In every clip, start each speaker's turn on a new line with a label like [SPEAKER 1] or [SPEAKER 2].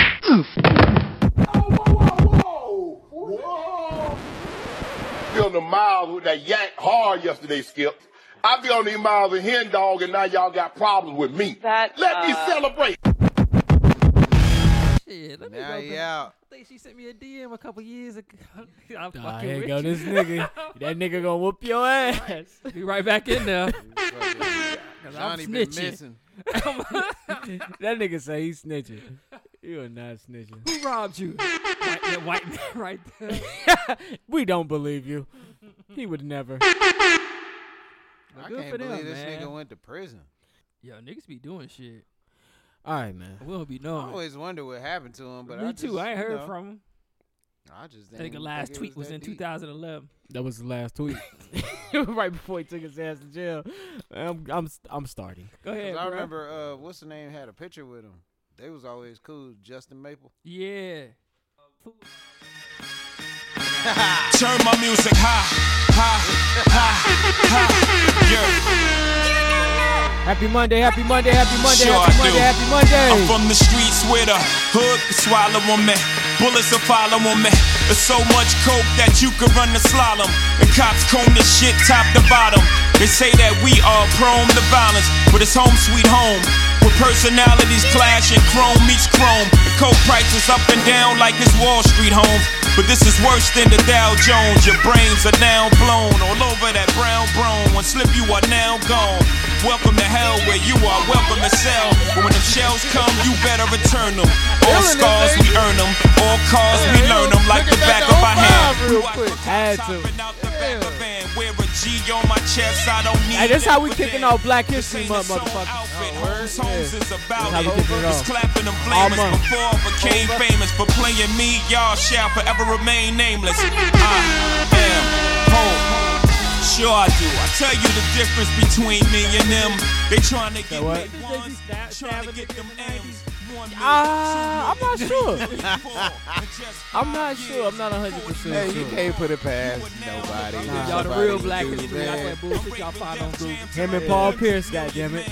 [SPEAKER 1] truth.
[SPEAKER 2] Whoa, whoa, whoa. Feeling the miles with that yank hard yesterday, Skip. I be on these miles of hen dog, and now y'all got problems with me.
[SPEAKER 3] That,
[SPEAKER 2] Let me
[SPEAKER 3] uh,
[SPEAKER 2] celebrate.
[SPEAKER 4] Shit, let me
[SPEAKER 1] Now
[SPEAKER 4] go
[SPEAKER 1] you
[SPEAKER 4] back.
[SPEAKER 1] out.
[SPEAKER 4] I think she sent me a DM a couple years ago. I'm
[SPEAKER 5] Nah,
[SPEAKER 4] fucking
[SPEAKER 5] here
[SPEAKER 4] with
[SPEAKER 5] go
[SPEAKER 4] you.
[SPEAKER 5] this nigga. that nigga gonna whoop your ass.
[SPEAKER 4] Be right back in there. I'm
[SPEAKER 1] Johnny been
[SPEAKER 4] snitching.
[SPEAKER 1] missing.
[SPEAKER 5] that nigga say he snitching. You are not snitching.
[SPEAKER 4] Who robbed you? White, that white man right there.
[SPEAKER 5] we don't believe you. He would never.
[SPEAKER 1] I
[SPEAKER 4] good
[SPEAKER 1] can't
[SPEAKER 4] for them,
[SPEAKER 1] believe this
[SPEAKER 4] man.
[SPEAKER 1] nigga went to prison.
[SPEAKER 4] Yo, niggas be doing shit.
[SPEAKER 5] All right, man.
[SPEAKER 4] We don't be
[SPEAKER 1] I
[SPEAKER 4] knowing.
[SPEAKER 1] always wonder what happened to him, but
[SPEAKER 4] me
[SPEAKER 1] I
[SPEAKER 4] too.
[SPEAKER 1] just,
[SPEAKER 4] I ain't
[SPEAKER 1] you
[SPEAKER 4] heard
[SPEAKER 1] know,
[SPEAKER 4] from him.
[SPEAKER 1] I just
[SPEAKER 4] I
[SPEAKER 1] didn't
[SPEAKER 4] think the last
[SPEAKER 1] it
[SPEAKER 4] tweet was,
[SPEAKER 1] that
[SPEAKER 4] in
[SPEAKER 1] deep.
[SPEAKER 4] 2011.
[SPEAKER 5] That was the last tweet. right before he took his ass to jail. I'm I'm I'm starting.
[SPEAKER 4] Go
[SPEAKER 1] 'Cause
[SPEAKER 4] ahead.
[SPEAKER 1] I
[SPEAKER 4] bro.
[SPEAKER 1] remember uh, what's the name had a picture with him. They was always cool. Justin Maple.
[SPEAKER 4] Yeah.
[SPEAKER 6] Turn my music high, high, high, high. Yeah,
[SPEAKER 5] Happy Monday, happy Monday, happy Monday,
[SPEAKER 6] Sure
[SPEAKER 5] happy
[SPEAKER 6] I
[SPEAKER 5] Monday,
[SPEAKER 6] do.
[SPEAKER 5] happy Monday.
[SPEAKER 6] I'm from the streets with a hood to swallow on me. Bullets will follow on me. There's so much coke that you could run the slalom. The cops comb the shit top to bottom. They say that we are prone to violence, but it's home sweet home. Where personalities clash and chrome meets chrome. The coke prices up and down like it's Wall Street home. But this is worse than the Dow Jones. Your brains are now blown all over that brown brown. One slip, you are now gone. Welcome to hell where you are welcome to sell. But when them shells come, you better return them. All
[SPEAKER 1] Killing it,
[SPEAKER 6] scars we earn them. All cars we
[SPEAKER 1] Yeah,
[SPEAKER 6] learn them like
[SPEAKER 1] look
[SPEAKER 6] the
[SPEAKER 1] at that
[SPEAKER 6] back of our
[SPEAKER 1] old
[SPEAKER 6] hand.
[SPEAKER 1] vibe real
[SPEAKER 6] Watch
[SPEAKER 1] quick.
[SPEAKER 6] the cops
[SPEAKER 5] Had to.
[SPEAKER 6] hopping out the back
[SPEAKER 1] Yeah.
[SPEAKER 6] of van. Wear a G on my chest. I don't need
[SPEAKER 5] Hey, that's how we
[SPEAKER 6] that
[SPEAKER 5] kicking
[SPEAKER 6] for
[SPEAKER 5] off Black
[SPEAKER 6] this
[SPEAKER 5] History
[SPEAKER 6] ain't
[SPEAKER 5] Month,
[SPEAKER 6] a song
[SPEAKER 5] motherfucker.
[SPEAKER 6] outfit.
[SPEAKER 1] Oh, word?
[SPEAKER 6] Holmes Holmes is about
[SPEAKER 5] That's how
[SPEAKER 6] it.
[SPEAKER 5] we kicking it
[SPEAKER 6] Just
[SPEAKER 5] off.
[SPEAKER 6] clapping them
[SPEAKER 5] All
[SPEAKER 6] flamers
[SPEAKER 5] month.
[SPEAKER 6] before I became famous. For playing me, y'all shall forever remain nameless. I am home. Sure I do. I tell you the difference between me and them. They trying to get
[SPEAKER 5] what?
[SPEAKER 6] me ones,
[SPEAKER 4] Stab-
[SPEAKER 6] trying to
[SPEAKER 4] stabbing
[SPEAKER 6] get
[SPEAKER 4] niggas
[SPEAKER 6] them
[SPEAKER 4] in the
[SPEAKER 6] M's. One million,
[SPEAKER 5] Ah,
[SPEAKER 6] two
[SPEAKER 5] I'm not
[SPEAKER 6] million,
[SPEAKER 5] sure.
[SPEAKER 6] three million, four, and just
[SPEAKER 5] I'm not
[SPEAKER 6] five
[SPEAKER 5] sure. I'm not
[SPEAKER 6] years,
[SPEAKER 5] 100%
[SPEAKER 6] forty
[SPEAKER 5] Hey, you
[SPEAKER 6] million.
[SPEAKER 5] can't
[SPEAKER 1] put it past
[SPEAKER 6] nobody.
[SPEAKER 1] Nah.
[SPEAKER 4] Y'all the
[SPEAKER 1] Somebody
[SPEAKER 4] real
[SPEAKER 1] to
[SPEAKER 4] black
[SPEAKER 1] do,
[SPEAKER 4] history. Not
[SPEAKER 1] man.
[SPEAKER 4] that bullshit y'all find on Google.
[SPEAKER 5] Him and Paul Pierce, goddammit.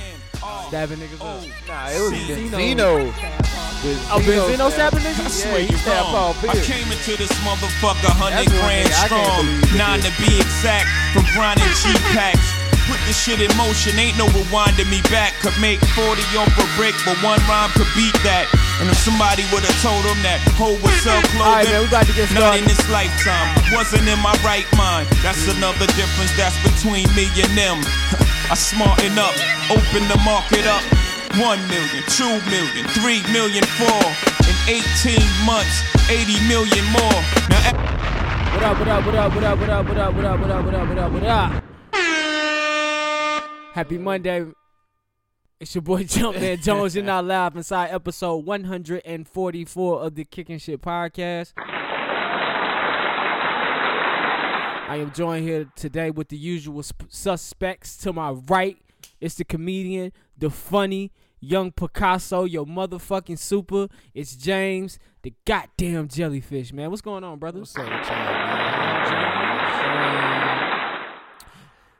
[SPEAKER 5] Stabbing niggas up.
[SPEAKER 1] Nah, it was
[SPEAKER 4] Benzino.
[SPEAKER 1] Benzino.
[SPEAKER 5] Oh, Benzino stabbing niggas?
[SPEAKER 1] Yeah, he stabbed Paul
[SPEAKER 6] I
[SPEAKER 1] Pierce.
[SPEAKER 6] came into this motherfucker
[SPEAKER 1] That's
[SPEAKER 6] hundred
[SPEAKER 1] one
[SPEAKER 6] grand
[SPEAKER 1] thing I can't
[SPEAKER 6] strong,
[SPEAKER 1] believe he
[SPEAKER 6] nine to
[SPEAKER 1] did.
[SPEAKER 6] be exact, from grinding cheap packs. Put this shit in motion, ain't no rewinding me back. Could make 40 off a brick, but one rhyme could beat that. And if somebody would've told him that, hold was self
[SPEAKER 5] All right,
[SPEAKER 6] clothing.
[SPEAKER 5] man, we about to get
[SPEAKER 6] Not
[SPEAKER 5] started.
[SPEAKER 6] in this lifetime, wasn't in my right mind. That's another difference that's between me and them. I smarten up, open the market up. One million, two million, three million, four. In 18 months, 80 million more. Now, a-
[SPEAKER 5] What up, what up, what up, what up, what up, what up, what up, what up, what up, what up, what up? Happy Monday. It's your boy Jumpman Jones. You're not live inside episode 144 of the Kicking Shit Podcast. I am joined here today with the usual sp- suspects. To my right, it's the comedian, the funny, young Picasso, your motherfucking super. It's James, the goddamn jellyfish, man. What's going on, brother?
[SPEAKER 1] What's up with y'all, man?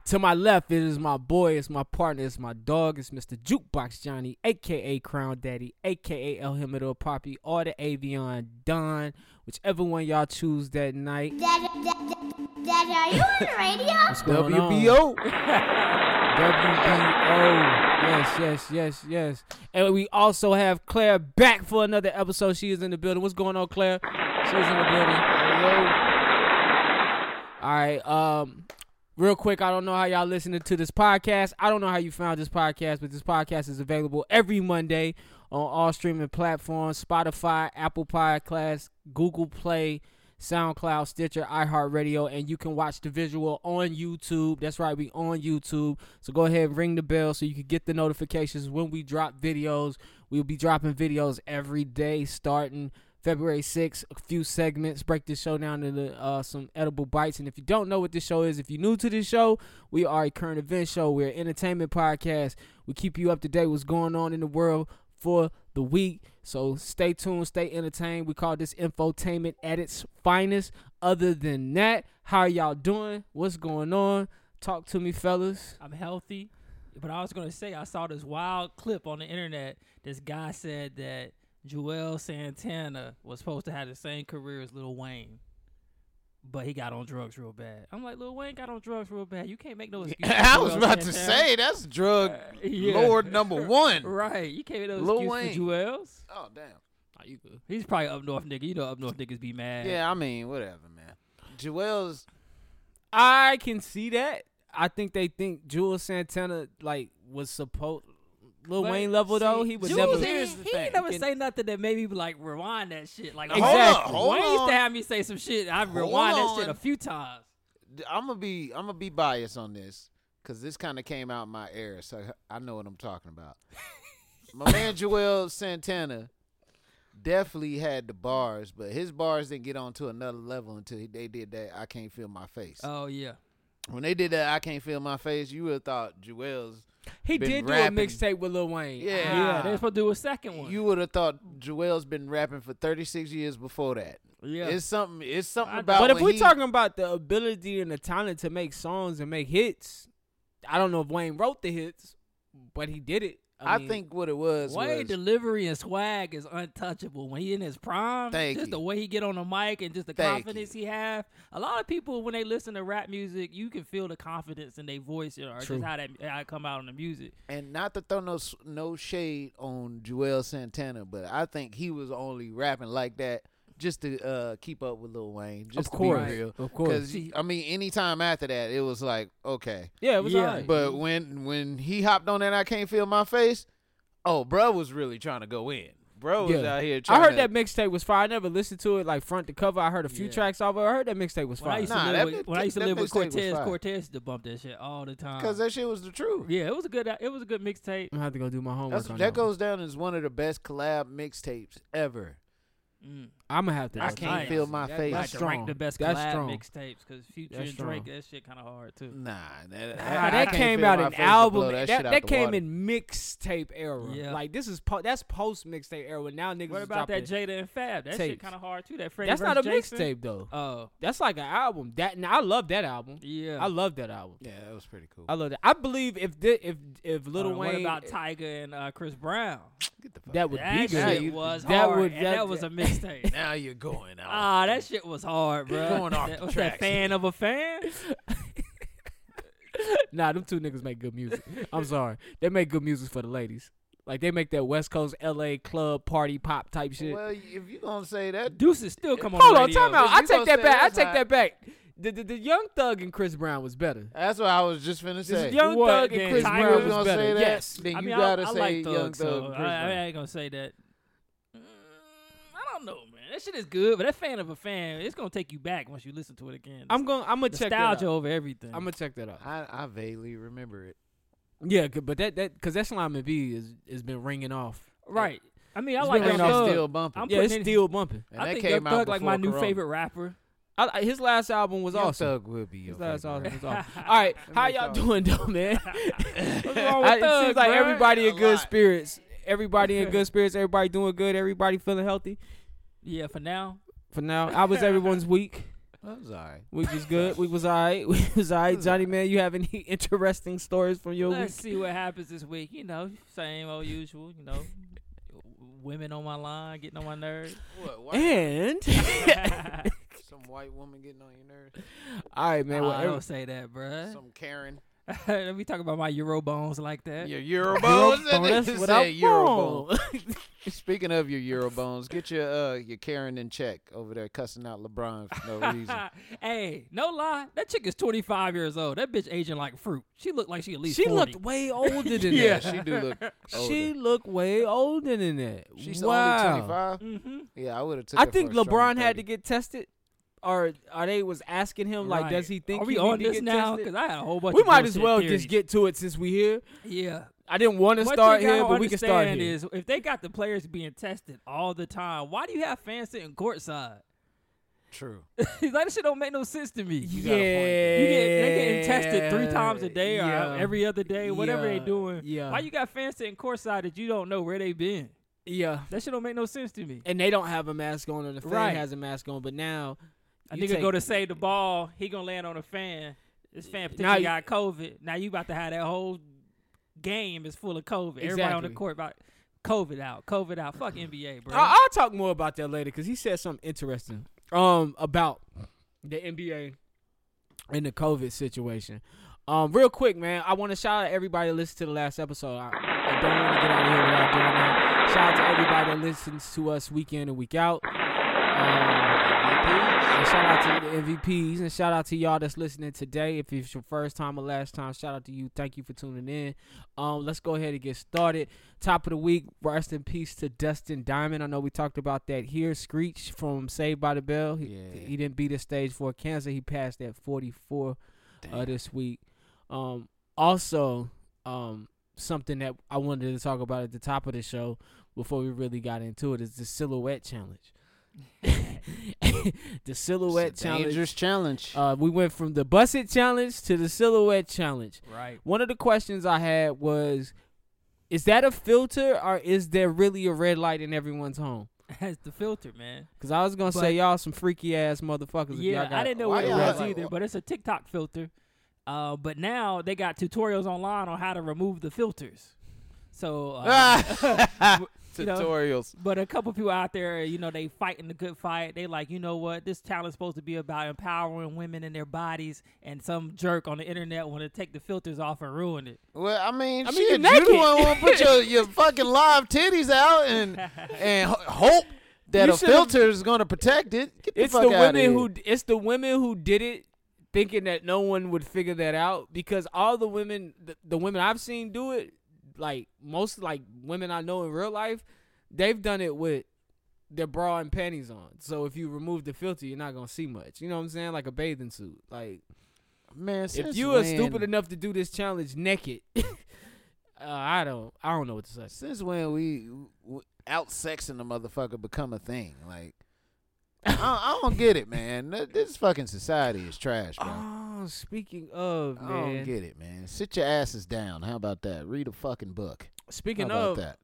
[SPEAKER 5] To my left, it is my boy, it's my partner, it's my dog, it's Mr. Jukebox Johnny, aka Crown Daddy, aka El Himador Poppy, or the Avion Don, whichever one y'all choose that night.
[SPEAKER 7] Dad, Dad, Dad, Dad, are you on the radio?
[SPEAKER 5] What's going on?
[SPEAKER 1] WBO.
[SPEAKER 5] WBO. Yes, yes, yes, yes. And we also have Claire back for another episode. She is in the building. What's going on, Claire? She is in the building. All right. Um, real quick, I don't know how y'all listening to this podcast. I don't know how you found this podcast, but this podcast is available every Monday on all streaming platforms: Spotify, Apple Podcasts, Google Play, SoundCloud, Stitcher, iHeartRadio, and you can watch the visual on YouTube. That's right, we on YouTube. So go ahead and ring the bell so you can get the notifications when we drop videos. We'll be dropping videos every day starting February 6th, a few segments, break this show down into uh, some edible bites. And if you don't know what this show is, if you're new to this show, we are a current event show. We're an entertainment podcast. We keep you up to date what's going on in the world for the week. So stay tuned, stay entertained. We call this infotainment at its finest. Other than that, how y'all doing? What's going on? Talk to me, fellas.
[SPEAKER 4] I'm healthy. But I was gonna say I saw this wild clip on the internet. This guy said that Joel Santana was supposed to have the same career as Lil Wayne, but he got on drugs real bad. I'm like, Lil Wayne got on drugs real bad. You can't make no excuse.
[SPEAKER 1] I
[SPEAKER 4] for
[SPEAKER 1] was
[SPEAKER 4] Joel
[SPEAKER 1] about to
[SPEAKER 4] Santana.
[SPEAKER 1] say that's drug
[SPEAKER 4] yeah.
[SPEAKER 1] lord number one.
[SPEAKER 4] Right, you can't make no
[SPEAKER 1] Lil
[SPEAKER 4] excuse
[SPEAKER 1] Wayne.
[SPEAKER 4] for Joel's.
[SPEAKER 1] Oh damn.
[SPEAKER 4] Nah, you good. He's probably up north nigga. You know up north niggas be mad.
[SPEAKER 1] Yeah, I mean whatever, man. Joel's
[SPEAKER 5] I can see that. I think they think Jules Santana like was supposed Lil
[SPEAKER 4] But,
[SPEAKER 5] Wayne level
[SPEAKER 4] see,
[SPEAKER 5] though. He was
[SPEAKER 4] Jules
[SPEAKER 5] never.
[SPEAKER 4] ain't-
[SPEAKER 5] Here's the
[SPEAKER 4] he
[SPEAKER 5] thing.
[SPEAKER 4] ain't never
[SPEAKER 5] Can-
[SPEAKER 4] say nothing that made me like rewind that shit. Like
[SPEAKER 5] Hold on, Exactly.
[SPEAKER 1] hold
[SPEAKER 4] Wayne used
[SPEAKER 1] on.
[SPEAKER 4] to have me say some shit. I rewind that shit
[SPEAKER 1] on.
[SPEAKER 4] a few times.
[SPEAKER 1] I'm gonna be I'm gonna be biased on this because this kind of came out my era, so I know what I'm talking about. my man Joel Santana definitely had the bars, but his bars didn't get on to another level until he- they did that. I can't feel my face.
[SPEAKER 4] Oh yeah,
[SPEAKER 1] when they did that, I can't feel my face. You would have thought Joel's.
[SPEAKER 5] he
[SPEAKER 1] been
[SPEAKER 5] did
[SPEAKER 1] rapping.
[SPEAKER 5] do a mixtape with Lil Wayne.
[SPEAKER 1] Yeah.
[SPEAKER 4] yeah. They're supposed to do a second one.
[SPEAKER 1] You would have thought Joel's been rapping for 36 years before that.
[SPEAKER 4] yeah,
[SPEAKER 1] It's something. It's something
[SPEAKER 4] I-
[SPEAKER 1] about.
[SPEAKER 5] but if
[SPEAKER 1] when
[SPEAKER 5] we're
[SPEAKER 1] he-
[SPEAKER 5] talking about the ability and the talent to make songs and make hits, I don't know if Wayne wrote the hits, but he did it.
[SPEAKER 1] I,
[SPEAKER 5] mean,
[SPEAKER 1] think what it was.
[SPEAKER 4] Wayne
[SPEAKER 1] was-
[SPEAKER 4] delivery and swag is untouchable. When he in his prime,
[SPEAKER 1] Thank
[SPEAKER 4] just
[SPEAKER 1] you.
[SPEAKER 4] the way he get on the mic and just the
[SPEAKER 1] Thank
[SPEAKER 4] confidence he have. A lot of people when they listen to rap music, you can feel the confidence in their voice or
[SPEAKER 5] True.
[SPEAKER 4] just how that how it come out in the music.
[SPEAKER 1] And not to throw no s- no shade on Joel Santana, but I think he was only rapping like that just to uh, keep up with Lil Wayne. Just to be
[SPEAKER 5] course,
[SPEAKER 1] real.
[SPEAKER 5] of course.
[SPEAKER 1] 'Cause, I mean, anytime after that, it was like okay.
[SPEAKER 5] yeah, it was
[SPEAKER 4] Yeah.
[SPEAKER 5] alright.
[SPEAKER 1] But when when he hopped on that, I can't feel my face. Oh, bro was really trying to go in. Bro was
[SPEAKER 5] Yeah.
[SPEAKER 1] out here.
[SPEAKER 5] I
[SPEAKER 1] Trying
[SPEAKER 5] heard
[SPEAKER 1] to,
[SPEAKER 5] that mixtape was fire. I never listened to it like front to cover. I heard a few
[SPEAKER 4] Yeah.
[SPEAKER 5] tracks off it. I heard that mixtape was
[SPEAKER 4] When I
[SPEAKER 5] fire.
[SPEAKER 4] used
[SPEAKER 1] Nah,
[SPEAKER 4] to
[SPEAKER 1] that
[SPEAKER 4] live
[SPEAKER 1] bit-
[SPEAKER 4] with, when I used to
[SPEAKER 1] that
[SPEAKER 4] live with
[SPEAKER 1] mixtape was
[SPEAKER 4] Cortez,
[SPEAKER 1] fire.
[SPEAKER 4] Cortez used to bump that shit all the time.
[SPEAKER 1] because that shit was the truth.
[SPEAKER 4] yeah, it was a good it was a good mixtape.
[SPEAKER 5] I have to go do my homework.
[SPEAKER 1] That's,
[SPEAKER 5] on
[SPEAKER 1] that
[SPEAKER 5] that one.
[SPEAKER 1] goes down as one of the best collab mixtapes ever.
[SPEAKER 5] I'm gonna have to.
[SPEAKER 1] I
[SPEAKER 5] go do
[SPEAKER 1] can't
[SPEAKER 5] that.
[SPEAKER 1] feel my face.
[SPEAKER 4] Like
[SPEAKER 5] That's
[SPEAKER 4] to rank
[SPEAKER 5] strong.
[SPEAKER 4] the best
[SPEAKER 5] That's
[SPEAKER 4] collab
[SPEAKER 5] strong.
[SPEAKER 4] mixtapes because Future
[SPEAKER 5] That's
[SPEAKER 4] and
[SPEAKER 5] strong.
[SPEAKER 4] Drake,
[SPEAKER 5] Mm.
[SPEAKER 4] that shit kind of hard too.
[SPEAKER 1] Nah, that,
[SPEAKER 5] Ah,
[SPEAKER 1] I
[SPEAKER 5] that
[SPEAKER 1] can't
[SPEAKER 5] came
[SPEAKER 1] feel
[SPEAKER 5] out
[SPEAKER 1] my
[SPEAKER 5] in
[SPEAKER 1] face to blow
[SPEAKER 5] album.
[SPEAKER 1] That,
[SPEAKER 5] That,
[SPEAKER 1] shit out
[SPEAKER 5] that,
[SPEAKER 1] the
[SPEAKER 5] came
[SPEAKER 1] water.
[SPEAKER 5] in mixtape era.
[SPEAKER 4] Yeah.
[SPEAKER 5] Like this is po- that's post mixtape era. Now niggas
[SPEAKER 4] What
[SPEAKER 5] is
[SPEAKER 4] about that
[SPEAKER 5] dropping-
[SPEAKER 4] Jada and Fab? That shit
[SPEAKER 5] tapes.
[SPEAKER 4] kind of hard too. That Freddie
[SPEAKER 5] That's not a
[SPEAKER 4] versus Jason.
[SPEAKER 5] mixtape though.
[SPEAKER 4] Oh
[SPEAKER 5] That's like an album. That and I love that album.
[SPEAKER 4] yeah. Uh,
[SPEAKER 5] I love that album.
[SPEAKER 1] Yeah, that was pretty cool.
[SPEAKER 5] I love that. I believe if the, if if Little
[SPEAKER 4] Hold on,
[SPEAKER 5] Wayne
[SPEAKER 4] What about Tiger and uh, Chris Brown?
[SPEAKER 1] Get the fuck
[SPEAKER 5] that would be
[SPEAKER 4] That
[SPEAKER 5] good.
[SPEAKER 4] shit
[SPEAKER 1] you-
[SPEAKER 4] was
[SPEAKER 5] that
[SPEAKER 4] hard.
[SPEAKER 5] would-
[SPEAKER 4] and
[SPEAKER 5] that-
[SPEAKER 4] that, was a mixtape.
[SPEAKER 1] now you're going out.
[SPEAKER 4] Ah, that shit was hard, bro.
[SPEAKER 1] Going off
[SPEAKER 4] that,
[SPEAKER 1] the
[SPEAKER 4] was
[SPEAKER 1] tracks
[SPEAKER 4] that fan of a fan?
[SPEAKER 5] Nah, them two niggas make good music. I'm sorry, they make good music for the ladies. Like they make that West Coast LA club party pop type shit.
[SPEAKER 1] well, if you gonna say that,
[SPEAKER 4] Deuces still come on.
[SPEAKER 5] Hold
[SPEAKER 4] the
[SPEAKER 5] on,
[SPEAKER 4] radio.
[SPEAKER 5] time out.
[SPEAKER 1] If
[SPEAKER 5] I
[SPEAKER 1] you
[SPEAKER 5] take
[SPEAKER 1] gonna
[SPEAKER 5] that
[SPEAKER 1] say
[SPEAKER 5] back. I
[SPEAKER 1] that's
[SPEAKER 5] take
[SPEAKER 1] hot-
[SPEAKER 5] that back. The, the, the Young Thug and Chris Brown was better.
[SPEAKER 1] that's what I was just finna
[SPEAKER 5] This
[SPEAKER 1] say.
[SPEAKER 5] is Young
[SPEAKER 4] What,
[SPEAKER 5] Thug and
[SPEAKER 4] then
[SPEAKER 5] Chris
[SPEAKER 4] Tiger
[SPEAKER 1] Tiger
[SPEAKER 5] Brown
[SPEAKER 1] was
[SPEAKER 5] was
[SPEAKER 1] gonna
[SPEAKER 5] better.
[SPEAKER 1] say that.
[SPEAKER 5] Yes.
[SPEAKER 1] Then
[SPEAKER 4] I
[SPEAKER 1] you
[SPEAKER 4] mean, I-
[SPEAKER 1] gotta
[SPEAKER 4] I,
[SPEAKER 1] say
[SPEAKER 4] like Thug,
[SPEAKER 1] Young
[SPEAKER 4] so
[SPEAKER 1] Thug. and
[SPEAKER 4] I,
[SPEAKER 1] Chris
[SPEAKER 4] I
[SPEAKER 1] Brown.
[SPEAKER 4] ain't gonna say that. Mm, I don't know, man. That shit is good, but that fan of a fan, it's gonna take you back once you listen to it again.
[SPEAKER 5] I'm going. I'm gonna check that
[SPEAKER 4] nostalgia
[SPEAKER 5] out.
[SPEAKER 4] over everything.
[SPEAKER 5] I'm gonna check that out.
[SPEAKER 1] I, I vaguely remember it.
[SPEAKER 5] Yeah, good, but that that because that slime and B is has been ringing off.
[SPEAKER 4] right. I mean, I
[SPEAKER 5] It's
[SPEAKER 4] like
[SPEAKER 5] been
[SPEAKER 1] And
[SPEAKER 4] Young
[SPEAKER 5] on
[SPEAKER 1] it's
[SPEAKER 4] Thug.
[SPEAKER 1] still bumping.
[SPEAKER 4] I'm
[SPEAKER 5] yeah, it's
[SPEAKER 4] putting in-
[SPEAKER 5] still bumping.
[SPEAKER 1] and
[SPEAKER 4] I
[SPEAKER 1] that
[SPEAKER 4] think
[SPEAKER 1] came
[SPEAKER 4] Young
[SPEAKER 1] out
[SPEAKER 4] Thug like my
[SPEAKER 1] before
[SPEAKER 4] new
[SPEAKER 1] Corona.
[SPEAKER 4] favorite rapper.
[SPEAKER 5] I, I- his last album was
[SPEAKER 1] Young
[SPEAKER 5] awesome.
[SPEAKER 1] Thug will be your
[SPEAKER 5] His last
[SPEAKER 1] favorite
[SPEAKER 5] album
[SPEAKER 1] rapper.
[SPEAKER 5] was awesome. All right, how
[SPEAKER 1] makes
[SPEAKER 5] y'all
[SPEAKER 1] all-
[SPEAKER 5] doing though, man?
[SPEAKER 4] What's wrong with
[SPEAKER 5] I, it
[SPEAKER 4] Thug,
[SPEAKER 5] seems like
[SPEAKER 4] bruh?
[SPEAKER 5] everybody in
[SPEAKER 1] A
[SPEAKER 5] good
[SPEAKER 1] lot.
[SPEAKER 5] spirits. Everybody in good spirits. Everybody doing good. Everybody feeling healthy.
[SPEAKER 4] Yeah, for now.
[SPEAKER 5] For now, I was everyone's week.
[SPEAKER 1] I'm sorry.
[SPEAKER 5] Week was good. Week was alright. Week was alright. Johnny, man, you have any interesting stories from your week?
[SPEAKER 4] Let's see what happens this week. You know, same old usual. You know, women on my line, getting on my nerves.
[SPEAKER 1] What, why-
[SPEAKER 5] And
[SPEAKER 1] some white woman getting on your nerves?
[SPEAKER 5] all right, man.
[SPEAKER 4] Man,
[SPEAKER 5] Well,
[SPEAKER 4] I
[SPEAKER 5] every-
[SPEAKER 4] don't say that, bruh.
[SPEAKER 1] Some Karen.
[SPEAKER 4] Let me talk about my Euro bones like that.
[SPEAKER 1] Your Euro
[SPEAKER 5] Girl,
[SPEAKER 1] bones.
[SPEAKER 5] bone, that's what I
[SPEAKER 1] Eurobone.
[SPEAKER 5] want.
[SPEAKER 1] Speaking of your Euro bones, get your uh your Karen in check over there cussing out LeBron for no reason.
[SPEAKER 4] hey, no lie, that chick is 25 years old. That bitch aging like fruit. She looked like she at least
[SPEAKER 5] She
[SPEAKER 4] 40.
[SPEAKER 5] looked way older than
[SPEAKER 1] yeah,
[SPEAKER 5] that.
[SPEAKER 1] she do look. Older.
[SPEAKER 5] She looked way older than that.
[SPEAKER 1] She's
[SPEAKER 5] wow.
[SPEAKER 1] only 25.
[SPEAKER 5] mm-hmm.
[SPEAKER 4] Mhm.
[SPEAKER 1] Yeah, I would have took.
[SPEAKER 5] I
[SPEAKER 1] her
[SPEAKER 5] think
[SPEAKER 1] for a strong
[SPEAKER 5] LeBron had
[SPEAKER 1] 30.
[SPEAKER 5] to get tested, or are they was asking him like,
[SPEAKER 4] Right.
[SPEAKER 5] does he think
[SPEAKER 4] Are we
[SPEAKER 5] he
[SPEAKER 4] on
[SPEAKER 5] need to
[SPEAKER 4] this
[SPEAKER 5] get
[SPEAKER 4] now?
[SPEAKER 5] tested?
[SPEAKER 4] Because I had a whole bunch.
[SPEAKER 5] we
[SPEAKER 4] of
[SPEAKER 5] might as
[SPEAKER 4] bullshit
[SPEAKER 5] well
[SPEAKER 4] theories.
[SPEAKER 5] just get to it since we here.
[SPEAKER 4] yeah.
[SPEAKER 5] I didn't want to
[SPEAKER 4] What
[SPEAKER 5] start
[SPEAKER 4] you gotta
[SPEAKER 5] here, but we can start
[SPEAKER 4] understand
[SPEAKER 5] here.
[SPEAKER 4] Is if they got the players being tested all the time, why do you have fans sitting courtside?
[SPEAKER 1] True.
[SPEAKER 4] He's like, this shit don't make no sense to me. You
[SPEAKER 5] yeah,
[SPEAKER 1] got a point there.
[SPEAKER 4] get, they getting tested three times a day or
[SPEAKER 5] yeah,
[SPEAKER 4] every other day, whatever they
[SPEAKER 5] yeah,
[SPEAKER 4] doing.
[SPEAKER 5] yeah.
[SPEAKER 4] Why you got fans sitting courtside that you don't know where they been?
[SPEAKER 5] yeah.
[SPEAKER 4] That shit don't make no sense to me.
[SPEAKER 5] And they don't have a mask on, or the fan
[SPEAKER 4] Right.
[SPEAKER 5] has a mask on. But now,
[SPEAKER 4] A
[SPEAKER 5] you
[SPEAKER 4] nigga
[SPEAKER 5] take-
[SPEAKER 4] go to save the ball, he gonna land on a fan. This fan
[SPEAKER 5] Now
[SPEAKER 4] particularly
[SPEAKER 5] you-
[SPEAKER 4] got COVID. Now you about to have that whole game is full of COVID. Everybody on the
[SPEAKER 5] Exactly. Uh,
[SPEAKER 4] court about COVID out. COVID out. Fuck NBA, bro.
[SPEAKER 5] I- I'll talk more about that later because he said something interesting um about the NBA and the COVID situation. Um, real quick, man, I want to shout out everybody that listened to the last episode. I, I don't want to get out of here without doing that. Shout out to everybody that listens to us week in and week out. Um, and shout out to the MVPs and shout out to y'all that's listening today. If it's your first time or last time, shout out to you. Thank you for tuning in. Um, let's go ahead and get started. Top of the week, rest in peace to Dustin Diamond. I know we talked about that here. Screech from Saved by the Bell. He,
[SPEAKER 1] Yeah.
[SPEAKER 5] he didn't beat his stage four cancer. He passed at 44 uh, this week. Um, also, um, something that I wanted to talk about at the top of the show before we really got into it is the silhouette challenge. the silhouette
[SPEAKER 1] It's a dangerous
[SPEAKER 5] challenge.
[SPEAKER 1] challenge.
[SPEAKER 5] Uh, we went from the busset challenge to the silhouette challenge.
[SPEAKER 4] right.
[SPEAKER 5] One of the questions I had was, is that a filter or is there really a red light in everyone's home?
[SPEAKER 4] That's the filter, man.
[SPEAKER 5] Because I was gonna
[SPEAKER 4] But-
[SPEAKER 5] say y'all some freaky ass motherfuckers. if
[SPEAKER 4] Yeah,
[SPEAKER 5] y'all got,
[SPEAKER 4] I didn't know
[SPEAKER 1] why
[SPEAKER 4] what it
[SPEAKER 1] y'all
[SPEAKER 4] was
[SPEAKER 1] like-
[SPEAKER 4] either, but it's a TikTok filter. Uh, but now they got tutorials online on how to remove the filters. So, uh, you know,
[SPEAKER 1] Tutorials.
[SPEAKER 4] but a couple people out there, you know, they fighting the good fight. They like, you know what, this challenge is supposed to be about empowering women and their bodies, and some jerk on the internet want to take the filters off and ruin it.
[SPEAKER 1] Well, I mean,
[SPEAKER 5] I mean,
[SPEAKER 1] shit, you
[SPEAKER 5] you're
[SPEAKER 1] the
[SPEAKER 5] naked.
[SPEAKER 1] one want to put your, your fucking live titties out and and ho- hope that
[SPEAKER 5] You
[SPEAKER 1] a
[SPEAKER 5] should've-
[SPEAKER 1] filter is going to protect it. Get the
[SPEAKER 5] it's
[SPEAKER 1] fuck
[SPEAKER 5] the
[SPEAKER 1] outta
[SPEAKER 5] women
[SPEAKER 1] here.
[SPEAKER 5] who it's the women who did it thinking that no one would figure that out because all the women the, the women I've seen do it like most like women I know in real life they've done it with their bra and panties on. So if you remove the filter you're not going to see much. You know what I'm saying? Like a bathing suit. Like
[SPEAKER 1] man.
[SPEAKER 5] if
[SPEAKER 1] since
[SPEAKER 5] you are
[SPEAKER 1] when-
[SPEAKER 5] stupid enough to do this challenge naked uh, I don't I don't know what to say.
[SPEAKER 1] since when we w- out sexing the motherfucker become a thing? Like, I, I don't get it, man. Th- This fucking society is trash, bro.
[SPEAKER 5] Oh, speaking of,
[SPEAKER 1] I don't
[SPEAKER 5] man.
[SPEAKER 1] get it, man. Sit your asses down. How about that? Read a fucking book. How
[SPEAKER 5] speaking
[SPEAKER 1] about
[SPEAKER 5] of,
[SPEAKER 1] that?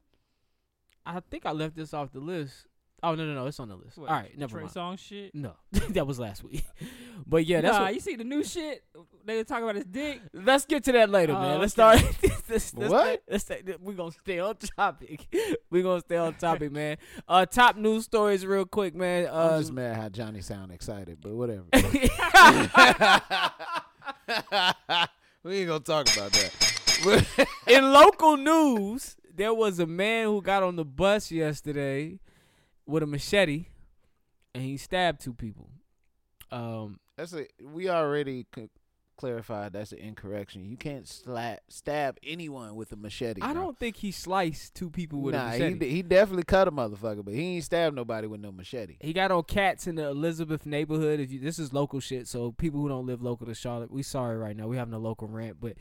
[SPEAKER 5] I think I left this off the list. Oh no no no, it's on the list.
[SPEAKER 4] What,
[SPEAKER 5] All right, never
[SPEAKER 4] Trey
[SPEAKER 5] mind.
[SPEAKER 4] Song shit.
[SPEAKER 5] No, that was last week. But yeah, that's
[SPEAKER 4] nah,
[SPEAKER 5] what,
[SPEAKER 4] you see the new shit they were talking about his dick.
[SPEAKER 5] let's get to that later, man.
[SPEAKER 4] Oh,
[SPEAKER 5] Let's
[SPEAKER 4] okay.
[SPEAKER 5] start. let's, let's,
[SPEAKER 1] What?
[SPEAKER 5] Let's, let's, we're gonna stay on topic. we're gonna stay on topic, man. Uh, top news stories, real quick, man.
[SPEAKER 1] I'm
[SPEAKER 5] Uh,
[SPEAKER 1] just mad how Johnny sound excited, but whatever. we ain't gonna talk about that.
[SPEAKER 5] in local news, there was a man who got on the bus yesterday with a machete, and he stabbed two people. Um,
[SPEAKER 1] that's a, we already c- clarified that's an incorrection. You can't slap stab anyone with a machete.
[SPEAKER 5] I
[SPEAKER 1] bro.
[SPEAKER 5] don't think he sliced two people with a
[SPEAKER 1] Nah,
[SPEAKER 5] machete.
[SPEAKER 1] he de- he definitely cut a motherfucker, but he ain't stabbed nobody with no machete.
[SPEAKER 5] He got on cats in the Elizabeth neighborhood. If you this is local shit, so people who don't live local to Charlotte, we sorry right now. We having a local rant, but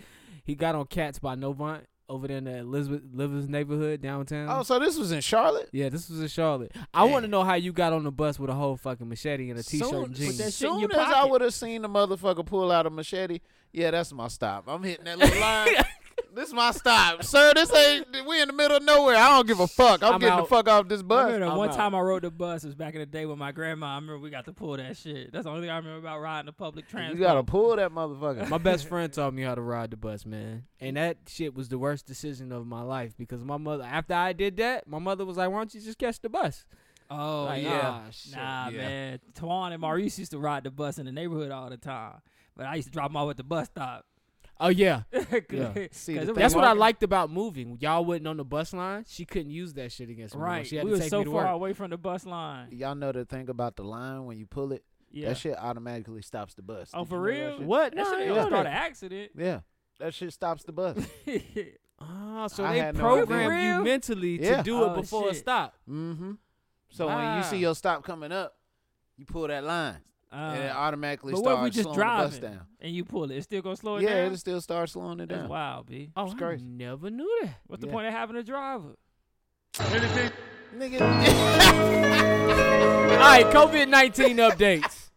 [SPEAKER 5] he got on cats by Novant over there in the Elizabeth Elizabeth neighborhood downtown.
[SPEAKER 1] Oh, so this was in Charlotte?
[SPEAKER 5] yeah, this was in Charlotte. I want to know how you got on the bus with a whole fucking machete and a t-shirt
[SPEAKER 1] soon,
[SPEAKER 5] and jeans.
[SPEAKER 4] that shit in
[SPEAKER 1] soon
[SPEAKER 4] your
[SPEAKER 1] as I
[SPEAKER 4] pocket.
[SPEAKER 1] would have seen the motherfucker pull out a machete, yeah, that's my stop. I'm hitting that little line. this my stop, sir. This ain't we in the middle of nowhere. I don't give a fuck. I'm,
[SPEAKER 5] I'm
[SPEAKER 1] getting
[SPEAKER 5] out.
[SPEAKER 1] the fuck off this
[SPEAKER 4] I
[SPEAKER 1] bus.
[SPEAKER 4] remember the
[SPEAKER 5] I'm
[SPEAKER 4] one
[SPEAKER 5] out.
[SPEAKER 4] time I rode the bus was back in the day with my grandma. I remember we got to pull that shit. That's the only thing I remember about riding the public
[SPEAKER 1] You
[SPEAKER 4] transport.
[SPEAKER 1] gotta pull that motherfucker.
[SPEAKER 5] My best friend taught me how to ride the bus, man. And that shit was the worst decision of my life because my mother, after I did that, my mother was like, why don't you just catch the bus?
[SPEAKER 4] oh
[SPEAKER 5] Like,
[SPEAKER 4] yeah,
[SPEAKER 5] ah, shit,
[SPEAKER 4] nah,
[SPEAKER 1] yeah.
[SPEAKER 4] man. Twan and Maurice used to ride the bus in the neighborhood all the time, but I used to drop them off at the bus stop.
[SPEAKER 5] Oh, yeah.
[SPEAKER 4] 'Cause-
[SPEAKER 5] Yeah.
[SPEAKER 1] See, the
[SPEAKER 4] 'cause it was
[SPEAKER 1] thing
[SPEAKER 5] That's what I
[SPEAKER 4] walking-
[SPEAKER 5] liked about moving. Y'all wasn't on the bus line. She couldn't use that shit against me.
[SPEAKER 4] Right,
[SPEAKER 5] She had
[SPEAKER 4] we
[SPEAKER 5] to
[SPEAKER 4] were
[SPEAKER 5] take
[SPEAKER 4] so
[SPEAKER 5] me to
[SPEAKER 4] far
[SPEAKER 5] work.
[SPEAKER 4] away from the bus line.
[SPEAKER 1] Y'all know the thing about the line when you pull it,
[SPEAKER 4] Yeah.
[SPEAKER 1] that shit automatically stops the bus.
[SPEAKER 4] oh,
[SPEAKER 1] Did you
[SPEAKER 4] for
[SPEAKER 1] know that
[SPEAKER 4] real?
[SPEAKER 1] shit?
[SPEAKER 5] What?
[SPEAKER 4] That
[SPEAKER 5] No, I
[SPEAKER 4] shit
[SPEAKER 5] didn't
[SPEAKER 4] ain't
[SPEAKER 5] know
[SPEAKER 4] gonna start an
[SPEAKER 5] that.
[SPEAKER 4] accident.
[SPEAKER 1] Yeah, that shit stops the bus.
[SPEAKER 5] Ah, so
[SPEAKER 1] I
[SPEAKER 5] they
[SPEAKER 1] had no idea.
[SPEAKER 5] program
[SPEAKER 4] For
[SPEAKER 5] you
[SPEAKER 4] real?
[SPEAKER 5] mentally to
[SPEAKER 1] Yeah.
[SPEAKER 5] do it
[SPEAKER 4] Oh,
[SPEAKER 5] before a
[SPEAKER 4] shit.
[SPEAKER 5] stop.
[SPEAKER 1] mm-hmm. So when you see
[SPEAKER 5] Wow.
[SPEAKER 1] your stop coming up, you pull that line, and it
[SPEAKER 4] Uh,
[SPEAKER 1] automatically
[SPEAKER 4] but
[SPEAKER 1] starts
[SPEAKER 4] what if we just
[SPEAKER 1] slowing the bus
[SPEAKER 4] driving
[SPEAKER 1] down.
[SPEAKER 4] and you pull it? It's still gonna slow it Uh,
[SPEAKER 1] Yeah,
[SPEAKER 4] down.
[SPEAKER 1] it'll still start slowing it
[SPEAKER 4] That's
[SPEAKER 1] down.
[SPEAKER 4] wild, b.
[SPEAKER 5] Oh,
[SPEAKER 1] It's
[SPEAKER 5] I
[SPEAKER 1] crazy.
[SPEAKER 5] never knew that.
[SPEAKER 4] What's the
[SPEAKER 1] Yeah.
[SPEAKER 4] point of having a driver?
[SPEAKER 5] All right, COVID nineteen updates.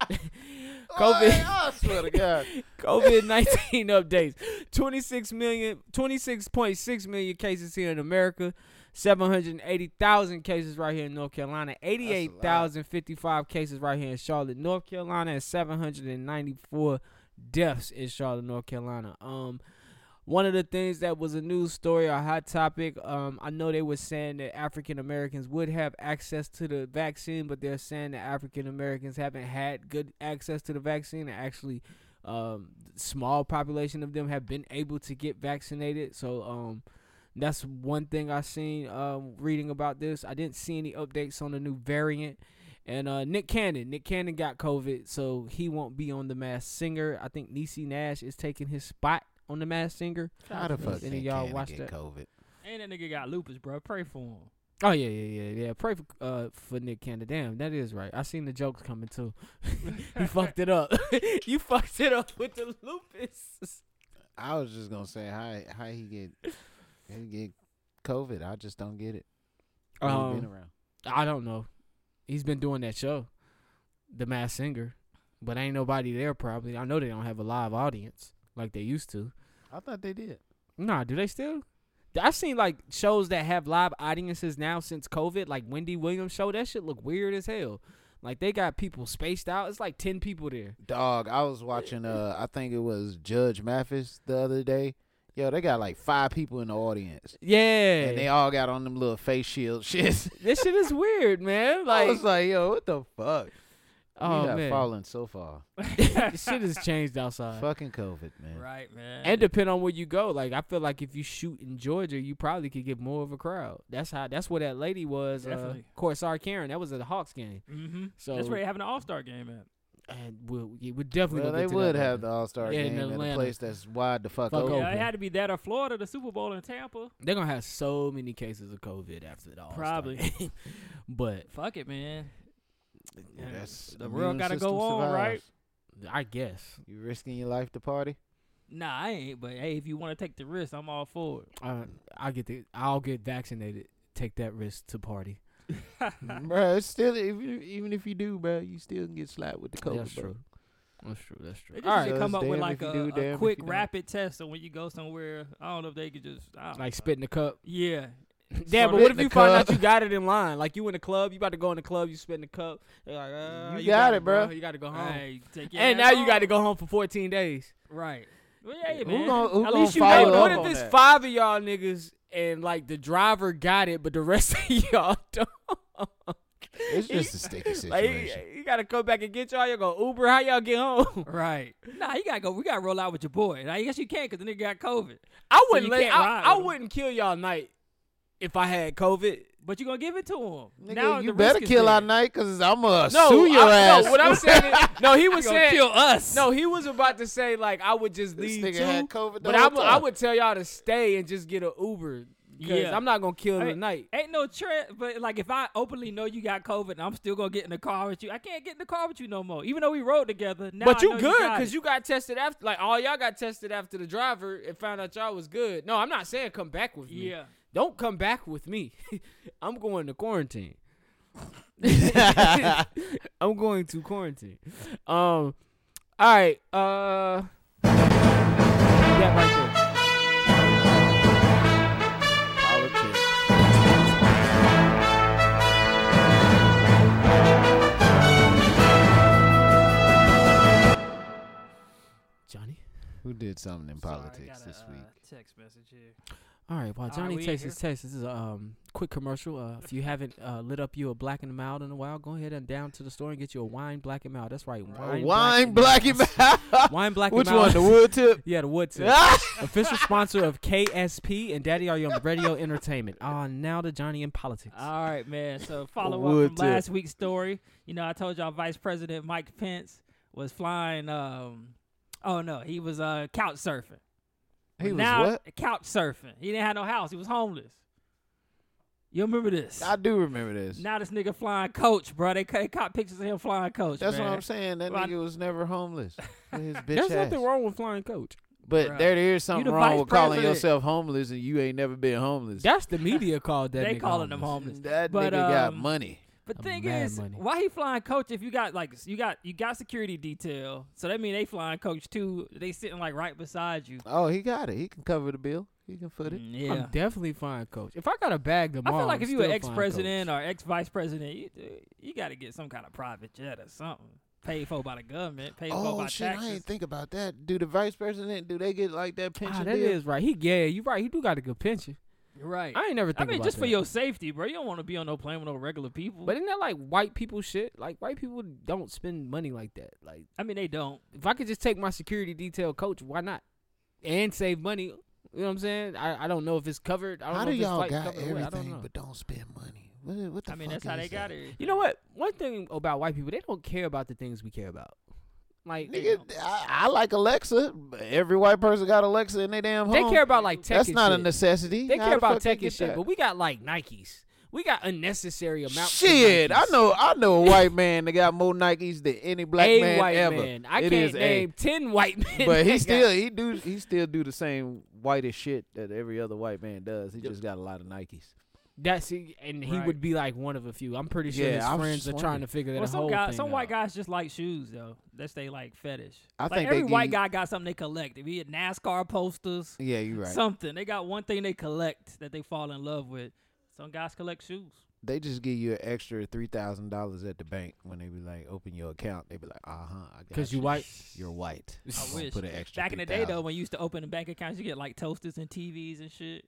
[SPEAKER 5] COVID.
[SPEAKER 1] I swear to God.
[SPEAKER 5] COVID 19 updates. 26 million, 26.6 million cases here in America, 780,000 cases right here in North Carolina, 88,055 cases right here in Charlotte, North Carolina, and 794 deaths in Charlotte, North Carolina. Um, One of the things that was a news story, a hot topic, um, I know they were saying that African Americans would have access to the vaccine, but they're saying that African Americans haven't had good access to the vaccine. Actually, um, small population of them have been able to get vaccinated. So, um, that's one thing I seen um, reading about this. I didn't see any updates on the new variant. And uh, Nick Cannon, Nick Cannon got COVID, so he won't be on the Mass Singer. I think Niecy Nash is taking his spot on the Mass Singer.
[SPEAKER 1] How the fuck
[SPEAKER 5] Any
[SPEAKER 1] did
[SPEAKER 5] of y'all
[SPEAKER 1] y'all
[SPEAKER 5] watch
[SPEAKER 1] watch
[SPEAKER 5] that?
[SPEAKER 1] COVID?
[SPEAKER 4] And that nigga got lupus, bro. Pray for him.
[SPEAKER 5] Oh yeah, yeah, yeah, yeah. Pray for uh for Nick Cannon. Damn, that is right. I seen the jokes coming too. he fucked it up. you fucked it up with the lupus.
[SPEAKER 1] I was just gonna say how how he get he get COVID. I just don't get it. Who he been
[SPEAKER 5] Um,
[SPEAKER 1] around.
[SPEAKER 5] I don't know. He's been doing that show, The Mass Singer, but ain't nobody there. Probably. I know they don't have a live audience like they used to.
[SPEAKER 1] I thought they did.
[SPEAKER 5] Nah, do they still? I've seen like shows that have live audiences now since COVID, like Wendy Williams show. That shit look weird as hell. Like they got people spaced out. It's like ten people there.
[SPEAKER 1] Dog, I was watching uh I think it was Judge Mathis the other day. Yo, they got like five people in the audience.
[SPEAKER 5] Yeah,
[SPEAKER 1] And they all got on them little face shield shits.
[SPEAKER 5] this shit is weird, man.
[SPEAKER 1] I
[SPEAKER 5] Like,
[SPEAKER 1] was like, yo, what the fuck? we
[SPEAKER 5] oh
[SPEAKER 1] have
[SPEAKER 5] man,
[SPEAKER 1] fallen so far.
[SPEAKER 5] this shit has changed outside.
[SPEAKER 1] Fucking COVID, man.
[SPEAKER 4] Right, man.
[SPEAKER 5] And depend on where you go. Like, I feel like if you shoot in Georgia, you probably could get more of a crowd. That's how. That's where that lady was. Uh,
[SPEAKER 4] Definitely.
[SPEAKER 5] Corsair Karen. That was at the Hawks game.
[SPEAKER 4] mm-hmm.
[SPEAKER 5] So
[SPEAKER 4] That's where they having an All Star game at.
[SPEAKER 5] and we'll, yeah, we're definitely.
[SPEAKER 1] Well,
[SPEAKER 5] gonna
[SPEAKER 1] they
[SPEAKER 5] get to
[SPEAKER 1] would
[SPEAKER 5] that
[SPEAKER 1] have
[SPEAKER 5] later.
[SPEAKER 1] the All Star
[SPEAKER 5] Yeah, in
[SPEAKER 1] game in a
[SPEAKER 5] Atlanta.
[SPEAKER 1] place that's wide the fuck,
[SPEAKER 5] Fuck
[SPEAKER 1] open.
[SPEAKER 5] open.
[SPEAKER 4] Yeah, it had to be that or Florida, the Super Bowl in Tampa.
[SPEAKER 5] They're gonna have so many cases of COVID after it all.
[SPEAKER 4] Probably.
[SPEAKER 5] started. but
[SPEAKER 4] Fuck it, man. Yeah,
[SPEAKER 1] That's-
[SPEAKER 4] the
[SPEAKER 1] immune
[SPEAKER 4] world gotta
[SPEAKER 1] system
[SPEAKER 4] go on, right?
[SPEAKER 1] survives.
[SPEAKER 5] I guess.
[SPEAKER 1] You risking your life to party?
[SPEAKER 4] Nah, I ain't. But hey, if you want to take the risk, I'm all for it.
[SPEAKER 5] Uh, I get the. I'll get vaccinated. Take that risk to party.
[SPEAKER 1] bro, it's still if you, even if you do, bro, you still can get slapped with the COVID.
[SPEAKER 5] That's
[SPEAKER 1] bro.
[SPEAKER 5] true. That's true. That's true.
[SPEAKER 4] They just
[SPEAKER 5] All right.
[SPEAKER 4] should
[SPEAKER 1] So it's
[SPEAKER 4] come up with
[SPEAKER 1] damn
[SPEAKER 4] like
[SPEAKER 1] if you
[SPEAKER 4] a,
[SPEAKER 1] do,
[SPEAKER 4] a
[SPEAKER 1] damn if
[SPEAKER 4] quick
[SPEAKER 1] you don't.
[SPEAKER 4] rapid test. So when you go somewhere, I don't know if they could just I don't
[SPEAKER 5] Like
[SPEAKER 4] know.
[SPEAKER 5] spit in the cup.
[SPEAKER 4] Yeah,
[SPEAKER 5] Yeah,
[SPEAKER 4] Sort
[SPEAKER 5] but
[SPEAKER 4] of.
[SPEAKER 5] what
[SPEAKER 1] in
[SPEAKER 5] if
[SPEAKER 1] the
[SPEAKER 5] you find out
[SPEAKER 1] cup.
[SPEAKER 5] you got it in line? Like you in the club, you about to go in the club, you spit in the cup. They're like, uh,
[SPEAKER 1] You got it, bruh.
[SPEAKER 5] You got to go home.
[SPEAKER 4] Hey, take your
[SPEAKER 5] And Oh. now
[SPEAKER 4] ass
[SPEAKER 5] you got to
[SPEAKER 4] home.
[SPEAKER 5] go home for 14 days.
[SPEAKER 4] right. Well, yeah,
[SPEAKER 1] Who
[SPEAKER 4] man.
[SPEAKER 1] gon- who
[SPEAKER 4] At
[SPEAKER 1] gon'
[SPEAKER 4] least you
[SPEAKER 1] follow
[SPEAKER 5] Hey,
[SPEAKER 4] made
[SPEAKER 1] Follow
[SPEAKER 5] what
[SPEAKER 1] up
[SPEAKER 5] if
[SPEAKER 1] on
[SPEAKER 5] it's
[SPEAKER 1] that.
[SPEAKER 5] five of y'all niggas and like the driver got it, but the rest of y'all don't?
[SPEAKER 1] It's just a sticky
[SPEAKER 5] Like,
[SPEAKER 1] situation.
[SPEAKER 5] you, you gotta come back and get y'all. Y'all go Uber. How y'all get home?
[SPEAKER 4] Right. Nah, you gotta go. We gotta roll out with your boy. Now, I guess you can't because the nigga got COVID.
[SPEAKER 5] I wouldn't
[SPEAKER 4] you
[SPEAKER 5] let.
[SPEAKER 4] can't
[SPEAKER 5] I,
[SPEAKER 4] ride
[SPEAKER 5] I
[SPEAKER 4] with 'em.
[SPEAKER 5] wouldn't kill y'all night if I had COVID.
[SPEAKER 4] But you gonna give it to him.
[SPEAKER 1] Nigga,
[SPEAKER 4] now
[SPEAKER 1] you
[SPEAKER 4] the
[SPEAKER 1] better
[SPEAKER 4] risk is
[SPEAKER 1] kill
[SPEAKER 4] there.
[SPEAKER 1] our night because I'm gonna
[SPEAKER 5] No,
[SPEAKER 1] sue your
[SPEAKER 5] I,
[SPEAKER 1] ass.
[SPEAKER 5] no. What I'm saying. Is, no, he was
[SPEAKER 4] You gonna
[SPEAKER 5] saying.
[SPEAKER 4] kill us.
[SPEAKER 5] No, he was about to say like I would just
[SPEAKER 1] This
[SPEAKER 5] leave
[SPEAKER 1] nigga
[SPEAKER 5] too,
[SPEAKER 1] had COVID
[SPEAKER 5] but
[SPEAKER 1] the
[SPEAKER 5] I
[SPEAKER 1] whole
[SPEAKER 5] would- I
[SPEAKER 1] time.
[SPEAKER 5] would tell y'all to stay and just get an Uber because
[SPEAKER 4] Yeah.
[SPEAKER 5] I'm not gonna kill
[SPEAKER 4] Hey,
[SPEAKER 5] the night.
[SPEAKER 4] Ain't no trend, but like if I openly know you got COVID and I'm still gonna get in the car with you, I can't get in the car with you no more. Even though we rode together, now
[SPEAKER 5] But
[SPEAKER 4] I
[SPEAKER 5] you
[SPEAKER 4] know
[SPEAKER 5] good
[SPEAKER 4] got
[SPEAKER 5] because
[SPEAKER 4] it.
[SPEAKER 5] you got tested after. Like all y'all got tested after the driver and found out y'all was good. No, I'm not saying come back with me.
[SPEAKER 4] Yeah.
[SPEAKER 5] Don't come back with me. I'm going to quarantine. I'm going to quarantine. Um. All right. Uh. That right there.
[SPEAKER 1] Politics.
[SPEAKER 5] Johnny.
[SPEAKER 1] Who did something in
[SPEAKER 4] Sorry, I
[SPEAKER 1] politics
[SPEAKER 4] got a,
[SPEAKER 1] this week?
[SPEAKER 4] Uh, text message here.
[SPEAKER 5] All right. While
[SPEAKER 4] All right,
[SPEAKER 5] Johnny
[SPEAKER 4] we in
[SPEAKER 5] takes
[SPEAKER 4] here.
[SPEAKER 5] his text, this is a um, quick commercial. Uh, if you haven't uh, lit up you a black and mild in a while, go ahead and down to the store and get you a wine black and mild. That's right. Wine,
[SPEAKER 1] Wine,
[SPEAKER 5] Black
[SPEAKER 1] black and mild.
[SPEAKER 5] Wine black
[SPEAKER 1] Which
[SPEAKER 5] and mild.
[SPEAKER 1] one? The wood tip.
[SPEAKER 5] Yeah, the wood tip. Official sponsor of KSP and Daddy Are You on Radio Entertainment. Ah, now to Johnny in politics.
[SPEAKER 4] All right, man. So follow up
[SPEAKER 1] Would
[SPEAKER 4] from
[SPEAKER 1] too.
[SPEAKER 4] last week's story. You know, I told y'all Vice President Mike Pence was flying. um Oh no, he was uh couch surfing.
[SPEAKER 1] He was
[SPEAKER 4] now,
[SPEAKER 1] what?
[SPEAKER 4] Couch surfing. He didn't have no house. He was homeless. You remember this?
[SPEAKER 1] I do remember this.
[SPEAKER 4] Now this nigga flying coach, bro. They, ca- they caught pictures of him flying coach.
[SPEAKER 1] That's
[SPEAKER 4] man.
[SPEAKER 1] what I'm saying. That
[SPEAKER 4] Well, I-
[SPEAKER 1] nigga was never homeless. With his bitch
[SPEAKER 5] There's
[SPEAKER 1] ass.
[SPEAKER 5] nothing wrong with flying coach.
[SPEAKER 1] But
[SPEAKER 4] Bruh.
[SPEAKER 1] there is
[SPEAKER 4] the
[SPEAKER 1] something
[SPEAKER 4] vice
[SPEAKER 1] wrong with calling
[SPEAKER 4] president.
[SPEAKER 1] yourself homeless and you ain't never been homeless.
[SPEAKER 5] That's the media called that.
[SPEAKER 4] They
[SPEAKER 5] nigga
[SPEAKER 4] calling them
[SPEAKER 5] homeless.
[SPEAKER 4] homeless.
[SPEAKER 1] That
[SPEAKER 4] But,
[SPEAKER 1] nigga got
[SPEAKER 4] um,
[SPEAKER 1] money.
[SPEAKER 4] But
[SPEAKER 5] I'm
[SPEAKER 4] thing
[SPEAKER 5] mad
[SPEAKER 4] is,
[SPEAKER 5] money.
[SPEAKER 4] why he flying coach if you got like you got you got security detail? So that mean they flying coach too. They sitting like right beside you.
[SPEAKER 1] Oh, he got it. He can cover the bill. He can foot it.
[SPEAKER 4] Mm, Yeah.
[SPEAKER 5] I'm definitely flying coach. If I got a bag
[SPEAKER 4] I
[SPEAKER 5] tomorrow,
[SPEAKER 4] feel like
[SPEAKER 5] I'm
[SPEAKER 4] if you were
[SPEAKER 5] still flying Ah,
[SPEAKER 4] ex president uh,
[SPEAKER 5] coach.
[SPEAKER 4] or ex vice president, you you got to get some kind of private jet or something. Paid for by the government. Paid for
[SPEAKER 1] Oh
[SPEAKER 4] by
[SPEAKER 1] shit! I
[SPEAKER 4] taxes.
[SPEAKER 1] ain't think about that. Do the vice president? Do they get like that pension
[SPEAKER 5] Ah, that
[SPEAKER 1] deal?
[SPEAKER 5] is right. He yeah, you right. He do got a good pension.
[SPEAKER 4] right.
[SPEAKER 5] I ain't never
[SPEAKER 4] I
[SPEAKER 5] think
[SPEAKER 4] mean,
[SPEAKER 5] about
[SPEAKER 4] just for
[SPEAKER 5] that.
[SPEAKER 4] your safety, bro. You don't want to be on no plane with no regular people.
[SPEAKER 5] But isn't that like white people shit? Like white people don't spend money like that. Like
[SPEAKER 4] I mean, they don't.
[SPEAKER 5] if I could just take my security detail coach, why not? And save money. You know what I'm saying? I, I don't know if it's covered. I don't
[SPEAKER 1] How
[SPEAKER 5] know
[SPEAKER 1] do
[SPEAKER 5] if it's
[SPEAKER 1] y'all
[SPEAKER 5] flight
[SPEAKER 1] got
[SPEAKER 5] covered away. I don't
[SPEAKER 1] everything
[SPEAKER 5] know.
[SPEAKER 1] but don't spend money? What, what the
[SPEAKER 4] I mean,
[SPEAKER 1] fuck
[SPEAKER 4] that's how
[SPEAKER 1] is
[SPEAKER 4] they got
[SPEAKER 1] that?
[SPEAKER 4] it.
[SPEAKER 5] You know what? One thing about white people, they don't care about the things we care about. Like they,
[SPEAKER 1] Nigga, I, I like Alexa. but Every white person got Alexa in their damn home.
[SPEAKER 5] care about like tech.
[SPEAKER 1] That's
[SPEAKER 5] and
[SPEAKER 1] not
[SPEAKER 5] shit.
[SPEAKER 1] a necessity.
[SPEAKER 5] They
[SPEAKER 1] How
[SPEAKER 5] care
[SPEAKER 1] the
[SPEAKER 5] about
[SPEAKER 1] fuck they
[SPEAKER 5] tech and
[SPEAKER 1] get
[SPEAKER 5] shit,
[SPEAKER 1] that?
[SPEAKER 5] but we got like Nikes. We got unnecessary amounts. of
[SPEAKER 1] Shit, I
[SPEAKER 5] Nikes.
[SPEAKER 1] know, I know a white man that got more Nikes than any black
[SPEAKER 5] a
[SPEAKER 1] man
[SPEAKER 5] white
[SPEAKER 1] ever.
[SPEAKER 5] man. I
[SPEAKER 1] It
[SPEAKER 5] can't
[SPEAKER 1] is
[SPEAKER 5] name ten white
[SPEAKER 1] a,
[SPEAKER 5] men.
[SPEAKER 1] but
[SPEAKER 5] that
[SPEAKER 1] he
[SPEAKER 5] got-
[SPEAKER 1] still he do he still do the same whitish shit that every other white man does. He just got a lot of Nikes.
[SPEAKER 5] that's he- and he
[SPEAKER 4] Right.
[SPEAKER 5] would be like one of a few. I'm pretty sure
[SPEAKER 1] Yeah, I
[SPEAKER 5] his
[SPEAKER 1] was
[SPEAKER 5] friends
[SPEAKER 1] just
[SPEAKER 5] are trying to figure that
[SPEAKER 4] Well, some
[SPEAKER 5] whole
[SPEAKER 4] guy,
[SPEAKER 5] thing
[SPEAKER 4] some
[SPEAKER 5] out.
[SPEAKER 4] white guys just like shoes though. That's they like fetish.
[SPEAKER 1] I
[SPEAKER 4] like
[SPEAKER 1] think they
[SPEAKER 4] every
[SPEAKER 1] give
[SPEAKER 4] white
[SPEAKER 1] you-
[SPEAKER 4] guy got something they collect. If he had NASCAR posters,
[SPEAKER 1] Yeah, you're right.
[SPEAKER 4] something they got one thing they collect that they fall in love with. Some guys collect shoes.
[SPEAKER 1] they just give you an extra three thousand dollars at the bank when they be like, open your account. They be like, uh huh, I got
[SPEAKER 5] because you white.
[SPEAKER 1] You're white.
[SPEAKER 5] I
[SPEAKER 1] I'm
[SPEAKER 4] I
[SPEAKER 1] gonna
[SPEAKER 4] wish.
[SPEAKER 1] Put an extra
[SPEAKER 4] Back in the day though,
[SPEAKER 1] $3,000.
[SPEAKER 4] when you used to open the bank accounts, you get like toasters and TVs and shit.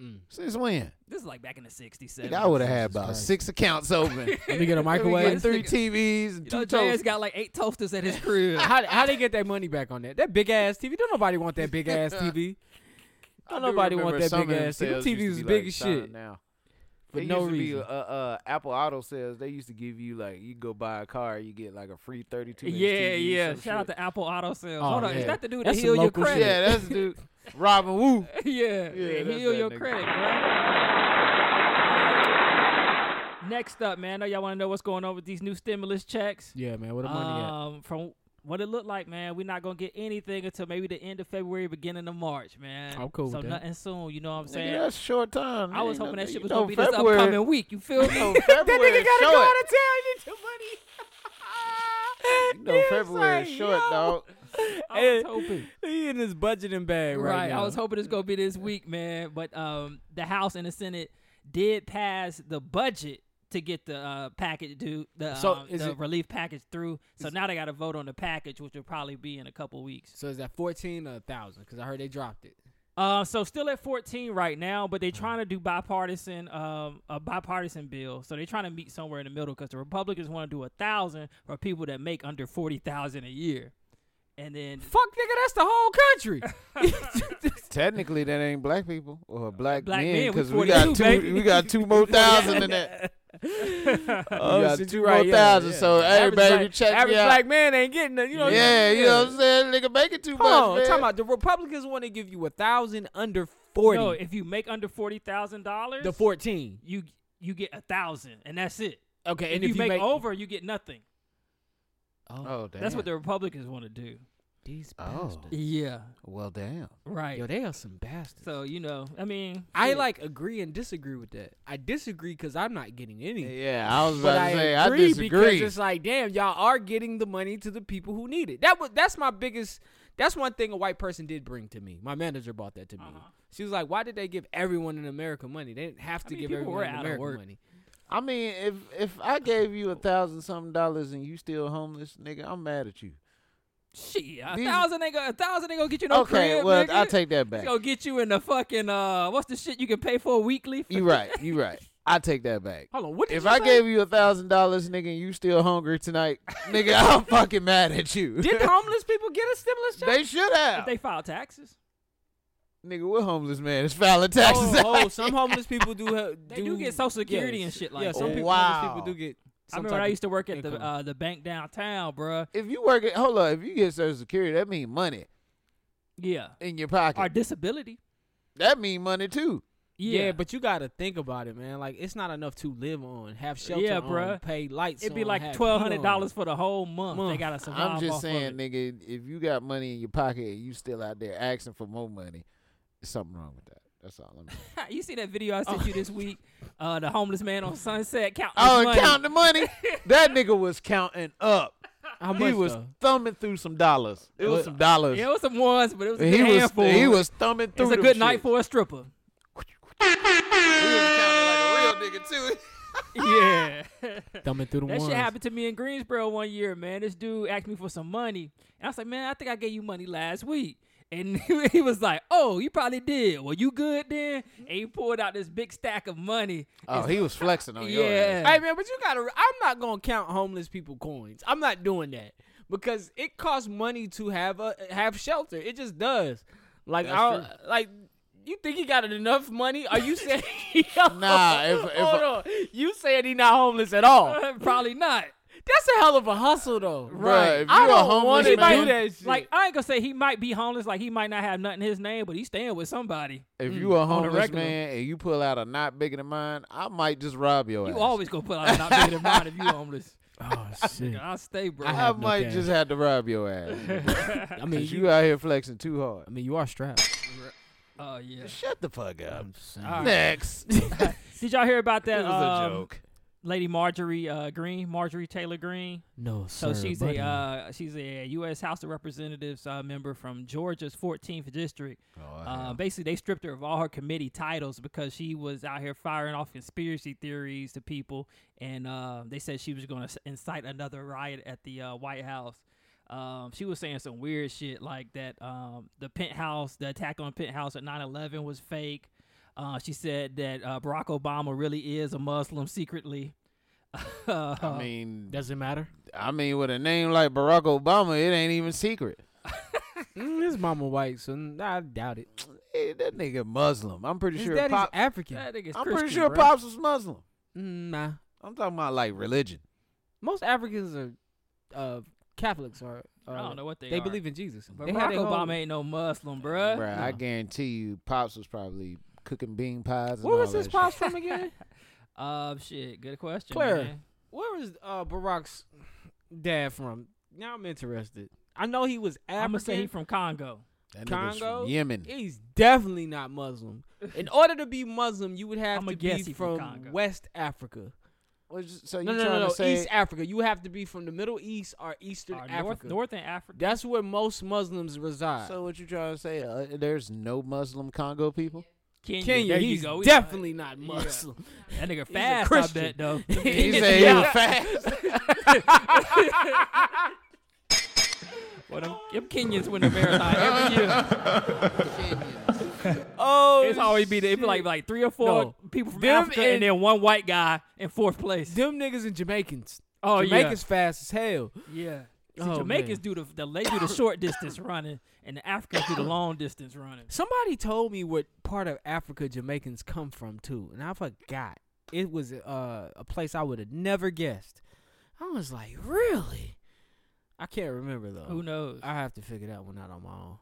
[SPEAKER 5] Mm.
[SPEAKER 1] Since when?
[SPEAKER 4] This is like back in the '60s,
[SPEAKER 1] Nigga,
[SPEAKER 4] 70s.
[SPEAKER 1] I would have had
[SPEAKER 5] Jesus
[SPEAKER 1] about
[SPEAKER 5] Christ.
[SPEAKER 1] six accounts open.
[SPEAKER 5] Let me get a
[SPEAKER 1] Microwave,
[SPEAKER 5] microwave.
[SPEAKER 1] three TVs, and
[SPEAKER 4] You
[SPEAKER 1] two
[SPEAKER 4] know,
[SPEAKER 1] toasters.
[SPEAKER 4] Jazz got like eight toasters at his crib.
[SPEAKER 5] how how they get that money back on that? That big ass TV. Don't nobody want that big ass TV. Don't
[SPEAKER 1] I do
[SPEAKER 5] nobody
[SPEAKER 1] remember
[SPEAKER 5] want that
[SPEAKER 1] some
[SPEAKER 5] big
[SPEAKER 1] of them
[SPEAKER 5] ass TV.
[SPEAKER 1] sales used
[SPEAKER 5] TV
[SPEAKER 1] to
[SPEAKER 5] was
[SPEAKER 1] be
[SPEAKER 5] big
[SPEAKER 1] like,
[SPEAKER 5] as
[SPEAKER 1] "Sign
[SPEAKER 5] shit
[SPEAKER 1] Now.
[SPEAKER 5] for
[SPEAKER 1] It
[SPEAKER 5] no
[SPEAKER 1] used to be,
[SPEAKER 5] reason.
[SPEAKER 1] uh, uh, Apple Auto sales. They used to give you like you go buy a car, you get like a free thirty-two. inch
[SPEAKER 4] yeah,
[SPEAKER 1] TV or
[SPEAKER 4] yeah.
[SPEAKER 1] some
[SPEAKER 4] Shout out
[SPEAKER 1] shit.
[SPEAKER 4] to Apple Auto Sales.
[SPEAKER 5] Oh,
[SPEAKER 4] Hold on,
[SPEAKER 5] yeah.
[SPEAKER 4] is that the dude
[SPEAKER 5] That's
[SPEAKER 4] that
[SPEAKER 5] some
[SPEAKER 4] heal your
[SPEAKER 5] local shit.
[SPEAKER 4] credit?
[SPEAKER 1] yeah, that's dude, Robin Woo.
[SPEAKER 4] yeah,
[SPEAKER 1] Yeah,
[SPEAKER 4] yeah
[SPEAKER 1] that's
[SPEAKER 4] heal
[SPEAKER 1] that
[SPEAKER 4] your
[SPEAKER 1] nigga.
[SPEAKER 4] credit, bro. Next up, man. I know y'all want to know what's going on with these new stimulus checks.
[SPEAKER 5] Yeah, man. What the money at?
[SPEAKER 4] Um, from what it looked like, man, we're not gonna get anything until maybe the end of February, beginning of March, man.
[SPEAKER 5] I'm cool
[SPEAKER 4] So
[SPEAKER 5] with that.
[SPEAKER 4] nothing soon. You know what I'm saying?
[SPEAKER 1] Nigga, that's short time.
[SPEAKER 4] I was
[SPEAKER 1] Ain't
[SPEAKER 4] hoping that
[SPEAKER 1] nothing-
[SPEAKER 4] shit
[SPEAKER 1] you
[SPEAKER 4] was
[SPEAKER 1] know,
[SPEAKER 4] gonna be this
[SPEAKER 1] February-
[SPEAKER 4] upcoming week. You feel
[SPEAKER 1] you know,
[SPEAKER 4] me?
[SPEAKER 5] that
[SPEAKER 1] February
[SPEAKER 5] nigga
[SPEAKER 1] is
[SPEAKER 5] gotta go
[SPEAKER 1] short.
[SPEAKER 5] out of town. You too money.
[SPEAKER 1] You know, February is short, dog.
[SPEAKER 4] I was hoping.
[SPEAKER 5] He in his budgeting bag right,
[SPEAKER 4] right.
[SPEAKER 5] now.
[SPEAKER 4] I was hoping it's gonna be this week, man. But um, the House and the Senate did pass the budget to get the uh, package do the,
[SPEAKER 5] So
[SPEAKER 4] um,
[SPEAKER 5] is
[SPEAKER 4] the
[SPEAKER 5] it-
[SPEAKER 4] relief package through. So now they got to vote on the package, which will probably be in a couple weeks.
[SPEAKER 5] So is that fourteen or thousand? Because I heard they dropped it.
[SPEAKER 4] Uh, so still at 14 right now, but they're trying to do bipartisan, um, a bipartisan bill. So they're trying to meet somewhere in the middle because the Republicans want to do a thousand for people that make under 40,000 a year, and then
[SPEAKER 5] Fuck, nigga, that's the whole country.
[SPEAKER 1] Technically, that ain't black people or black,
[SPEAKER 4] Black
[SPEAKER 1] men
[SPEAKER 4] men, we
[SPEAKER 1] because we got
[SPEAKER 4] 42,
[SPEAKER 1] two.
[SPEAKER 4] baby.
[SPEAKER 1] We got two more thousand in that.
[SPEAKER 5] oh,
[SPEAKER 1] we got
[SPEAKER 5] shit,
[SPEAKER 1] two
[SPEAKER 5] you
[SPEAKER 1] more
[SPEAKER 5] right, yeah,
[SPEAKER 1] thousand.
[SPEAKER 5] yeah.
[SPEAKER 1] So hey,
[SPEAKER 5] average
[SPEAKER 1] baby,
[SPEAKER 5] black,
[SPEAKER 1] check me
[SPEAKER 5] average
[SPEAKER 1] out.
[SPEAKER 5] black man ain't getting nothing. You know,
[SPEAKER 1] yeah, you know what I'm saying? Nigga, make it too
[SPEAKER 5] Hold
[SPEAKER 1] much,
[SPEAKER 5] on,
[SPEAKER 1] man.
[SPEAKER 5] talking about the Republicans want to give you a thousand under forty.
[SPEAKER 4] no, if you make under $40,000,
[SPEAKER 5] the fourteen.
[SPEAKER 4] you you get a thousand, and that's it.
[SPEAKER 5] Okay,
[SPEAKER 4] if,
[SPEAKER 5] and
[SPEAKER 4] you, make,
[SPEAKER 5] oh,
[SPEAKER 4] over, you get nothing.
[SPEAKER 1] oh, damn.
[SPEAKER 4] That's what the Republicans want to do.
[SPEAKER 5] these
[SPEAKER 1] Oh,
[SPEAKER 5] bastards.
[SPEAKER 4] Yeah,
[SPEAKER 1] well, damn.
[SPEAKER 4] right.
[SPEAKER 5] Yo, they are some bastards.
[SPEAKER 4] so you know, I mean,
[SPEAKER 5] I
[SPEAKER 4] shit.
[SPEAKER 5] like agree and disagree with that. I disagree because I'm not getting any.
[SPEAKER 1] Yeah, I was
[SPEAKER 5] But
[SPEAKER 1] about
[SPEAKER 5] I
[SPEAKER 1] to say, I
[SPEAKER 5] agree
[SPEAKER 1] disagree.
[SPEAKER 5] because it's like, damn, y'all are getting the money to the people who need it. That was that's my biggest. That's one thing a white person did bring to me. My manager brought that to me.
[SPEAKER 4] Uh-huh.
[SPEAKER 5] She was like, "Why did they give everyone in America money? They didn't have to
[SPEAKER 4] mean,
[SPEAKER 5] give
[SPEAKER 4] people
[SPEAKER 5] everyone
[SPEAKER 4] were
[SPEAKER 5] in
[SPEAKER 4] out of
[SPEAKER 5] America
[SPEAKER 4] work.
[SPEAKER 5] money."
[SPEAKER 1] I mean, if if I gave you a thousand something dollars and you still homeless, nigga, I'm mad at you.
[SPEAKER 4] shit, a
[SPEAKER 1] these-
[SPEAKER 4] thousand ain't gonna, a thousand ain't gonna get you no
[SPEAKER 1] okay,
[SPEAKER 4] crib,
[SPEAKER 1] well,
[SPEAKER 4] nigga.
[SPEAKER 1] I take that back.
[SPEAKER 4] It's gonna get you in the fucking uh, what's the shit you can pay for weekly? For
[SPEAKER 1] You right, you right. I take that back.
[SPEAKER 5] Hold on, what did
[SPEAKER 1] If
[SPEAKER 5] you
[SPEAKER 1] I
[SPEAKER 5] say?
[SPEAKER 1] gave you a thousand dollars, nigga, and you still hungry tonight, nigga, I'm fucking mad at you.
[SPEAKER 5] Did homeless people get a stimulus check?
[SPEAKER 1] they should have.
[SPEAKER 4] If they file taxes,
[SPEAKER 1] nigga, what homeless man is filing taxes?
[SPEAKER 5] Oh, oh, some homeless people do. ha-
[SPEAKER 4] They do get Social Security and shit like
[SPEAKER 5] yeah, Some
[SPEAKER 1] that.
[SPEAKER 5] people,
[SPEAKER 1] Wow.
[SPEAKER 5] homeless people do get.
[SPEAKER 4] I
[SPEAKER 5] some
[SPEAKER 4] remember when
[SPEAKER 5] type
[SPEAKER 4] I
[SPEAKER 5] of
[SPEAKER 4] used to work at the
[SPEAKER 5] income.
[SPEAKER 4] uh, the bank downtown, bruh.
[SPEAKER 1] if you work at hold on, if you get Social Security, that mean money
[SPEAKER 4] Yeah,
[SPEAKER 1] in your pocket.
[SPEAKER 4] or disability.
[SPEAKER 1] that mean money too.
[SPEAKER 5] Yeah.
[SPEAKER 4] Yeah,
[SPEAKER 5] but you gotta think about it, man. Like it's not enough to live on, have shelter
[SPEAKER 4] Yeah,
[SPEAKER 5] on,
[SPEAKER 4] bruh.
[SPEAKER 5] pay lights.
[SPEAKER 4] it'd be
[SPEAKER 5] on,
[SPEAKER 4] like
[SPEAKER 5] have
[SPEAKER 4] twelve
[SPEAKER 5] heat
[SPEAKER 4] hundred
[SPEAKER 5] on.
[SPEAKER 4] dollars for the whole month. They
[SPEAKER 5] Month.
[SPEAKER 4] gotta survive.
[SPEAKER 1] I'm
[SPEAKER 4] off
[SPEAKER 1] just
[SPEAKER 4] of
[SPEAKER 1] saying,
[SPEAKER 4] it.
[SPEAKER 1] nigga, if you got money in your pocket and you still out there asking for more money, there's something wrong with that. That's all I'm saying.
[SPEAKER 4] You see that video I sent you this week? Uh, the homeless man on Sunset counting. his
[SPEAKER 1] Oh, and
[SPEAKER 4] money.
[SPEAKER 1] count the money. that nigga was counting up.
[SPEAKER 5] How much
[SPEAKER 1] He was
[SPEAKER 5] though?
[SPEAKER 1] thumbing through some dollars. It was
[SPEAKER 4] What?
[SPEAKER 1] some dollars.
[SPEAKER 4] Yeah, it was some ones, but it was a
[SPEAKER 1] And
[SPEAKER 4] good
[SPEAKER 1] he was
[SPEAKER 4] handful.
[SPEAKER 1] he was thumbing
[SPEAKER 4] It
[SPEAKER 1] through.
[SPEAKER 4] was a
[SPEAKER 1] them
[SPEAKER 4] good night
[SPEAKER 1] shits.
[SPEAKER 4] for a stripper.
[SPEAKER 1] He was counting like a real nigga too.
[SPEAKER 4] yeah.
[SPEAKER 5] Thumbing through the
[SPEAKER 4] That
[SPEAKER 5] ones.
[SPEAKER 4] shit happened to me in Greensboro one year, man. This dude asked me for some money. And I was like, man, I think I gave you money last week. And he was like, oh, you probably did. Well, you good then? And he pulled out this big stack of money.
[SPEAKER 1] Oh, he was flexing on you.
[SPEAKER 4] Yeah.
[SPEAKER 5] Hey man, but you gotta. I'm not gonna count homeless people coins. I'm not doing that because it costs money to have a have shelter. It just does. Like
[SPEAKER 1] That's
[SPEAKER 5] I
[SPEAKER 1] true.
[SPEAKER 5] like. You think he got enough money? Are you saying?
[SPEAKER 1] Nah, if- if
[SPEAKER 5] hold
[SPEAKER 1] I-
[SPEAKER 5] on. You saying he not homeless at all?
[SPEAKER 4] probably not.
[SPEAKER 5] That's a hell of a hustle though.
[SPEAKER 1] Bruh, if
[SPEAKER 5] I
[SPEAKER 1] you a
[SPEAKER 5] don't
[SPEAKER 1] homeless
[SPEAKER 5] want to
[SPEAKER 1] man-
[SPEAKER 5] do that shit.
[SPEAKER 4] Like, I ain't gonna say he might be homeless. Like, he might not have nothing in his name, but he's staying with somebody.
[SPEAKER 1] If you a
[SPEAKER 4] Mm, on the
[SPEAKER 1] homeless
[SPEAKER 4] regular.
[SPEAKER 1] man and you pull out a knot bigger than mine, I might just rob your ass.
[SPEAKER 4] You always gonna put out an opinion of mine if you homeless.
[SPEAKER 5] oh shit.
[SPEAKER 4] I'll stay, bro.
[SPEAKER 5] I
[SPEAKER 1] I
[SPEAKER 5] have no
[SPEAKER 1] might
[SPEAKER 5] cash.
[SPEAKER 1] just have to rob your ass.
[SPEAKER 5] I mean,
[SPEAKER 1] Cause
[SPEAKER 5] you,
[SPEAKER 1] you out here flexing too hard.
[SPEAKER 5] I mean, you are strapped.
[SPEAKER 4] Oh, yeah.
[SPEAKER 1] Shut the fuck up.
[SPEAKER 4] All right.
[SPEAKER 1] Next. it
[SPEAKER 4] Did y'all hear about that?
[SPEAKER 1] was
[SPEAKER 4] um,
[SPEAKER 1] a joke.
[SPEAKER 4] Lady Marjorie uh, Green, Marjorie Taylor Green.
[SPEAKER 5] No,
[SPEAKER 4] So
[SPEAKER 5] sir,
[SPEAKER 4] she's
[SPEAKER 5] buddy.
[SPEAKER 4] a uh, she's a U.S. House of Representatives uh, member from Georgia's 14th district. uh, basically, they stripped her of all her committee titles because she was out here firing off conspiracy theories to people, and uh, they said she was going to incite another riot at the uh, White House. Um, she was saying some weird shit like that. Um, the penthouse, the attack on penthouse at 9/11 was fake. Uh, she said that uh, Barack Obama really is a Muslim secretly. uh-huh.
[SPEAKER 1] I mean,
[SPEAKER 5] Does it matter?
[SPEAKER 1] I mean, with a name like Barack Obama, it ain't even secret.
[SPEAKER 5] Mm, his mama white, so n- I doubt it.
[SPEAKER 1] Hey, that nigga Muslim. I'm pretty
[SPEAKER 5] His
[SPEAKER 1] sure.
[SPEAKER 5] daddy's
[SPEAKER 1] Pop,
[SPEAKER 5] African.
[SPEAKER 4] That nigga's
[SPEAKER 1] I'm
[SPEAKER 4] Christian,
[SPEAKER 1] pretty sure
[SPEAKER 4] bruh.
[SPEAKER 1] pops was Muslim.
[SPEAKER 5] Mm, Nah,
[SPEAKER 1] I'm talking about like religion.
[SPEAKER 5] most Africans are uh, Catholics. Are uh,
[SPEAKER 4] I don't know what they
[SPEAKER 5] They
[SPEAKER 4] are.
[SPEAKER 5] believe in Jesus.
[SPEAKER 4] But
[SPEAKER 5] they had
[SPEAKER 4] Barack
[SPEAKER 5] their whole-
[SPEAKER 4] Obama ain't no Muslim, bruh.
[SPEAKER 1] Bruh, I guarantee you, pops was probably cooking bean pies. And
[SPEAKER 5] Where was
[SPEAKER 1] all
[SPEAKER 5] his
[SPEAKER 1] that
[SPEAKER 5] pops from again?
[SPEAKER 4] Uh, shit. Good question.
[SPEAKER 5] Claire.
[SPEAKER 4] man.
[SPEAKER 5] Where was uh, Barack's dad from? Now I'm interested. I know he was African.
[SPEAKER 4] I'm gonna say he from Congo.
[SPEAKER 1] Shit. That nigga's from
[SPEAKER 5] Congo?
[SPEAKER 1] Yemen.
[SPEAKER 5] He's definitely not Muslim. In order to be Muslim, you would have
[SPEAKER 4] I'ma
[SPEAKER 5] to
[SPEAKER 4] guess
[SPEAKER 5] be
[SPEAKER 4] he from
[SPEAKER 5] from,
[SPEAKER 4] Congo.
[SPEAKER 5] West Africa.
[SPEAKER 1] What is- So you
[SPEAKER 5] No, no,
[SPEAKER 1] trying
[SPEAKER 5] no, no,
[SPEAKER 1] to say
[SPEAKER 5] East Africa. You have to be from the Middle East or Eastern
[SPEAKER 4] Or
[SPEAKER 5] Africa.
[SPEAKER 4] Uh, North, Northern Africa.
[SPEAKER 5] That's where most Muslims reside.
[SPEAKER 1] So what you trying to say? Uh, there's no Muslim Congo people?
[SPEAKER 4] Kenya.
[SPEAKER 5] Kenya,
[SPEAKER 4] there
[SPEAKER 5] he's
[SPEAKER 4] you go. He's
[SPEAKER 5] definitely not Muslim.
[SPEAKER 4] a- that nigga fast. I
[SPEAKER 5] Christian.
[SPEAKER 4] bet though.
[SPEAKER 1] He
[SPEAKER 5] Yeah.
[SPEAKER 1] said he was fast.
[SPEAKER 4] Boy, them, them Kenyans win the marathon every year.
[SPEAKER 5] Oh,
[SPEAKER 4] It's always be the, it be like like three or four
[SPEAKER 5] No.
[SPEAKER 4] people from
[SPEAKER 5] Them
[SPEAKER 4] Africa and,
[SPEAKER 5] and-
[SPEAKER 4] then one white guy in fourth place.
[SPEAKER 5] them niggas and Jamaicans.
[SPEAKER 4] Oh, yeah.
[SPEAKER 5] Jamaicans fast as hell.
[SPEAKER 4] yeah. See,
[SPEAKER 5] Oh,
[SPEAKER 4] Jamaicans do the, the they do the short distance running, and the Africans do the long distance running.
[SPEAKER 5] Somebody told me what part of Africa Jamaicans come from too, and I forgot. It was uh, a place I would have never guessed. I was like, really? I can't remember though.
[SPEAKER 4] Who knows?
[SPEAKER 5] I have to figure that one out on my own.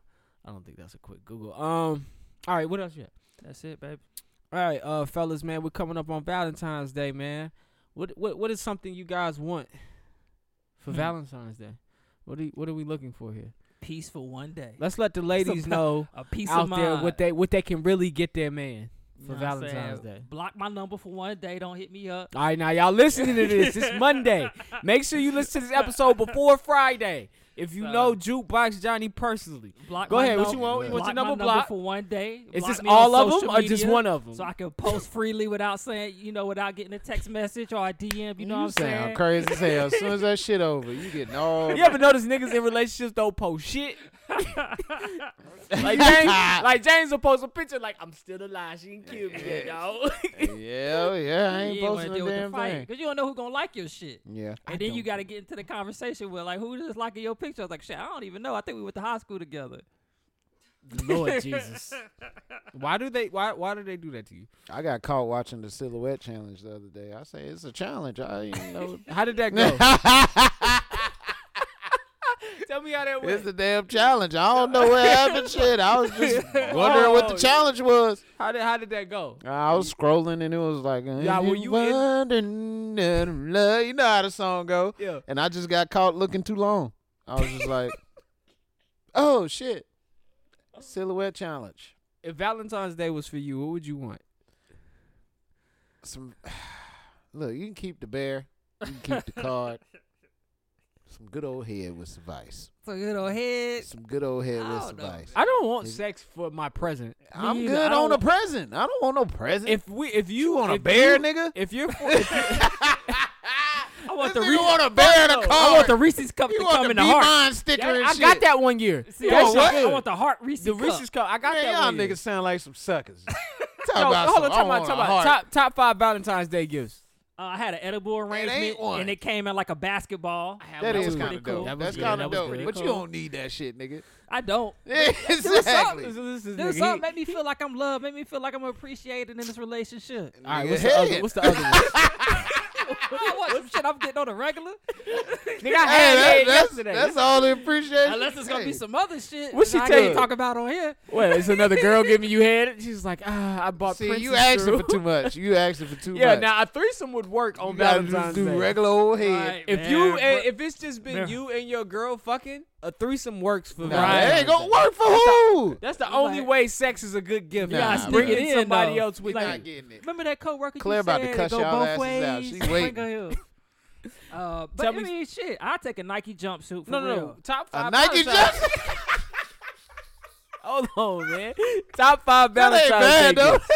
[SPEAKER 5] I don't think that's a quick Google. Um, all right, what else you got?
[SPEAKER 4] That's it, baby.
[SPEAKER 5] All right, uh, fellas, man, we're coming up on Valentine's Day, man. What what what is something you guys want for
[SPEAKER 4] Hmm.
[SPEAKER 5] Valentine's Day? What are what are we looking for here?
[SPEAKER 4] Peace for one day.
[SPEAKER 5] Let's let the ladies
[SPEAKER 4] about
[SPEAKER 5] know
[SPEAKER 4] a piece
[SPEAKER 5] out
[SPEAKER 4] of mind.
[SPEAKER 5] there what they what they can really get their man for
[SPEAKER 4] You know what I'm
[SPEAKER 5] Valentine's
[SPEAKER 4] saying?
[SPEAKER 5] Day.
[SPEAKER 4] Block my number for one day. Don't hit me up.
[SPEAKER 5] All right, now y'all listening to this? It's Monday. Make sure you listen to this episode before Friday. If you
[SPEAKER 4] So-
[SPEAKER 5] know Jukebox Johnny personally,
[SPEAKER 4] Block
[SPEAKER 5] Go
[SPEAKER 4] my
[SPEAKER 5] ahead, what
[SPEAKER 4] num-
[SPEAKER 5] you want? You want
[SPEAKER 4] block
[SPEAKER 5] your number
[SPEAKER 4] my
[SPEAKER 5] blocked?
[SPEAKER 4] for one day.
[SPEAKER 5] Is
[SPEAKER 4] Block
[SPEAKER 5] this
[SPEAKER 4] me on
[SPEAKER 5] all of
[SPEAKER 4] social
[SPEAKER 5] them or just
[SPEAKER 4] media
[SPEAKER 5] one of them?
[SPEAKER 4] So I can post freely without saying, you know, without getting a text message or a DM. You know what I'm saying?
[SPEAKER 1] sound crazy as hell. As soon as that shit over, you getting all.
[SPEAKER 5] You ever notice niggas in relationships don't post shit? like James, like James will post a picture like I'm still alive. She didn't kill me yet, dog.
[SPEAKER 1] yeah, oh, yeah. I ain't
[SPEAKER 4] You wanna
[SPEAKER 1] posting
[SPEAKER 4] deal
[SPEAKER 1] a
[SPEAKER 4] with the
[SPEAKER 1] damn
[SPEAKER 4] fight,
[SPEAKER 1] thing.
[SPEAKER 4] Cause you don't know who gonna like your shit.
[SPEAKER 1] Yeah.
[SPEAKER 4] And then you got to get into the conversation with like, who's just liking your picture? I was like, shit, I don't even know. I think we went to high school together.
[SPEAKER 5] Lord Jesus. Why do they why why do they do that to you?
[SPEAKER 1] I got caught watching the silhouette challenge the other day. I say it's a challenge. I ain't know.
[SPEAKER 5] How did that go? Tell me how that
[SPEAKER 1] It's
[SPEAKER 5] went.
[SPEAKER 1] a damn challenge. I don't know what happened. Shit, I was just wondering what the
[SPEAKER 5] Oh.
[SPEAKER 1] challenge was.
[SPEAKER 5] How did how did that go?
[SPEAKER 1] I was scrolling and it was like, yeah,
[SPEAKER 5] were
[SPEAKER 1] were
[SPEAKER 5] you in-
[SPEAKER 1] you wondering that I'm love? You know how the song go.
[SPEAKER 5] Yeah.
[SPEAKER 1] And I just got caught looking too long. I was just like, oh shit, silhouette challenge.
[SPEAKER 5] If Valentine's Day was for you, what would you want?
[SPEAKER 1] Some look, you can keep the bear, you can keep the card. Some good old head with some vice.
[SPEAKER 4] It's a good old head.
[SPEAKER 1] Some good old head
[SPEAKER 4] I
[SPEAKER 1] with
[SPEAKER 4] don't
[SPEAKER 1] some
[SPEAKER 4] know,
[SPEAKER 1] vice.
[SPEAKER 5] I don't want sex for my present.
[SPEAKER 1] I'm
[SPEAKER 4] Me either.
[SPEAKER 1] good
[SPEAKER 4] I
[SPEAKER 1] on a
[SPEAKER 4] don't-
[SPEAKER 1] present. I don't want no present.
[SPEAKER 5] If we, if you,
[SPEAKER 1] you want a
[SPEAKER 5] if
[SPEAKER 1] bear,
[SPEAKER 5] you-
[SPEAKER 1] nigga?
[SPEAKER 5] If you're, for, if you
[SPEAKER 4] I want the
[SPEAKER 1] This
[SPEAKER 4] Reese's.
[SPEAKER 1] nigga want a bear and a
[SPEAKER 4] No, I
[SPEAKER 1] card.
[SPEAKER 4] want the Reese's cup
[SPEAKER 1] you
[SPEAKER 4] to
[SPEAKER 1] want
[SPEAKER 4] come
[SPEAKER 1] the
[SPEAKER 4] in
[SPEAKER 1] be
[SPEAKER 4] the heart.
[SPEAKER 1] mine sticker and
[SPEAKER 5] I
[SPEAKER 1] shit.
[SPEAKER 5] got that one year.
[SPEAKER 4] See,
[SPEAKER 5] That
[SPEAKER 4] I,
[SPEAKER 5] shit
[SPEAKER 4] want, I
[SPEAKER 5] good.
[SPEAKER 4] want the heart Reese's.
[SPEAKER 5] the
[SPEAKER 4] cup.
[SPEAKER 5] Reese's cup. I got
[SPEAKER 1] Man,
[SPEAKER 5] that
[SPEAKER 1] y'all
[SPEAKER 5] one year.
[SPEAKER 1] niggas sound like some suckers. talk
[SPEAKER 5] No,
[SPEAKER 1] about
[SPEAKER 5] hold
[SPEAKER 1] some,
[SPEAKER 5] on,
[SPEAKER 1] I
[SPEAKER 5] talk about,
[SPEAKER 1] want
[SPEAKER 5] talk
[SPEAKER 1] a
[SPEAKER 5] about
[SPEAKER 1] heart.
[SPEAKER 5] top top five Valentine's Day gifts.
[SPEAKER 4] Uh, I had an edible
[SPEAKER 1] ain't
[SPEAKER 4] arrangement,
[SPEAKER 1] one.
[SPEAKER 4] and it came in like a basketball.
[SPEAKER 1] That
[SPEAKER 4] was
[SPEAKER 1] is
[SPEAKER 4] pretty
[SPEAKER 1] kind of dope.
[SPEAKER 4] cool.
[SPEAKER 1] That's
[SPEAKER 4] Yeah,
[SPEAKER 1] kind
[SPEAKER 4] that
[SPEAKER 1] of
[SPEAKER 4] was
[SPEAKER 1] dope.
[SPEAKER 4] pretty
[SPEAKER 1] But you
[SPEAKER 4] cool.
[SPEAKER 1] don't need that shit, nigga.
[SPEAKER 4] I don't.
[SPEAKER 1] exactly.
[SPEAKER 5] This- this- this
[SPEAKER 4] Do
[SPEAKER 5] nigga, he-
[SPEAKER 4] something. Make me feel like I'm loved. Make me feel like I'm appreciated in this relationship.
[SPEAKER 5] All right,
[SPEAKER 1] Nigga,
[SPEAKER 5] what's the, other,
[SPEAKER 1] head.
[SPEAKER 5] what's the other one? nigga,
[SPEAKER 4] I want some shit I'm getting on a regular.
[SPEAKER 5] I
[SPEAKER 1] Hey,
[SPEAKER 5] had
[SPEAKER 1] that-
[SPEAKER 5] head
[SPEAKER 1] that's,
[SPEAKER 5] yesterday.
[SPEAKER 1] that's all the appreciation.
[SPEAKER 4] Unless it's gonna
[SPEAKER 1] Hey,
[SPEAKER 4] be some other shit.
[SPEAKER 5] What
[SPEAKER 4] that
[SPEAKER 5] she
[SPEAKER 4] I
[SPEAKER 5] tell you?
[SPEAKER 4] can't talk about on here.
[SPEAKER 5] What, it's another girl giving you head? She's like, ah, I bought
[SPEAKER 1] See,
[SPEAKER 5] Princess
[SPEAKER 1] you asking
[SPEAKER 5] Drew."
[SPEAKER 1] for too much. You asking for too
[SPEAKER 5] Yeah,
[SPEAKER 1] much.
[SPEAKER 5] now a threesome would work on
[SPEAKER 1] you gotta
[SPEAKER 5] Valentine's
[SPEAKER 1] just
[SPEAKER 5] Day.
[SPEAKER 1] do regular old head.
[SPEAKER 4] Right,
[SPEAKER 5] if
[SPEAKER 4] man,
[SPEAKER 5] you
[SPEAKER 4] bro.
[SPEAKER 5] eh, if it's just been
[SPEAKER 4] Bruh.
[SPEAKER 5] you and your girl fucking, a threesome works for
[SPEAKER 1] Nah,
[SPEAKER 5] Valentine's
[SPEAKER 1] that ain't gonna
[SPEAKER 5] Day.
[SPEAKER 1] work for
[SPEAKER 5] That's
[SPEAKER 1] who?
[SPEAKER 5] That's the only
[SPEAKER 4] like-
[SPEAKER 5] way sex is a good gift.
[SPEAKER 1] You gotta
[SPEAKER 5] Nah,
[SPEAKER 1] sneak
[SPEAKER 5] bring
[SPEAKER 1] it
[SPEAKER 4] in,
[SPEAKER 5] somebody
[SPEAKER 4] though.
[SPEAKER 5] else with
[SPEAKER 4] Like-
[SPEAKER 1] Not
[SPEAKER 5] you.
[SPEAKER 1] getting it.
[SPEAKER 4] Remember that coworker you
[SPEAKER 1] Claire about to
[SPEAKER 4] said
[SPEAKER 1] cuss
[SPEAKER 4] go
[SPEAKER 1] y'all
[SPEAKER 4] both
[SPEAKER 1] asses
[SPEAKER 4] ways?
[SPEAKER 1] out. She
[SPEAKER 4] Frank
[SPEAKER 1] waiting.
[SPEAKER 4] Hill. Uh, but
[SPEAKER 5] Tell
[SPEAKER 4] I
[SPEAKER 5] me-
[SPEAKER 4] mean, shit. I take a Nike jumpsuit for
[SPEAKER 5] No, no,
[SPEAKER 4] real.
[SPEAKER 5] no. Top
[SPEAKER 1] A
[SPEAKER 5] five.
[SPEAKER 1] Nike
[SPEAKER 5] Valentine's-
[SPEAKER 1] jacket.
[SPEAKER 5] Hold on, man. Top five
[SPEAKER 1] That
[SPEAKER 5] Valentine's
[SPEAKER 1] ain't bad
[SPEAKER 5] Day
[SPEAKER 1] though.
[SPEAKER 5] gifts.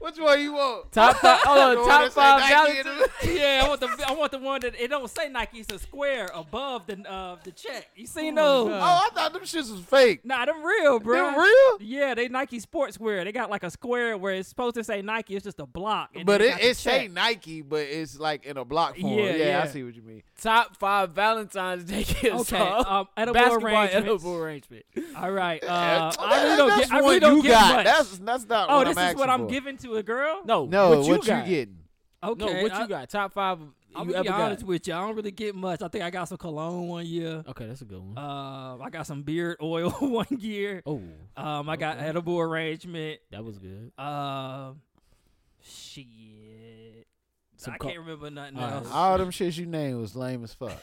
[SPEAKER 1] Which one you want?
[SPEAKER 5] Top five. Hold
[SPEAKER 1] The
[SPEAKER 5] on.
[SPEAKER 1] one
[SPEAKER 5] Top
[SPEAKER 1] that say
[SPEAKER 5] five
[SPEAKER 1] Nike in
[SPEAKER 5] Valentine's.
[SPEAKER 1] it?
[SPEAKER 4] yeah, I want the I want the one that it don't say Nike. It's a square above the uh, the check. You seen
[SPEAKER 5] Oh,
[SPEAKER 4] those?
[SPEAKER 5] God.
[SPEAKER 1] Oh, I thought them shits was fake.
[SPEAKER 4] Nah, them real, bro.
[SPEAKER 1] Them real?
[SPEAKER 4] Yeah, they Nike sportswear. They got like a square where it's supposed to say Nike. It's just a block. and
[SPEAKER 1] But
[SPEAKER 4] they
[SPEAKER 1] it,
[SPEAKER 4] got the
[SPEAKER 1] it say
[SPEAKER 4] check.
[SPEAKER 1] Nike, but it's like in a block form.
[SPEAKER 4] Yeah,
[SPEAKER 1] Yeah,
[SPEAKER 4] yeah.
[SPEAKER 1] I see what you mean.
[SPEAKER 5] Top five Valentine's Day gifts.
[SPEAKER 4] Okay,
[SPEAKER 5] huh?
[SPEAKER 4] um, edible
[SPEAKER 5] Basketball
[SPEAKER 4] arrangements.
[SPEAKER 5] edible uh, arrangement.
[SPEAKER 4] All right. Uh, I
[SPEAKER 1] That-
[SPEAKER 4] really don't
[SPEAKER 1] that's
[SPEAKER 4] get. I
[SPEAKER 1] what
[SPEAKER 4] really don't
[SPEAKER 1] you
[SPEAKER 4] get
[SPEAKER 1] got.
[SPEAKER 4] much.
[SPEAKER 1] That's that's not.
[SPEAKER 4] oh,
[SPEAKER 1] what
[SPEAKER 4] this
[SPEAKER 1] I'm
[SPEAKER 4] is what
[SPEAKER 1] asking
[SPEAKER 4] I'm
[SPEAKER 1] for.
[SPEAKER 4] giving to a girl.
[SPEAKER 5] No,
[SPEAKER 1] No,
[SPEAKER 5] what you got?
[SPEAKER 1] getting?
[SPEAKER 4] Okay.
[SPEAKER 5] No, what
[SPEAKER 4] I,
[SPEAKER 5] you got? Top five
[SPEAKER 4] I'm
[SPEAKER 5] you
[SPEAKER 4] gonna
[SPEAKER 5] ever
[SPEAKER 4] be honest
[SPEAKER 5] got?
[SPEAKER 4] with you. I don't really get much. I think I got some cologne one year.
[SPEAKER 5] Okay, that's a good one.
[SPEAKER 4] Uh, I got some beard oil one year.
[SPEAKER 5] oh,
[SPEAKER 4] Um, I got edible arrangement.
[SPEAKER 5] that was good.
[SPEAKER 4] Uh, shit.
[SPEAKER 5] Some
[SPEAKER 4] I
[SPEAKER 5] co-
[SPEAKER 4] can't remember nothing
[SPEAKER 5] All right.
[SPEAKER 4] else.
[SPEAKER 1] All them shits you named was lame as fuck.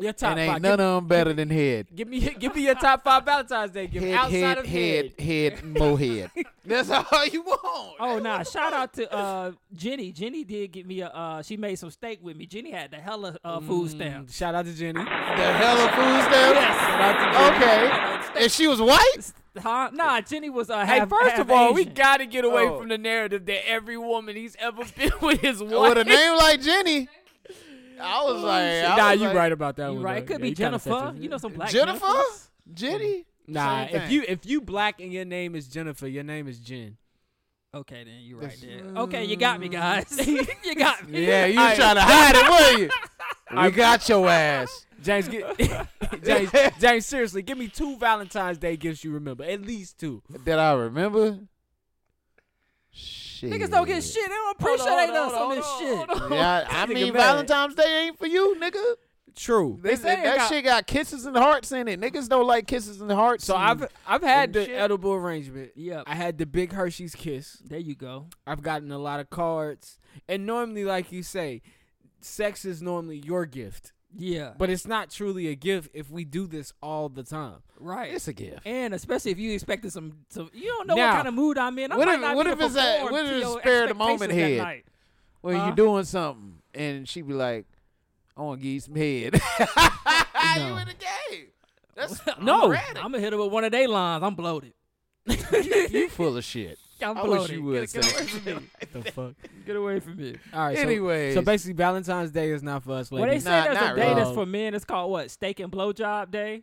[SPEAKER 5] Your top
[SPEAKER 1] and ain't
[SPEAKER 5] five.
[SPEAKER 1] none of them better than head.
[SPEAKER 5] give, give me, give me your top five Valentine's Day gifts
[SPEAKER 1] Head,
[SPEAKER 5] outside
[SPEAKER 1] head,
[SPEAKER 5] of
[SPEAKER 1] head, head, and more head. That's all you want.
[SPEAKER 4] Oh nah! Shout out to uh, Jenny. Jenny did get me a. Uh, she made some steak with me. Jenny had the hella uh, food
[SPEAKER 5] Mm,
[SPEAKER 4] stamps.
[SPEAKER 5] Shout out to Jenny.
[SPEAKER 1] The hella food stamps. Okay. And she was white.
[SPEAKER 4] Huh? Nah, Jenny was uh,
[SPEAKER 5] Hey,
[SPEAKER 4] half,
[SPEAKER 5] first
[SPEAKER 4] half
[SPEAKER 5] of all, we
[SPEAKER 4] Asian.
[SPEAKER 5] got to get away
[SPEAKER 1] Oh.
[SPEAKER 5] from the narrative that every woman he's ever been with is
[SPEAKER 1] With
[SPEAKER 5] wife.
[SPEAKER 1] a name like Jenny, I was like, I
[SPEAKER 5] Oh, nah,
[SPEAKER 1] was
[SPEAKER 5] you
[SPEAKER 1] like,
[SPEAKER 5] right about that
[SPEAKER 4] You
[SPEAKER 5] one.
[SPEAKER 4] right?
[SPEAKER 5] though.
[SPEAKER 4] It could
[SPEAKER 5] Yeah,
[SPEAKER 4] be
[SPEAKER 5] you kinda set
[SPEAKER 4] Jennifer.
[SPEAKER 5] yourself-
[SPEAKER 4] You know some black
[SPEAKER 1] Jennifer,
[SPEAKER 4] Jennifers?
[SPEAKER 1] Jenny.
[SPEAKER 5] Nah,
[SPEAKER 1] Same
[SPEAKER 5] if
[SPEAKER 1] thing.
[SPEAKER 5] you if you black and your name is Jennifer, your name is Jen.
[SPEAKER 4] Okay, then you right
[SPEAKER 1] That's-
[SPEAKER 4] there. Okay, you got me, guys. you got me.
[SPEAKER 1] Yeah, you
[SPEAKER 5] Aight.
[SPEAKER 1] was trying to hide it, were you? I got your ass.
[SPEAKER 5] James, get, James, James, seriously, give me two Valentine's Day gifts you remember, at least two.
[SPEAKER 1] That I remember. Shit.
[SPEAKER 4] Niggas don't get shit. They don't
[SPEAKER 5] Hold on,
[SPEAKER 4] appreciate
[SPEAKER 5] hold on,
[SPEAKER 4] us on
[SPEAKER 5] hold
[SPEAKER 4] this
[SPEAKER 5] on,
[SPEAKER 4] shit.
[SPEAKER 5] hold on.
[SPEAKER 1] Yeah, I, I
[SPEAKER 5] Nigga
[SPEAKER 1] mean
[SPEAKER 5] mad.
[SPEAKER 1] Valentine's Day ain't for you, nigga.
[SPEAKER 5] True.
[SPEAKER 1] They
[SPEAKER 4] say
[SPEAKER 1] said
[SPEAKER 4] it
[SPEAKER 1] that
[SPEAKER 4] got-
[SPEAKER 1] shit got kisses and hearts in it. Niggas don't like kisses and hearts.
[SPEAKER 5] So
[SPEAKER 1] and-
[SPEAKER 5] I've I've had
[SPEAKER 1] and
[SPEAKER 5] the
[SPEAKER 1] shit.
[SPEAKER 5] edible arrangement.
[SPEAKER 4] Yep.
[SPEAKER 5] I had the big Hershey's kiss.
[SPEAKER 4] There you go.
[SPEAKER 5] I've gotten a lot of cards, and normally, like you say, sex is normally your gift,
[SPEAKER 4] Yeah.
[SPEAKER 5] but it's not truly a gift if we do this all the time.
[SPEAKER 4] right.
[SPEAKER 1] it's a gift.
[SPEAKER 4] and especially if you expected some, some you don't know
[SPEAKER 5] Now,
[SPEAKER 4] what kind of mood I'm in. I
[SPEAKER 1] what
[SPEAKER 4] might
[SPEAKER 1] if-
[SPEAKER 4] not
[SPEAKER 1] what
[SPEAKER 4] be
[SPEAKER 1] if it's that-
[SPEAKER 4] perform
[SPEAKER 1] what
[SPEAKER 4] to
[SPEAKER 1] if it's
[SPEAKER 4] your
[SPEAKER 1] spare the moment
[SPEAKER 4] expectations
[SPEAKER 1] head?
[SPEAKER 4] That night.
[SPEAKER 1] Well,
[SPEAKER 4] Huh?
[SPEAKER 1] you doing something, and she be like, "I want to give you some head."
[SPEAKER 5] No.
[SPEAKER 1] You in the game? That's
[SPEAKER 5] No.
[SPEAKER 1] I'm,
[SPEAKER 4] I'm gonna hit her with one of they lines. I'm bloated.
[SPEAKER 1] you full of shit.
[SPEAKER 4] I'm
[SPEAKER 1] I
[SPEAKER 4] bloated.
[SPEAKER 1] wish you would
[SPEAKER 4] Get,
[SPEAKER 1] say.
[SPEAKER 4] get away from me.
[SPEAKER 5] the fuck?
[SPEAKER 4] Get away from me.
[SPEAKER 5] All right. so-
[SPEAKER 1] Anyways.
[SPEAKER 5] so, basically, Valentine's Day is not for us
[SPEAKER 4] Well, they
[SPEAKER 5] ladies.
[SPEAKER 4] say
[SPEAKER 1] Nah,
[SPEAKER 4] there's a
[SPEAKER 1] not
[SPEAKER 4] day
[SPEAKER 1] really.
[SPEAKER 4] that's for men. It's called what? Steak and blowjob day.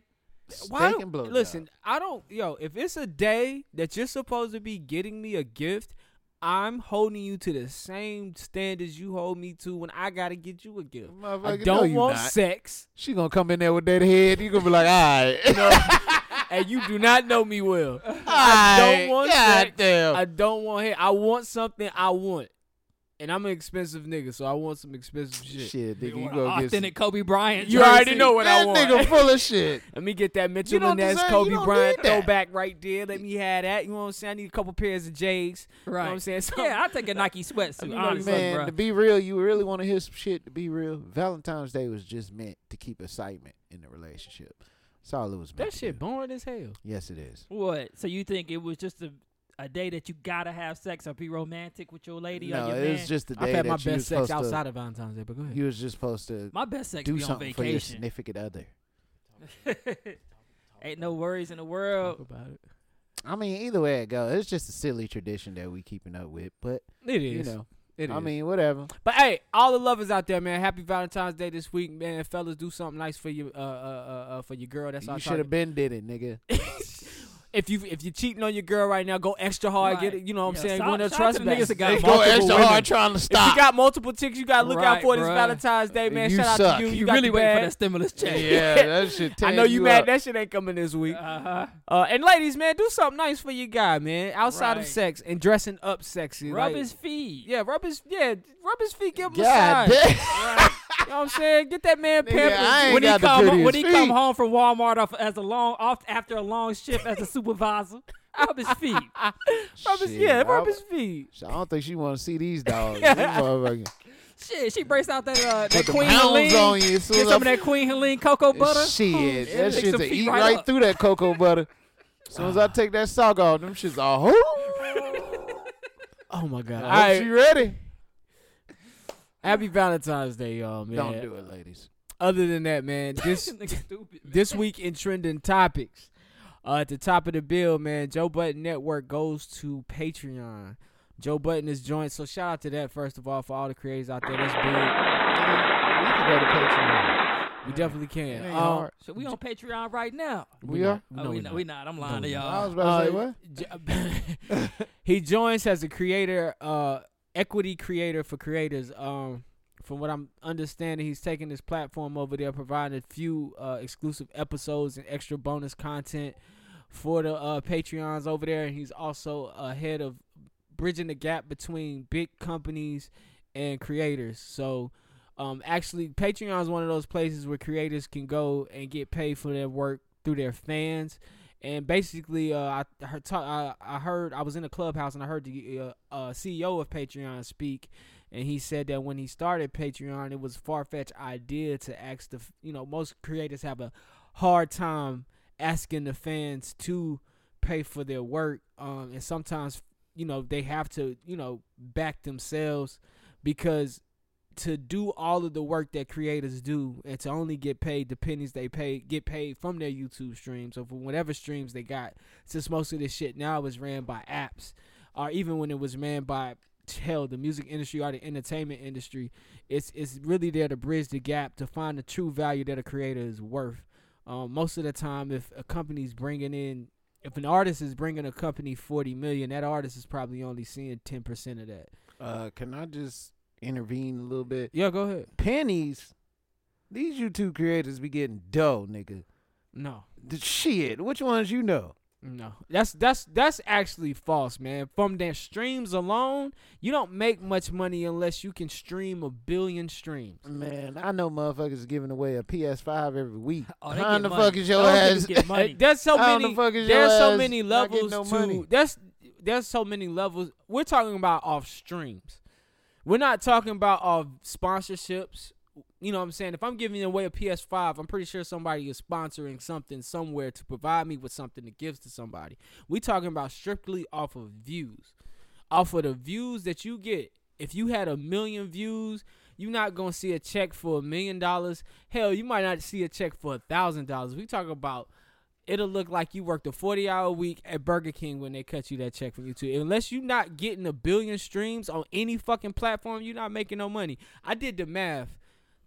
[SPEAKER 5] Why
[SPEAKER 1] Steak
[SPEAKER 5] don't-
[SPEAKER 1] and blowjob.
[SPEAKER 5] listen, I don't, yo, if it's a day that you're supposed to be getting me a gift, I'm holding you to the same standards you hold me to when I gotta get you a gift. I
[SPEAKER 1] Motherfucker, no,
[SPEAKER 5] don't
[SPEAKER 1] you
[SPEAKER 5] want
[SPEAKER 1] not.
[SPEAKER 5] sex,
[SPEAKER 1] She gonna come in there with that head. You gonna be like, all right,
[SPEAKER 5] and you do not know me well.
[SPEAKER 1] I
[SPEAKER 5] don't want sex.
[SPEAKER 1] Damn.
[SPEAKER 5] I don't want him. I want something I want, and I'm an expensive nigga, so I want some expensive shit.
[SPEAKER 1] Shit, nigga, you gonna
[SPEAKER 4] Or
[SPEAKER 1] get some.
[SPEAKER 4] authentic Kobe Bryant.
[SPEAKER 5] You already
[SPEAKER 4] jersey.
[SPEAKER 5] know what I
[SPEAKER 1] That
[SPEAKER 5] want.
[SPEAKER 1] nigga full of shit.
[SPEAKER 5] Let me get that Mitchell
[SPEAKER 1] don't
[SPEAKER 5] and Ness,
[SPEAKER 1] deserve-
[SPEAKER 5] Kobe
[SPEAKER 1] you don't
[SPEAKER 5] Bryant
[SPEAKER 1] need that.
[SPEAKER 5] throwback right there. Let me have that. You know what I'm saying? I need a couple pairs of J's. You know what I'm saying? So,
[SPEAKER 4] yeah, I take a Nike sweatsuit.
[SPEAKER 5] mean,
[SPEAKER 4] honestly,
[SPEAKER 1] Man,
[SPEAKER 4] bruh.
[SPEAKER 1] to be real, you really want to hear some shit. To be real, Valentine's Day was just meant to keep excitement in the relationship. That's all it was meant.
[SPEAKER 5] that
[SPEAKER 1] to
[SPEAKER 5] shit
[SPEAKER 1] do.
[SPEAKER 5] boring as hell.
[SPEAKER 1] Yes, it is.
[SPEAKER 4] What? So you think it was just a a day that you gotta have sex or be romantic with your lady
[SPEAKER 1] no,
[SPEAKER 4] or your
[SPEAKER 1] it
[SPEAKER 4] man?
[SPEAKER 1] was just the day
[SPEAKER 5] I've had
[SPEAKER 1] that
[SPEAKER 5] my
[SPEAKER 1] you
[SPEAKER 5] best
[SPEAKER 1] was
[SPEAKER 5] sex
[SPEAKER 1] supposed
[SPEAKER 5] outside
[SPEAKER 1] to.
[SPEAKER 5] of Valentine's Day, but go ahead.
[SPEAKER 1] You was just supposed to
[SPEAKER 4] my best sex
[SPEAKER 1] do
[SPEAKER 4] be on
[SPEAKER 1] something for your
[SPEAKER 4] vacation.
[SPEAKER 1] significant other.
[SPEAKER 4] Ain't no worries in the world.
[SPEAKER 5] about it.
[SPEAKER 1] I mean, either way it go, it's just a silly tradition that we keeping up with. But
[SPEAKER 5] It
[SPEAKER 1] you
[SPEAKER 5] is.
[SPEAKER 1] know,
[SPEAKER 5] it
[SPEAKER 1] I
[SPEAKER 5] is.
[SPEAKER 1] mean, whatever.
[SPEAKER 5] But hey, all the lovers out there, man, happy Valentine's Day this week, man. Fellas, do something nice for your uh uh uh, uh for your girl. That's all.
[SPEAKER 1] you
[SPEAKER 5] I
[SPEAKER 1] should
[SPEAKER 5] try
[SPEAKER 1] have
[SPEAKER 5] to-
[SPEAKER 1] been did it, nigga.
[SPEAKER 5] If you if you're cheating on your girl right now, go extra hard. Get
[SPEAKER 4] Right.
[SPEAKER 5] it. You know what
[SPEAKER 4] Yeah,
[SPEAKER 5] I'm saying?
[SPEAKER 4] shout-
[SPEAKER 5] Go in there,
[SPEAKER 4] shout out
[SPEAKER 5] trust
[SPEAKER 4] to the niggas that got
[SPEAKER 5] back.
[SPEAKER 4] Go multiple
[SPEAKER 1] extra
[SPEAKER 5] women.
[SPEAKER 1] hard trying to
[SPEAKER 5] If you
[SPEAKER 1] stop.
[SPEAKER 5] got multiple chicks, you gotta look out
[SPEAKER 4] Right,
[SPEAKER 5] for this
[SPEAKER 4] bruh.
[SPEAKER 5] Valentine's Day, man.
[SPEAKER 1] You
[SPEAKER 5] Shout out
[SPEAKER 1] suck.
[SPEAKER 5] to you. You,
[SPEAKER 4] You
[SPEAKER 5] got
[SPEAKER 4] really
[SPEAKER 5] the
[SPEAKER 4] waiting for
[SPEAKER 5] bag.
[SPEAKER 4] that stimulus check.
[SPEAKER 1] yeah, that shit.
[SPEAKER 5] I
[SPEAKER 1] tear
[SPEAKER 5] know you, mad
[SPEAKER 1] up.
[SPEAKER 5] that shit ain't coming this week.
[SPEAKER 4] Uh-huh.
[SPEAKER 5] Uh, and ladies, man, do something nice for your guy, man. Outside
[SPEAKER 4] Right.
[SPEAKER 5] of sex and dressing up sexy.
[SPEAKER 4] Rub
[SPEAKER 5] like-
[SPEAKER 4] his feet.
[SPEAKER 5] yeah, rub his yeah, rub his feet, give him a
[SPEAKER 1] God
[SPEAKER 5] massage.
[SPEAKER 1] damn.
[SPEAKER 5] You know what I'm saying? Get that man
[SPEAKER 1] Nigga,
[SPEAKER 5] pampered.
[SPEAKER 1] I ain't
[SPEAKER 4] When he
[SPEAKER 1] got the
[SPEAKER 4] come when
[SPEAKER 1] prettiest
[SPEAKER 4] he come
[SPEAKER 1] feet.
[SPEAKER 4] home from Walmart off as a long off after a long shift as a supervisor, rub his feet.
[SPEAKER 5] Rub his,
[SPEAKER 1] Shit,
[SPEAKER 5] yeah, rub
[SPEAKER 1] I-
[SPEAKER 5] his feet.
[SPEAKER 1] I don't think she want to see these dogs. These motherfuckers
[SPEAKER 4] Shit, she breaks out that uh, that
[SPEAKER 1] Put the
[SPEAKER 4] Queen
[SPEAKER 1] pounds
[SPEAKER 4] Helene.
[SPEAKER 1] on you. As soon
[SPEAKER 4] Get
[SPEAKER 1] as
[SPEAKER 4] some of
[SPEAKER 1] I-
[SPEAKER 4] that Queen Helene cocoa butter.
[SPEAKER 1] Shit,
[SPEAKER 4] Ooh,
[SPEAKER 1] that
[SPEAKER 4] stick
[SPEAKER 1] shit's
[SPEAKER 4] some
[SPEAKER 1] a
[SPEAKER 4] feet
[SPEAKER 1] eat
[SPEAKER 4] right
[SPEAKER 1] right,
[SPEAKER 4] up.
[SPEAKER 1] through that cocoa butter. As soon as I take that sock off, them shits all. Whoo!
[SPEAKER 5] Oh my god. All
[SPEAKER 1] I hope
[SPEAKER 5] right.
[SPEAKER 1] she ready.
[SPEAKER 5] Happy Valentine's Day, y'all, man.
[SPEAKER 1] Don't do it, ladies.
[SPEAKER 5] Other than that, man, this
[SPEAKER 4] Nigga stupid, man.
[SPEAKER 5] this week in trending topics. Uh, at the top of the bill, man, Joe Button Network goes to Patreon. Joe Button is joined, so shout out to that first of all for all the creators out there. That's big.
[SPEAKER 1] We can go to Patreon.
[SPEAKER 5] We definitely can.
[SPEAKER 1] It ain't
[SPEAKER 5] Um,
[SPEAKER 1] hard.
[SPEAKER 4] So we on Patreon right now.
[SPEAKER 1] We are.
[SPEAKER 4] Oh,
[SPEAKER 5] no, we
[SPEAKER 4] we, not.
[SPEAKER 5] not.
[SPEAKER 4] we not. I'm lying
[SPEAKER 5] No,
[SPEAKER 4] to
[SPEAKER 5] we
[SPEAKER 1] I was
[SPEAKER 4] y'all.
[SPEAKER 1] about to say what?
[SPEAKER 5] Uh, J- he joins as a creator, uh, equity creator for creators. Um, from what I'm understanding, he's taking this platform over there, providing a few uh, exclusive episodes and extra bonus content for the uh, Patreons over there. And he's also uh, head of bridging the gap between big companies and creators. So, um, actually, Patreon is one of those places where creators can go and get paid for their work through their fans. And basically, uh, I I heard, talk, I, I heard I was in a clubhouse and I heard the uh, uh, CEO of Patreon speak, and he said that when he started Patreon, it was far fetched idea to ask the f- you know most creators have a hard time asking the fans to pay for their work, um, and sometimes you know they have to you know back themselves because to do all of the work that creators do and to only get paid the pennies they pay get paid from their YouTube streams or from whatever streams they got. Since most of this shit now is ran by apps, or even when it was ran by hell, the music industry or the entertainment industry, it's it's really there to bridge the gap to find the true value that a creator is worth. Um, most of the time, if a company's bringing in, if an artist is bringing a company forty million, that artist is probably only seeing ten percent of that.
[SPEAKER 1] Uh, can I just intervene a little bit?
[SPEAKER 5] Yeah, go ahead.
[SPEAKER 1] Pennies. These YouTube creators be getting dough, nigga.
[SPEAKER 5] No.
[SPEAKER 1] The shit. Which ones you know?
[SPEAKER 5] No, that's that's that's actually false, man. From their streams alone, you don't make much money unless you can stream a billion streams.
[SPEAKER 1] Man, I know motherfuckers giving away a PS5 every week.
[SPEAKER 4] Oh, they
[SPEAKER 1] How
[SPEAKER 4] get
[SPEAKER 1] the
[SPEAKER 4] money.
[SPEAKER 1] fuck is your
[SPEAKER 4] Those
[SPEAKER 1] ass?
[SPEAKER 4] niggas Get
[SPEAKER 5] Uh,
[SPEAKER 4] money.
[SPEAKER 5] There's so
[SPEAKER 1] How
[SPEAKER 5] many.
[SPEAKER 1] the fuck is
[SPEAKER 5] there's
[SPEAKER 1] your
[SPEAKER 5] so
[SPEAKER 1] ass
[SPEAKER 5] many
[SPEAKER 1] not getting
[SPEAKER 5] levels
[SPEAKER 1] no
[SPEAKER 5] to.
[SPEAKER 1] money?
[SPEAKER 5] That's there's so many levels. We're talking about off streams. We're not talking about off sponsorships. You know what I'm saying? If I'm giving away a PS5, I'm pretty sure somebody is sponsoring something somewhere to provide me with something to give to somebody. we talking about strictly off of views. Off of the views that you get. If you had a million views, you're not gonna see a check for a million dollars. Hell, you might not see a check for a thousand dollars. We talk about it'll look like you worked a 40 hour week at Burger King when they cut you that check from YouTube. Unless you're not getting a billion streams on any fucking platform, you're not making no money. I did the math.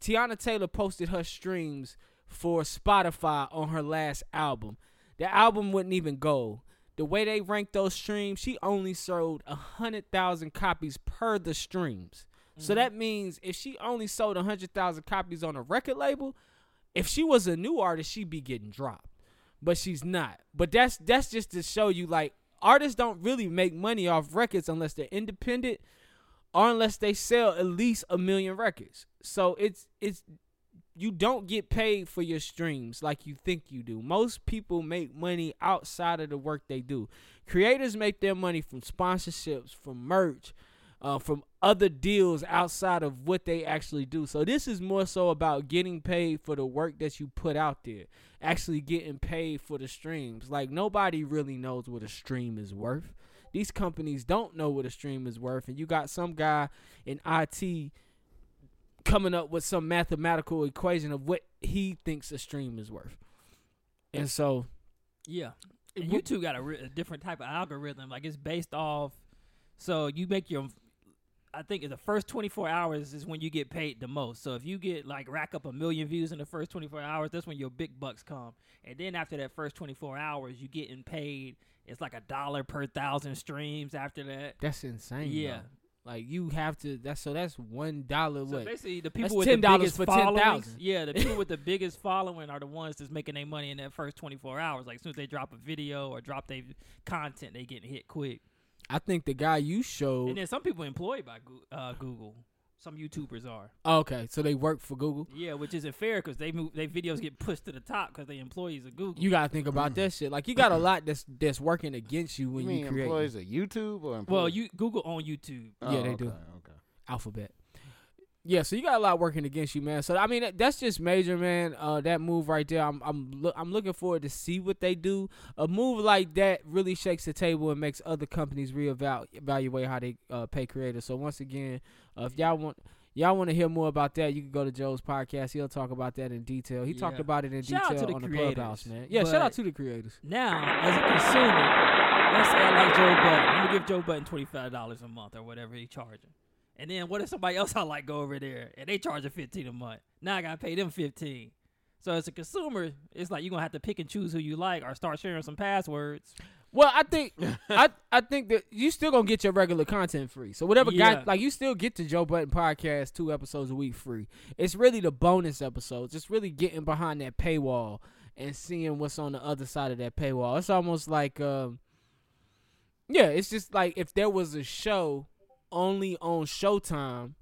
[SPEAKER 5] Tiana Taylor posted her streams for Spotify on her last album. The album wouldn't even go. The way they ranked those streams, she only sold 100,000 copies per the streams. So that means if she only sold 100,000 copies on a record label, if she was a new artist, she'd be getting dropped. But she's not. But that's that's just to show you like artists don't really make money off records unless they're independent or unless they sell at least a million records. So it's it's you don't get paid for your streams like you think you do. Most people make money outside of the work they do. Creators make their money from sponsorships, from merch, uh, from other deals outside of what they actually do. So this is more so about getting paid for the work that you put out there, actually getting paid for the streams. Like nobody really knows what a stream is worth. These companies don't know what a stream is worth, and you got some guy in IT coming up with some mathematical equation of what he thinks a stream is worth. And so
[SPEAKER 4] Yeah. And YouTube got a, re- a different type of algorithm. Like it's based off. So you make your. I think in the first 24 hours is when you get paid the most. So if you get like rack up a million views in the first 24 hours, that's when your big bucks come. And then after that first 24 hours, you getting paid. It's like a dollar per thousand streams after that.
[SPEAKER 5] that's insane.
[SPEAKER 4] Yeah.
[SPEAKER 5] though. Like you have to that's so that's one dollar
[SPEAKER 4] So
[SPEAKER 5] what
[SPEAKER 4] basically, the
[SPEAKER 5] That's
[SPEAKER 4] people with the
[SPEAKER 5] $10
[SPEAKER 4] biggest
[SPEAKER 5] for
[SPEAKER 4] following,
[SPEAKER 5] 10,000.
[SPEAKER 4] yeah, the people with the biggest following are the ones that's making their money in that first 24 hours. Like as soon as they drop a video or drop their content, they getting hit quick.
[SPEAKER 5] I think the guy you showed
[SPEAKER 4] And then some people employed by Goo- uh, Google. Some YouTubers are.
[SPEAKER 5] Oh, Okay, so they work for Google.
[SPEAKER 4] Yeah, which isn't fair because they move their videos get pushed to the top because they employees of Google.
[SPEAKER 5] You gotta think about that shit. Like you got a lot that's that's working against you
[SPEAKER 1] Mm-hmm. You
[SPEAKER 5] when you,
[SPEAKER 1] mean
[SPEAKER 5] create
[SPEAKER 1] employees of YouTube or employees?
[SPEAKER 4] well, you Google on YouTube.
[SPEAKER 1] Oh,
[SPEAKER 5] Yeah, they do.
[SPEAKER 1] okay, Okay.
[SPEAKER 5] Alphabet. Yeah, so you got a lot working against you, man. So I mean, that- that's just major, man. Uh, that move right there, I'm I'm loo- I'm looking forward to see what they do. A move like that really shakes the table and makes other companies reevaluate how they uh, pay creators. So once again, uh, if y'all want y'all want to hear more about that, you can go to Joe's podcast. He'll talk about that in detail. He talked
[SPEAKER 4] Yeah.
[SPEAKER 5] about it in
[SPEAKER 4] Shout out to
[SPEAKER 5] detail
[SPEAKER 4] the
[SPEAKER 5] on the
[SPEAKER 4] creators,
[SPEAKER 5] clubhouse, man. Yeah, shout out
[SPEAKER 4] but-
[SPEAKER 5] to the creators.
[SPEAKER 4] Now, as a consumer, let's say I like Joe Button. I'm gonna give Joe Button twenty five dollars a month or whatever he charging. And then what if somebody else I like go over there and they charging fifteen a month? Now I gotta pay them fifteen. So as a consumer, it's like you're gonna have to pick and choose who you like or start sharing some passwords.
[SPEAKER 5] Well, I think I I think that you still gonna get your regular content free. So whatever guy
[SPEAKER 4] Yeah.
[SPEAKER 5] like you still get the Joe Button podcast two episodes a week free. It's really the bonus episodes. It's really getting behind that paywall and seeing what's on the other side of that paywall. It's almost like um Yeah, it's just like if there was a show only on Showtime,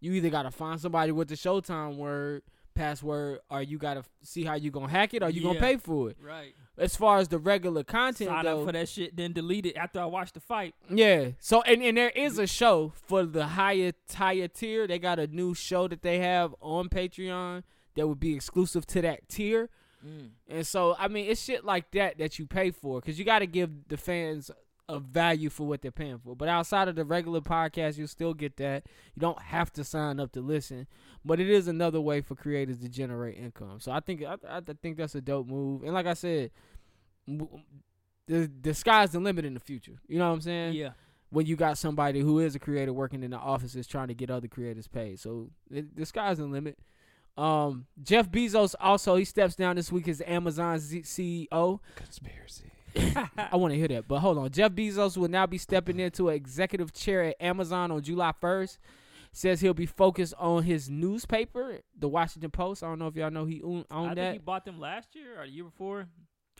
[SPEAKER 5] you either gotta find somebody with the Showtime word password or you gotta see how you gonna hack it or you gonna
[SPEAKER 4] Yeah.
[SPEAKER 5] pay for it.
[SPEAKER 4] Right.
[SPEAKER 5] As far as the regular content
[SPEAKER 4] Sign
[SPEAKER 5] though,
[SPEAKER 4] up for that shit, then delete it after I watch the fight.
[SPEAKER 5] yeah. So and, and there is a show for the higher higher tier. They got a new show that they have on Patreon that would be exclusive to that tier.
[SPEAKER 4] Mm.
[SPEAKER 5] And so I mean, it's shit like that that you pay for because you got to give the fans a value for what they're paying for. But outside of the regular podcast, you still get that. You don't have to sign up to listen, but it is another way for creators to generate income. So I think I, I think that's a dope move. And like I said. w- The, the sky's the limit in the future. You know what I'm saying?
[SPEAKER 4] Yeah.
[SPEAKER 5] when you got somebody who is a creator working in the offices trying to get other creators paid. So it, the sky's the limit. Um, Jeff Bezos also he steps down this week as Amazon Z- CEO. Conspiracy. I want to hear that, but hold on. Jeff Bezos will now be stepping into an executive chair at Amazon on July first. Says he'll be focused on his newspaper, the Washington Post. I don't know if y'all know he own,
[SPEAKER 4] I
[SPEAKER 5] owned
[SPEAKER 4] think
[SPEAKER 5] that.
[SPEAKER 4] he bought them last year or the year before.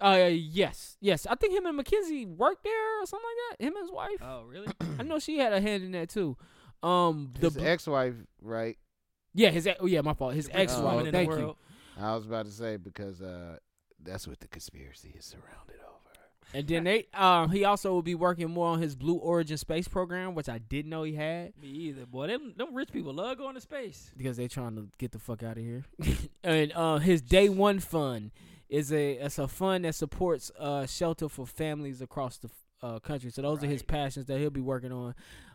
[SPEAKER 5] uh, yes, yes. I think him and McKinsey worked there or something like that. Him and his wife.
[SPEAKER 4] Oh, really?
[SPEAKER 5] I know she had a hand in that too. Um, the
[SPEAKER 1] His
[SPEAKER 5] bl-
[SPEAKER 1] ex-wife, right?
[SPEAKER 5] yeah, his ex- oh yeah, my fault. His ex
[SPEAKER 1] woman
[SPEAKER 5] wife.
[SPEAKER 1] in the
[SPEAKER 5] Oh, Thank you.
[SPEAKER 4] world.
[SPEAKER 1] I was about to say because uh, that's what the conspiracy is surrounded over.
[SPEAKER 5] And then they, um, he also will be working more on his Blue Origin space program, which I didn't know he had
[SPEAKER 4] Me either, boy. Them, them rich people love going to space.
[SPEAKER 5] because they trying to get the fuck out of here. and uh, his Day One Fund is a it's a fund that supports uh shelter for families across the uh country. So those are his passions that he'll be working on.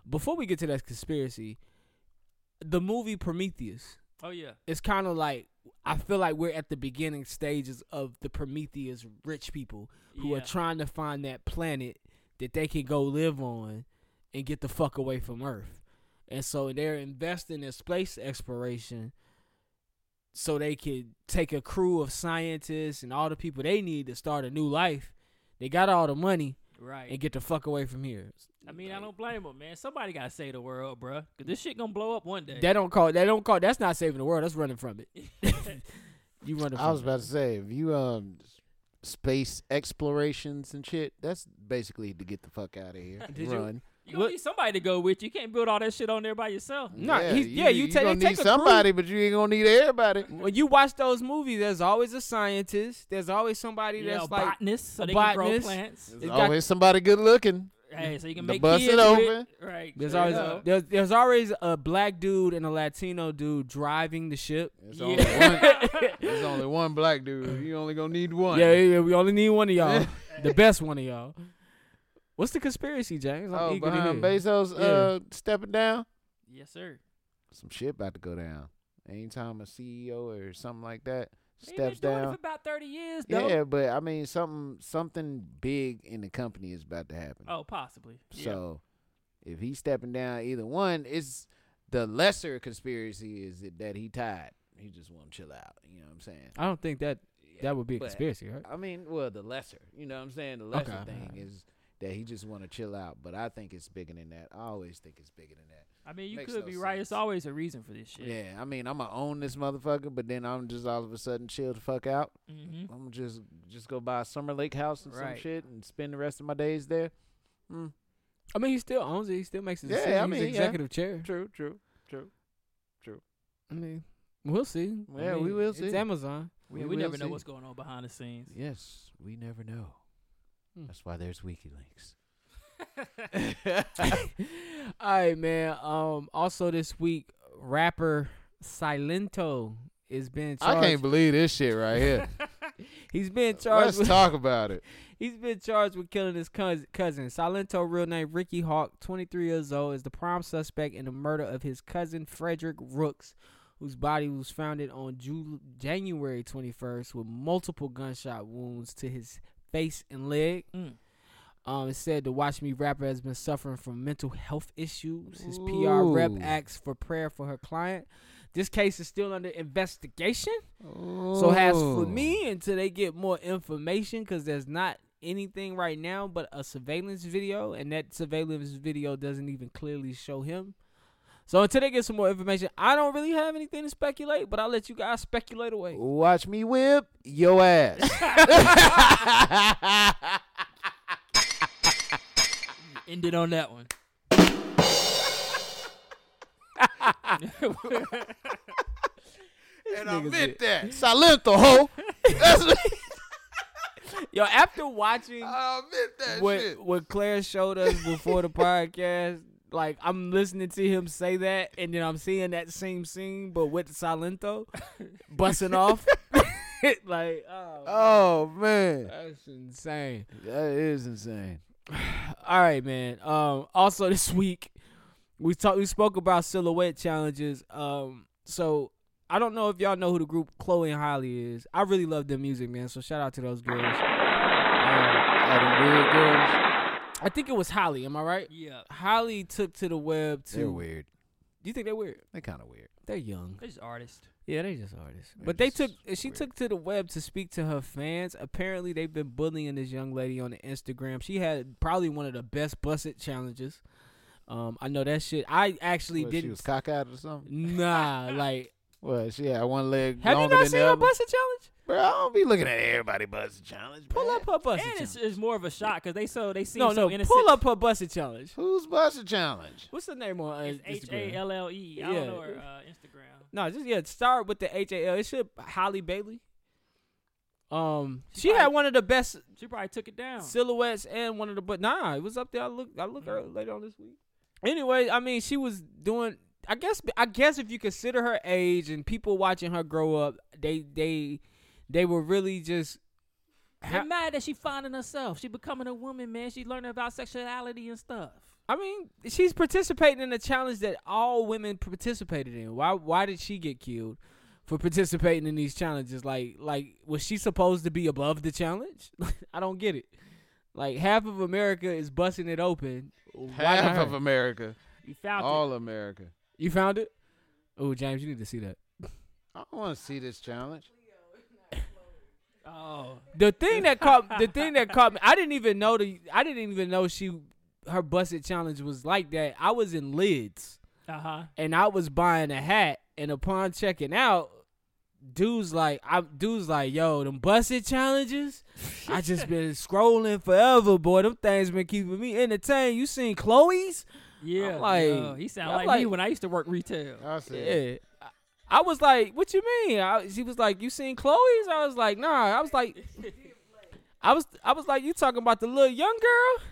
[SPEAKER 5] Before we get to that conspiracy, the movie Prometheus.
[SPEAKER 4] Oh yeah.
[SPEAKER 5] it's kind of like I feel like we're at the beginning stages of the Prometheus rich people who are
[SPEAKER 4] Yeah.
[SPEAKER 5] trying to find that planet that they can go live on and get the fuck away from Earth. And so they're investing in space exploration so they could take a crew of scientists and all the people they need to start a new life. They got all the money
[SPEAKER 4] Right.
[SPEAKER 5] and get the fuck away from here.
[SPEAKER 4] I mean, I don't blame them, man. Somebody gotta save the world, bruh. 'Cause this shit gonna blow up one day.
[SPEAKER 5] They don't call. They don't call. That's not saving the world. That's running from it. you running. From
[SPEAKER 1] I was
[SPEAKER 5] it.
[SPEAKER 1] about to say if you um s- space explorations and shit, that's basically to get the fuck out of here.
[SPEAKER 5] Did you-
[SPEAKER 1] Run.
[SPEAKER 4] you gonna
[SPEAKER 5] Look-
[SPEAKER 4] need somebody to go with. You can't build all that shit on there by yourself.
[SPEAKER 5] Nah, he's- yeah, you ta-
[SPEAKER 1] gonna
[SPEAKER 5] they take
[SPEAKER 1] need
[SPEAKER 5] a crew.
[SPEAKER 1] somebody, but you ain't gonna need everybody.
[SPEAKER 5] when you watch those movies, there's always a scientist. There's always somebody
[SPEAKER 4] Yeah,
[SPEAKER 5] that's
[SPEAKER 4] a
[SPEAKER 5] like
[SPEAKER 4] botanist, so
[SPEAKER 5] a
[SPEAKER 4] they can grow
[SPEAKER 5] botanist.
[SPEAKER 4] plants.
[SPEAKER 1] There's
[SPEAKER 5] It's got-
[SPEAKER 1] always somebody good looking.
[SPEAKER 4] Hey, so you can
[SPEAKER 1] The
[SPEAKER 4] make
[SPEAKER 1] bus
[SPEAKER 4] kids
[SPEAKER 1] it
[SPEAKER 4] with- Right.
[SPEAKER 5] there's
[SPEAKER 4] straight
[SPEAKER 5] always a,
[SPEAKER 4] up.
[SPEAKER 5] there's, there's always a black dude and a Latino dude driving the ship.
[SPEAKER 1] There's, only one,
[SPEAKER 4] Yeah.
[SPEAKER 1] there's only one black dude. You only gonna need one.
[SPEAKER 5] Yeah, yeah, yeah, we only need one of y'all, the best one of y'all. What's the conspiracy, James? I'm
[SPEAKER 1] Oh,
[SPEAKER 5] eager to
[SPEAKER 1] behind
[SPEAKER 5] hear.
[SPEAKER 1] Bezos
[SPEAKER 5] Yeah.
[SPEAKER 1] uh, stepping down.
[SPEAKER 4] Yes, sir.
[SPEAKER 1] Some shit about to go down. Anytime a CEO or something like that
[SPEAKER 4] He
[SPEAKER 1] steps
[SPEAKER 4] been doing
[SPEAKER 1] down.
[SPEAKER 4] it for about thirty years, though.
[SPEAKER 1] Yeah, but I mean something something big in the company is about to happen.
[SPEAKER 4] Oh, possibly. Yeah.
[SPEAKER 1] So if he's stepping down, either one, it's the lesser conspiracy is that- that he tied. He just want to chill out. You know what I'm saying?
[SPEAKER 5] I don't think that that would be a
[SPEAKER 1] but-
[SPEAKER 5] conspiracy, right?
[SPEAKER 1] I mean, well, the lesser. You know what I'm saying? The lesser
[SPEAKER 5] Okay.
[SPEAKER 1] thing is that he just want to chill out. But I think it's bigger than that. I always think it's bigger than that.
[SPEAKER 4] I mean, you
[SPEAKER 1] Makes
[SPEAKER 4] could
[SPEAKER 1] no
[SPEAKER 4] be right. It's
[SPEAKER 1] sense.
[SPEAKER 4] always a reason for this shit.
[SPEAKER 1] Yeah, I mean, I'm gonna own this motherfucker, but then I'm just all of a sudden chill the fuck out.
[SPEAKER 4] Mm-hmm.
[SPEAKER 1] I'm just just go buy a Summer Lake house and
[SPEAKER 4] Right.
[SPEAKER 1] some shit and spend the rest of my days there. Hmm.
[SPEAKER 5] I mean, he still owns it. He still makes his
[SPEAKER 1] Yeah, I
[SPEAKER 5] decision. He's
[SPEAKER 1] mean, yeah.
[SPEAKER 5] executive chair.
[SPEAKER 1] True, true, true.
[SPEAKER 5] I mean, we'll see. I
[SPEAKER 1] Yeah, we
[SPEAKER 5] mean,
[SPEAKER 1] will
[SPEAKER 5] It's
[SPEAKER 1] see.
[SPEAKER 5] Amazon.
[SPEAKER 4] We, we
[SPEAKER 1] will
[SPEAKER 4] never know
[SPEAKER 1] see.
[SPEAKER 4] what's going on behind the scenes.
[SPEAKER 1] Yes, we never know.
[SPEAKER 5] Hmm.
[SPEAKER 1] That's why there's WikiLeaks.
[SPEAKER 5] All right, man. Um, also this week, rapper Silento is being charged.
[SPEAKER 1] I can't believe this shit right here.
[SPEAKER 5] he's being charged.
[SPEAKER 1] Let's
[SPEAKER 5] With,
[SPEAKER 1] talk about it.
[SPEAKER 5] he's been charged with killing his cousin. cousin. Silento, real name Ricky Hawk, 23 years old, is the prime suspect in the murder of his cousin Frederick Rooks, whose body was found on Ju- January 21st with multiple gunshot wounds to his face and leg.
[SPEAKER 4] Mm.
[SPEAKER 5] Um, it said the Watch Me rapper has been suffering from mental health issues. His PR rep
[SPEAKER 1] Ooh.
[SPEAKER 5] asks for prayer for her client. This case is still under investigation.
[SPEAKER 1] Oh.
[SPEAKER 5] So has for me until they get more information because there's not anything right now but a surveillance video, and that surveillance video doesn't even clearly show him. So until they get some more information, I don't really have anything to speculate, but I'll let you guys speculate away.
[SPEAKER 1] Watch me whip your ass.
[SPEAKER 4] Ended on that one.
[SPEAKER 1] and I meant that. Silento, ho. That's what
[SPEAKER 5] Yo, after watching
[SPEAKER 1] I meant that
[SPEAKER 5] what
[SPEAKER 1] shit.
[SPEAKER 5] what Claire showed us before the podcast, like I'm listening to him say that, and then I'm seeing that same scene, but with Salento busting off, like oh,
[SPEAKER 1] Oh man,
[SPEAKER 5] that's insane.
[SPEAKER 1] that is insane.
[SPEAKER 5] All right, man. Um, also this week we talked, we spoke about silhouette challenges. Um, so I don't know if y'all know who the group Chloe and Holly is. I really love their music, man. So shout out to those girls. Um,
[SPEAKER 1] Oh, them weird girls.
[SPEAKER 5] I think it was Holly. Am I right?
[SPEAKER 4] Yeah.
[SPEAKER 5] Holly took to the web to.
[SPEAKER 1] They're weird.
[SPEAKER 5] You think they're weird?
[SPEAKER 1] They kind of weird.
[SPEAKER 5] They're young.
[SPEAKER 4] This artist.
[SPEAKER 5] Yeah, they just artists.
[SPEAKER 1] They're
[SPEAKER 5] but they
[SPEAKER 1] just
[SPEAKER 5] took she
[SPEAKER 1] weird.
[SPEAKER 5] took to the web to speak to her fans. Apparently, they've been bullying this young lady on the Instagram. She had probably one of the best busted challenges. Um, I know that shit. I actually
[SPEAKER 1] What, she
[SPEAKER 5] didn't.
[SPEAKER 1] was cockeyed or something.
[SPEAKER 5] nah, like
[SPEAKER 1] Well, she had one leg
[SPEAKER 5] have you
[SPEAKER 1] longer
[SPEAKER 5] not
[SPEAKER 1] than
[SPEAKER 5] seen
[SPEAKER 1] the
[SPEAKER 5] her
[SPEAKER 1] other.
[SPEAKER 5] busted challenge?
[SPEAKER 1] Bro, I don't be looking at everybody busted challenge.
[SPEAKER 5] Pull
[SPEAKER 1] man.
[SPEAKER 5] up her busted
[SPEAKER 4] and it's,
[SPEAKER 5] challenge.
[SPEAKER 4] it's more of a shot because they so they seem
[SPEAKER 5] No,
[SPEAKER 4] so
[SPEAKER 5] no,
[SPEAKER 4] innocent.
[SPEAKER 5] pull up her busted challenge.
[SPEAKER 1] Who's busted challenge?
[SPEAKER 5] What's the name on uh,
[SPEAKER 4] It's H A
[SPEAKER 5] Instagram?
[SPEAKER 4] L L E. I
[SPEAKER 5] Yeah.
[SPEAKER 4] don't know her uh, Instagram.
[SPEAKER 5] No, just yeah. Start with the H A L. It should Holly Bailey. Um,
[SPEAKER 4] She
[SPEAKER 5] she had
[SPEAKER 4] probably-
[SPEAKER 5] one of the best
[SPEAKER 4] She probably took it down.
[SPEAKER 5] silhouettes and one of the but nah, it was up there. I look I
[SPEAKER 4] Mm-hmm.
[SPEAKER 5] look her later on this week. Anyway, I mean she was doing I guess I guess if you consider her age and people watching her grow up, they they they were really just
[SPEAKER 4] They're mad that she finding herself. She becoming a woman, man. She learning about sexuality and stuff.
[SPEAKER 5] I mean, she's participating in a challenge that all women participated in. Why why did she get killed for participating in these challenges? Like like was she supposed to be above the challenge? I don't get it. Like half of America is busting it open. Why not
[SPEAKER 1] Half
[SPEAKER 5] her?
[SPEAKER 1] of America,
[SPEAKER 4] You found
[SPEAKER 1] all America.
[SPEAKER 5] You found it? Oh, James, you need to see that.
[SPEAKER 1] I want to see this challenge.
[SPEAKER 4] it. Oh,
[SPEAKER 5] The thing that caught the thing that caught me, I didn't even know the I didn't even know she her busted challenge was like that. I was in lids
[SPEAKER 4] uh huh.
[SPEAKER 5] and I was buying a hat and upon checking out, dudes like I dudes like, yo, them busted challenges. I just been scrolling forever, boy. Them things been keeping me entertained. You seen Chloe's?
[SPEAKER 4] Yeah,
[SPEAKER 5] I'm like-
[SPEAKER 4] yo, he sound
[SPEAKER 5] I'm
[SPEAKER 4] like, me
[SPEAKER 5] like-
[SPEAKER 4] when I used to work retail.
[SPEAKER 1] I see.
[SPEAKER 5] Yeah. I- I was like, "What you mean?" I, she was like, "You seen Chloe's?" I was like, "Nah." I was like, "I was, I was like, you talking about the little young girl?"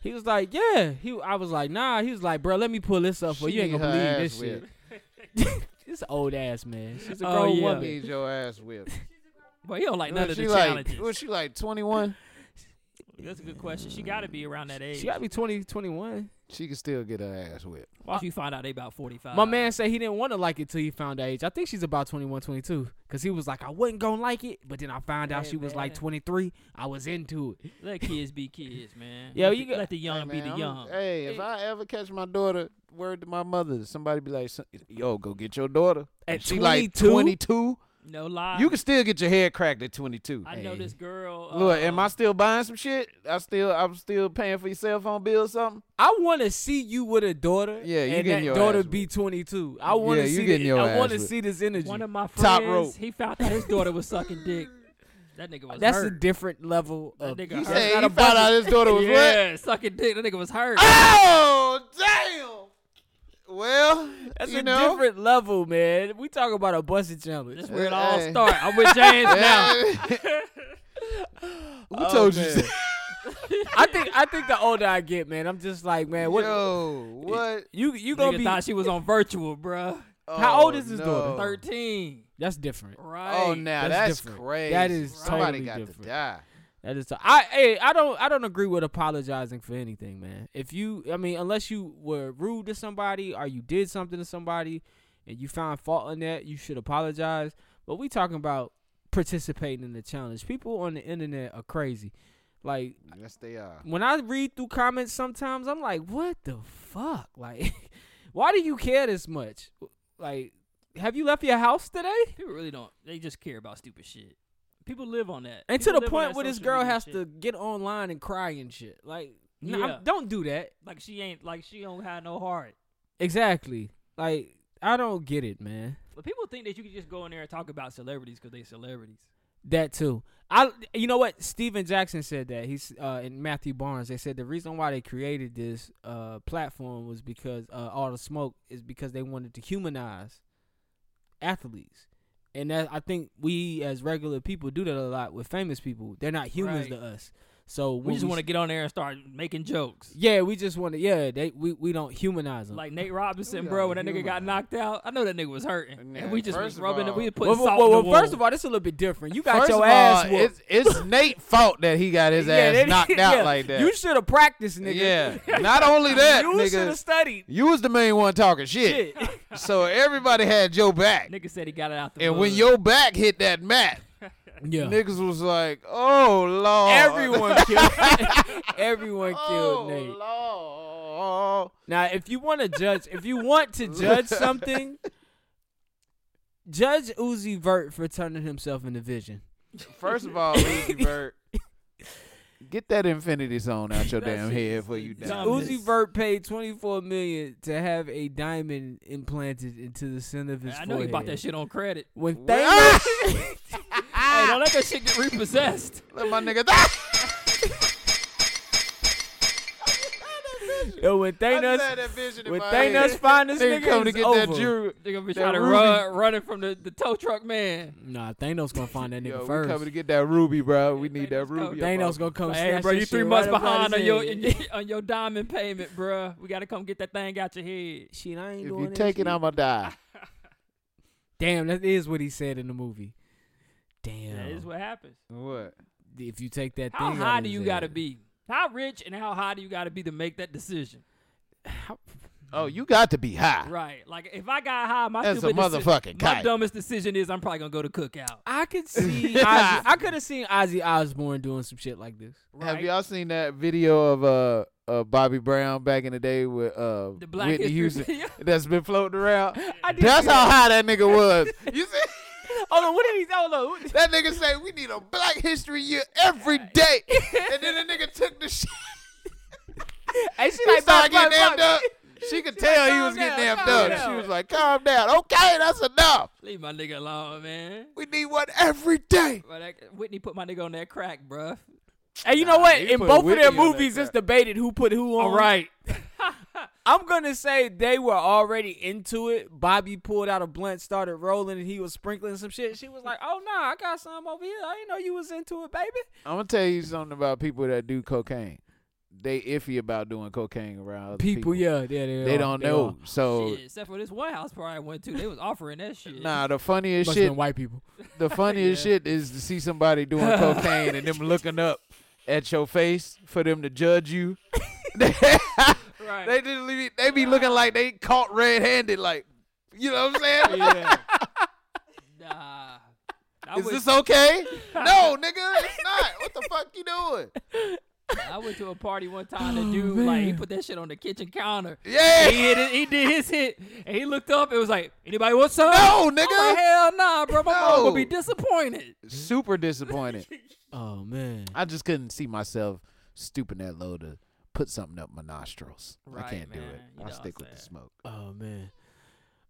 [SPEAKER 5] He was like, "Yeah." He, I was like, "Nah." He was like, "Bro, let me pull this up for you. You Ain't
[SPEAKER 1] She
[SPEAKER 5] gonna
[SPEAKER 1] need her
[SPEAKER 5] believe this
[SPEAKER 1] ass
[SPEAKER 5] shit."
[SPEAKER 1] whipped.
[SPEAKER 5] this old ass man. She's a
[SPEAKER 4] Oh,
[SPEAKER 5] grown
[SPEAKER 4] yeah.
[SPEAKER 1] I
[SPEAKER 5] woman.
[SPEAKER 1] need your ass whipped.
[SPEAKER 4] But he don't like none
[SPEAKER 1] What,
[SPEAKER 4] of
[SPEAKER 1] she
[SPEAKER 4] the
[SPEAKER 1] like?
[SPEAKER 4] challenges.
[SPEAKER 1] What she like? Twenty one?
[SPEAKER 4] That's a good question. She got to be around that age.
[SPEAKER 5] She got to be 20, 21.
[SPEAKER 1] She can still get her ass whipped.
[SPEAKER 4] Once you find out they about 45.
[SPEAKER 5] My man said he didn't want to like it till he found that age. I think she's about 21, 22. Because he was like, I wasn't going to like it. But then I found out
[SPEAKER 4] Hey,
[SPEAKER 5] she was like
[SPEAKER 4] man.
[SPEAKER 5] 23. I was into it.
[SPEAKER 4] Let kids be kids, man.
[SPEAKER 5] Yo,
[SPEAKER 4] let
[SPEAKER 5] you
[SPEAKER 4] the,
[SPEAKER 5] got-
[SPEAKER 4] let the young
[SPEAKER 1] Hey,
[SPEAKER 4] be
[SPEAKER 1] man,
[SPEAKER 4] the
[SPEAKER 1] I'm-
[SPEAKER 4] young.
[SPEAKER 1] Hey, if I ever catch my daughter, word to my mother, somebody be like, "Son- "Yo, go get your daughter."
[SPEAKER 5] At
[SPEAKER 1] And she like
[SPEAKER 5] 22?
[SPEAKER 1] twenty-two.
[SPEAKER 4] No lie.
[SPEAKER 1] You can still get your head cracked at twenty-two.
[SPEAKER 4] I know this girl. Uh,
[SPEAKER 1] Look, am I still buying some shit? I still, I'm still paying for your cell phone bill or something.
[SPEAKER 5] I want to see you with a daughter.
[SPEAKER 1] Yeah, you
[SPEAKER 5] and
[SPEAKER 1] getting
[SPEAKER 5] that
[SPEAKER 1] your
[SPEAKER 5] daughter
[SPEAKER 1] ass
[SPEAKER 5] be 22. I want
[SPEAKER 1] Yeah,
[SPEAKER 5] to
[SPEAKER 1] you
[SPEAKER 5] see.
[SPEAKER 1] getting
[SPEAKER 5] thi-
[SPEAKER 1] your
[SPEAKER 5] I want to
[SPEAKER 1] ass whipped.
[SPEAKER 5] see this energy.
[SPEAKER 4] One of my friends,
[SPEAKER 1] Top rope.
[SPEAKER 4] he found out his daughter was sucking dick. That nigga was
[SPEAKER 5] That's a
[SPEAKER 4] hurt.
[SPEAKER 5] different level
[SPEAKER 4] That
[SPEAKER 5] of.
[SPEAKER 4] nigga
[SPEAKER 1] He
[SPEAKER 4] hurt.
[SPEAKER 1] said he
[SPEAKER 5] not a
[SPEAKER 1] found out his daughter was what?
[SPEAKER 4] yeah, sucking dick. That nigga was hurt.
[SPEAKER 1] Oh, damn. Well,
[SPEAKER 5] That's
[SPEAKER 1] you
[SPEAKER 5] a
[SPEAKER 1] know,
[SPEAKER 5] different level, man. We talk about a busted challenge.
[SPEAKER 4] That's where it
[SPEAKER 1] Yeah,
[SPEAKER 4] all
[SPEAKER 1] hey.
[SPEAKER 4] start. I'm with James now.
[SPEAKER 1] Who told you?
[SPEAKER 5] man. I think I think the older I get, man, I'm just like, man, what
[SPEAKER 1] Yo, what?
[SPEAKER 5] you you
[SPEAKER 4] Nigga
[SPEAKER 5] gonna be?
[SPEAKER 4] thought she was on virtual, bruh.
[SPEAKER 5] How
[SPEAKER 1] Oh,
[SPEAKER 5] old is his daughter?
[SPEAKER 1] no.
[SPEAKER 4] 13.
[SPEAKER 5] That's different.
[SPEAKER 4] Right.
[SPEAKER 1] Oh, now
[SPEAKER 5] That's
[SPEAKER 1] that's,
[SPEAKER 5] different.
[SPEAKER 1] crazy.
[SPEAKER 5] That is
[SPEAKER 1] somebody
[SPEAKER 5] totally
[SPEAKER 1] got
[SPEAKER 5] different.
[SPEAKER 1] to die.
[SPEAKER 5] That is. I hey, I don't I don't agree with apologizing for anything, man. If you, I mean, unless you were rude to somebody or you did something to somebody, and you found fault in that, you should apologize. But we talking about participating in the challenge. People on the internet are crazy. Like
[SPEAKER 1] Yes, they are.
[SPEAKER 5] when I read through comments sometimes, I'm like, what the fuck? Like, why do you care this much? Like, have you left your house today?
[SPEAKER 4] People really don't. They just care about stupid shit. People live on that.
[SPEAKER 5] And
[SPEAKER 4] People
[SPEAKER 5] to
[SPEAKER 4] live
[SPEAKER 5] the
[SPEAKER 4] on
[SPEAKER 5] point
[SPEAKER 4] that
[SPEAKER 5] where this
[SPEAKER 4] social
[SPEAKER 5] girl
[SPEAKER 4] media
[SPEAKER 5] has
[SPEAKER 4] shit.
[SPEAKER 5] to get online and cry and shit. Like, nah,
[SPEAKER 4] Yeah.
[SPEAKER 5] don't do that.
[SPEAKER 4] Like she ain't. Like she don't have no heart.
[SPEAKER 5] Exactly. Like, I don't get it, man.
[SPEAKER 4] But people think that you can just go in there and talk about celebrities because they celebrities.
[SPEAKER 5] That too. I you know what Steven Jackson said that he's uh and Matthew Barnes they said the reason why they created this uh platform was because uh all the smoke is because they wanted to humanize athletes. And that I think we as regular people do that a lot with famous people. They're not humans
[SPEAKER 4] Right.
[SPEAKER 5] to us. So
[SPEAKER 4] We just want to get on there and start making jokes.
[SPEAKER 5] Yeah, we just want to yeah, they we, we don't humanize them.
[SPEAKER 4] Like Nate Robinson,
[SPEAKER 1] We
[SPEAKER 4] bro,
[SPEAKER 1] are
[SPEAKER 4] when that nigga got
[SPEAKER 1] human.
[SPEAKER 4] knocked out, I know that nigga was hurting,
[SPEAKER 1] Nah,
[SPEAKER 4] and we just
[SPEAKER 1] first
[SPEAKER 4] was
[SPEAKER 1] of
[SPEAKER 4] rubbing it.
[SPEAKER 1] all-
[SPEAKER 4] We put
[SPEAKER 5] well,
[SPEAKER 4] salt
[SPEAKER 5] well,
[SPEAKER 4] in
[SPEAKER 5] well,
[SPEAKER 4] the
[SPEAKER 5] first
[SPEAKER 4] wound.
[SPEAKER 5] of all, that's a little bit different. You got
[SPEAKER 1] First of
[SPEAKER 5] your ass
[SPEAKER 1] all,
[SPEAKER 5] whooped.
[SPEAKER 1] it's, it's Nate's fault that he got his ass
[SPEAKER 5] that-
[SPEAKER 1] knocked out
[SPEAKER 5] yeah.
[SPEAKER 1] like that.
[SPEAKER 5] You should have practiced, nigga.
[SPEAKER 1] Yeah. Not only that,
[SPEAKER 5] you should
[SPEAKER 1] nigga,
[SPEAKER 5] have studied.
[SPEAKER 1] you was the main one talking shit.
[SPEAKER 5] Shit.
[SPEAKER 1] So everybody had your back.
[SPEAKER 4] nigga said he got it out the.
[SPEAKER 1] And when
[SPEAKER 4] mud.
[SPEAKER 1] your back hit that mat,
[SPEAKER 5] Yeah.
[SPEAKER 1] niggas was like, "Oh lord."
[SPEAKER 5] Everyone killed. Everyone
[SPEAKER 1] oh,
[SPEAKER 5] killed Nate.
[SPEAKER 1] Lord.
[SPEAKER 5] Now, if you want to judge, if you want to judge something, judge Uzi Vert for turning himself into Vision.
[SPEAKER 1] First of all, Uzi Vert, get that infinity zone out your
[SPEAKER 4] That
[SPEAKER 1] damn
[SPEAKER 4] shit
[SPEAKER 1] head
[SPEAKER 4] is
[SPEAKER 1] for you
[SPEAKER 4] the
[SPEAKER 1] down.
[SPEAKER 4] dumbest.
[SPEAKER 5] Uzi Vert paid twenty four million to have a diamond implanted into the center of his
[SPEAKER 4] I know he bought
[SPEAKER 5] forehead.
[SPEAKER 4] that shit on credit.
[SPEAKER 5] When
[SPEAKER 1] Well-
[SPEAKER 5] Thanos, Ah.
[SPEAKER 4] Hey, don't let that shit get repossessed.
[SPEAKER 1] Let my nigga die.
[SPEAKER 5] yo, when
[SPEAKER 1] I just had
[SPEAKER 5] Thanos,
[SPEAKER 1] that vision in
[SPEAKER 5] when
[SPEAKER 1] my
[SPEAKER 5] Thanos
[SPEAKER 1] head.
[SPEAKER 5] find this
[SPEAKER 1] Nigga
[SPEAKER 5] nigga,
[SPEAKER 1] come to
[SPEAKER 5] it's
[SPEAKER 1] get
[SPEAKER 5] over.
[SPEAKER 1] that jewelry.
[SPEAKER 4] Nigga be
[SPEAKER 1] That
[SPEAKER 4] trying to
[SPEAKER 1] Ruby.
[SPEAKER 4] run, running from the, the tow truck man.
[SPEAKER 5] Nah, Thanos gonna find that nigga
[SPEAKER 1] Yo, we
[SPEAKER 5] first.
[SPEAKER 1] coming to get that ruby, bro. We need
[SPEAKER 4] Thanos
[SPEAKER 1] that ruby. up
[SPEAKER 5] Thanos
[SPEAKER 1] off
[SPEAKER 5] gonna come.
[SPEAKER 4] Like,
[SPEAKER 5] snatch
[SPEAKER 4] hey, Oh, bro,
[SPEAKER 5] that
[SPEAKER 4] you
[SPEAKER 5] shit
[SPEAKER 4] three
[SPEAKER 5] right
[SPEAKER 4] months
[SPEAKER 5] up out
[SPEAKER 4] behind on
[SPEAKER 5] his
[SPEAKER 4] your
[SPEAKER 5] head.
[SPEAKER 4] on your diamond payment, bro. We gotta come get that thing out your head.
[SPEAKER 5] shit. I ain't
[SPEAKER 1] If
[SPEAKER 5] doing
[SPEAKER 1] you
[SPEAKER 5] that
[SPEAKER 1] take
[SPEAKER 5] shit.
[SPEAKER 1] it, I'ma die.
[SPEAKER 5] Damn, that is what he said in the movie. Damn.
[SPEAKER 4] That is what happens.
[SPEAKER 1] What?
[SPEAKER 5] if you take that
[SPEAKER 4] How
[SPEAKER 5] thing.
[SPEAKER 4] high do you gotta be? How rich and how high do you gotta be to make that decision?
[SPEAKER 1] Oh, you got to be high.
[SPEAKER 4] Right. Like if I got high, my
[SPEAKER 1] That's a
[SPEAKER 4] stupid deci-
[SPEAKER 1] motherfucking
[SPEAKER 4] my
[SPEAKER 1] kite.
[SPEAKER 4] dumbest decision is I'm probably gonna go to cookout.
[SPEAKER 5] I could see. Ozzy, I could have seen Ozzy Osbourne doing some shit like this.
[SPEAKER 1] Have
[SPEAKER 4] Right.
[SPEAKER 1] y'all seen that video of uh, uh Bobby Brown back in the day with uh
[SPEAKER 4] The Black
[SPEAKER 1] Whitney
[SPEAKER 4] History
[SPEAKER 1] Houston
[SPEAKER 4] video.
[SPEAKER 1] that's been floating around?
[SPEAKER 5] I did
[SPEAKER 1] That's
[SPEAKER 5] see
[SPEAKER 1] how high that nigga was. You see,
[SPEAKER 5] Hold on, what did he? Hold on. what-
[SPEAKER 1] that nigga say we need a Black History year every day, and then the nigga took the shit.
[SPEAKER 5] Hey, she
[SPEAKER 1] He
[SPEAKER 5] like
[SPEAKER 1] started
[SPEAKER 5] "Fuck,
[SPEAKER 1] getting
[SPEAKER 5] fuck,
[SPEAKER 1] amped up.
[SPEAKER 5] fuck."
[SPEAKER 1] She could tell he
[SPEAKER 5] "Calm
[SPEAKER 1] was getting
[SPEAKER 5] down,
[SPEAKER 1] amped
[SPEAKER 5] calm
[SPEAKER 1] up.
[SPEAKER 5] down.
[SPEAKER 1] She was like, "Calm down, okay, that's enough.
[SPEAKER 4] Leave my nigga alone, man.
[SPEAKER 1] We need one every day."
[SPEAKER 4] Bro, that- Whitney put my nigga on that crack, bruh.
[SPEAKER 5] Hey, you know what?
[SPEAKER 1] he
[SPEAKER 5] In
[SPEAKER 1] put
[SPEAKER 5] both of
[SPEAKER 1] Whitney
[SPEAKER 5] their
[SPEAKER 1] on that
[SPEAKER 5] movies, it's
[SPEAKER 1] crap.
[SPEAKER 5] debated who put who on.
[SPEAKER 4] All right.
[SPEAKER 5] I'm gonna say they were already into it. Bobby pulled out a blunt, started rolling, and he was sprinkling some shit. She was like, "Oh nah, I got some over here. I didn't know you was into it, baby."
[SPEAKER 1] I'm gonna tell you something about people that do cocaine. They iffy about doing cocaine around other
[SPEAKER 5] People, yeah, yeah, they,
[SPEAKER 1] They
[SPEAKER 5] are,
[SPEAKER 1] don't
[SPEAKER 5] they
[SPEAKER 1] know.
[SPEAKER 5] are.
[SPEAKER 1] So
[SPEAKER 4] Shit, except for this one house party I went to, they was offering that shit.
[SPEAKER 1] Oh. nah, the funniest
[SPEAKER 5] Must
[SPEAKER 1] shit
[SPEAKER 5] been white people.
[SPEAKER 1] the funniest shit is to see somebody doing cocaine and them looking up at your face for them to judge you.
[SPEAKER 4] Right.
[SPEAKER 1] They just leave, they be looking like they caught red-handed, like you know what I'm saying?
[SPEAKER 4] yeah. Nah. I
[SPEAKER 1] Is
[SPEAKER 4] went,
[SPEAKER 1] this okay? no, nigga, it's not. What the fuck you doing?
[SPEAKER 4] I went to a party one time.
[SPEAKER 1] Oh,
[SPEAKER 4] The dude, like, he put that shit on the kitchen counter.
[SPEAKER 1] Yeah.
[SPEAKER 4] He, hit it, he did his hit, and he looked up. It was like, anybody want some?
[SPEAKER 1] No, nigga.
[SPEAKER 4] I'm like, hell nah, bro. My mom
[SPEAKER 1] No.
[SPEAKER 4] gonna be disappointed.
[SPEAKER 1] Super disappointed.
[SPEAKER 5] Oh man.
[SPEAKER 1] I just couldn't see myself stooping that low to put something up my nostrils. I
[SPEAKER 4] Right,
[SPEAKER 1] can't do
[SPEAKER 4] man.
[SPEAKER 1] it.
[SPEAKER 4] You
[SPEAKER 1] I
[SPEAKER 4] know
[SPEAKER 1] stick
[SPEAKER 4] what
[SPEAKER 1] with
[SPEAKER 4] I'm
[SPEAKER 1] the
[SPEAKER 4] saying.
[SPEAKER 1] smoke.
[SPEAKER 5] Oh man.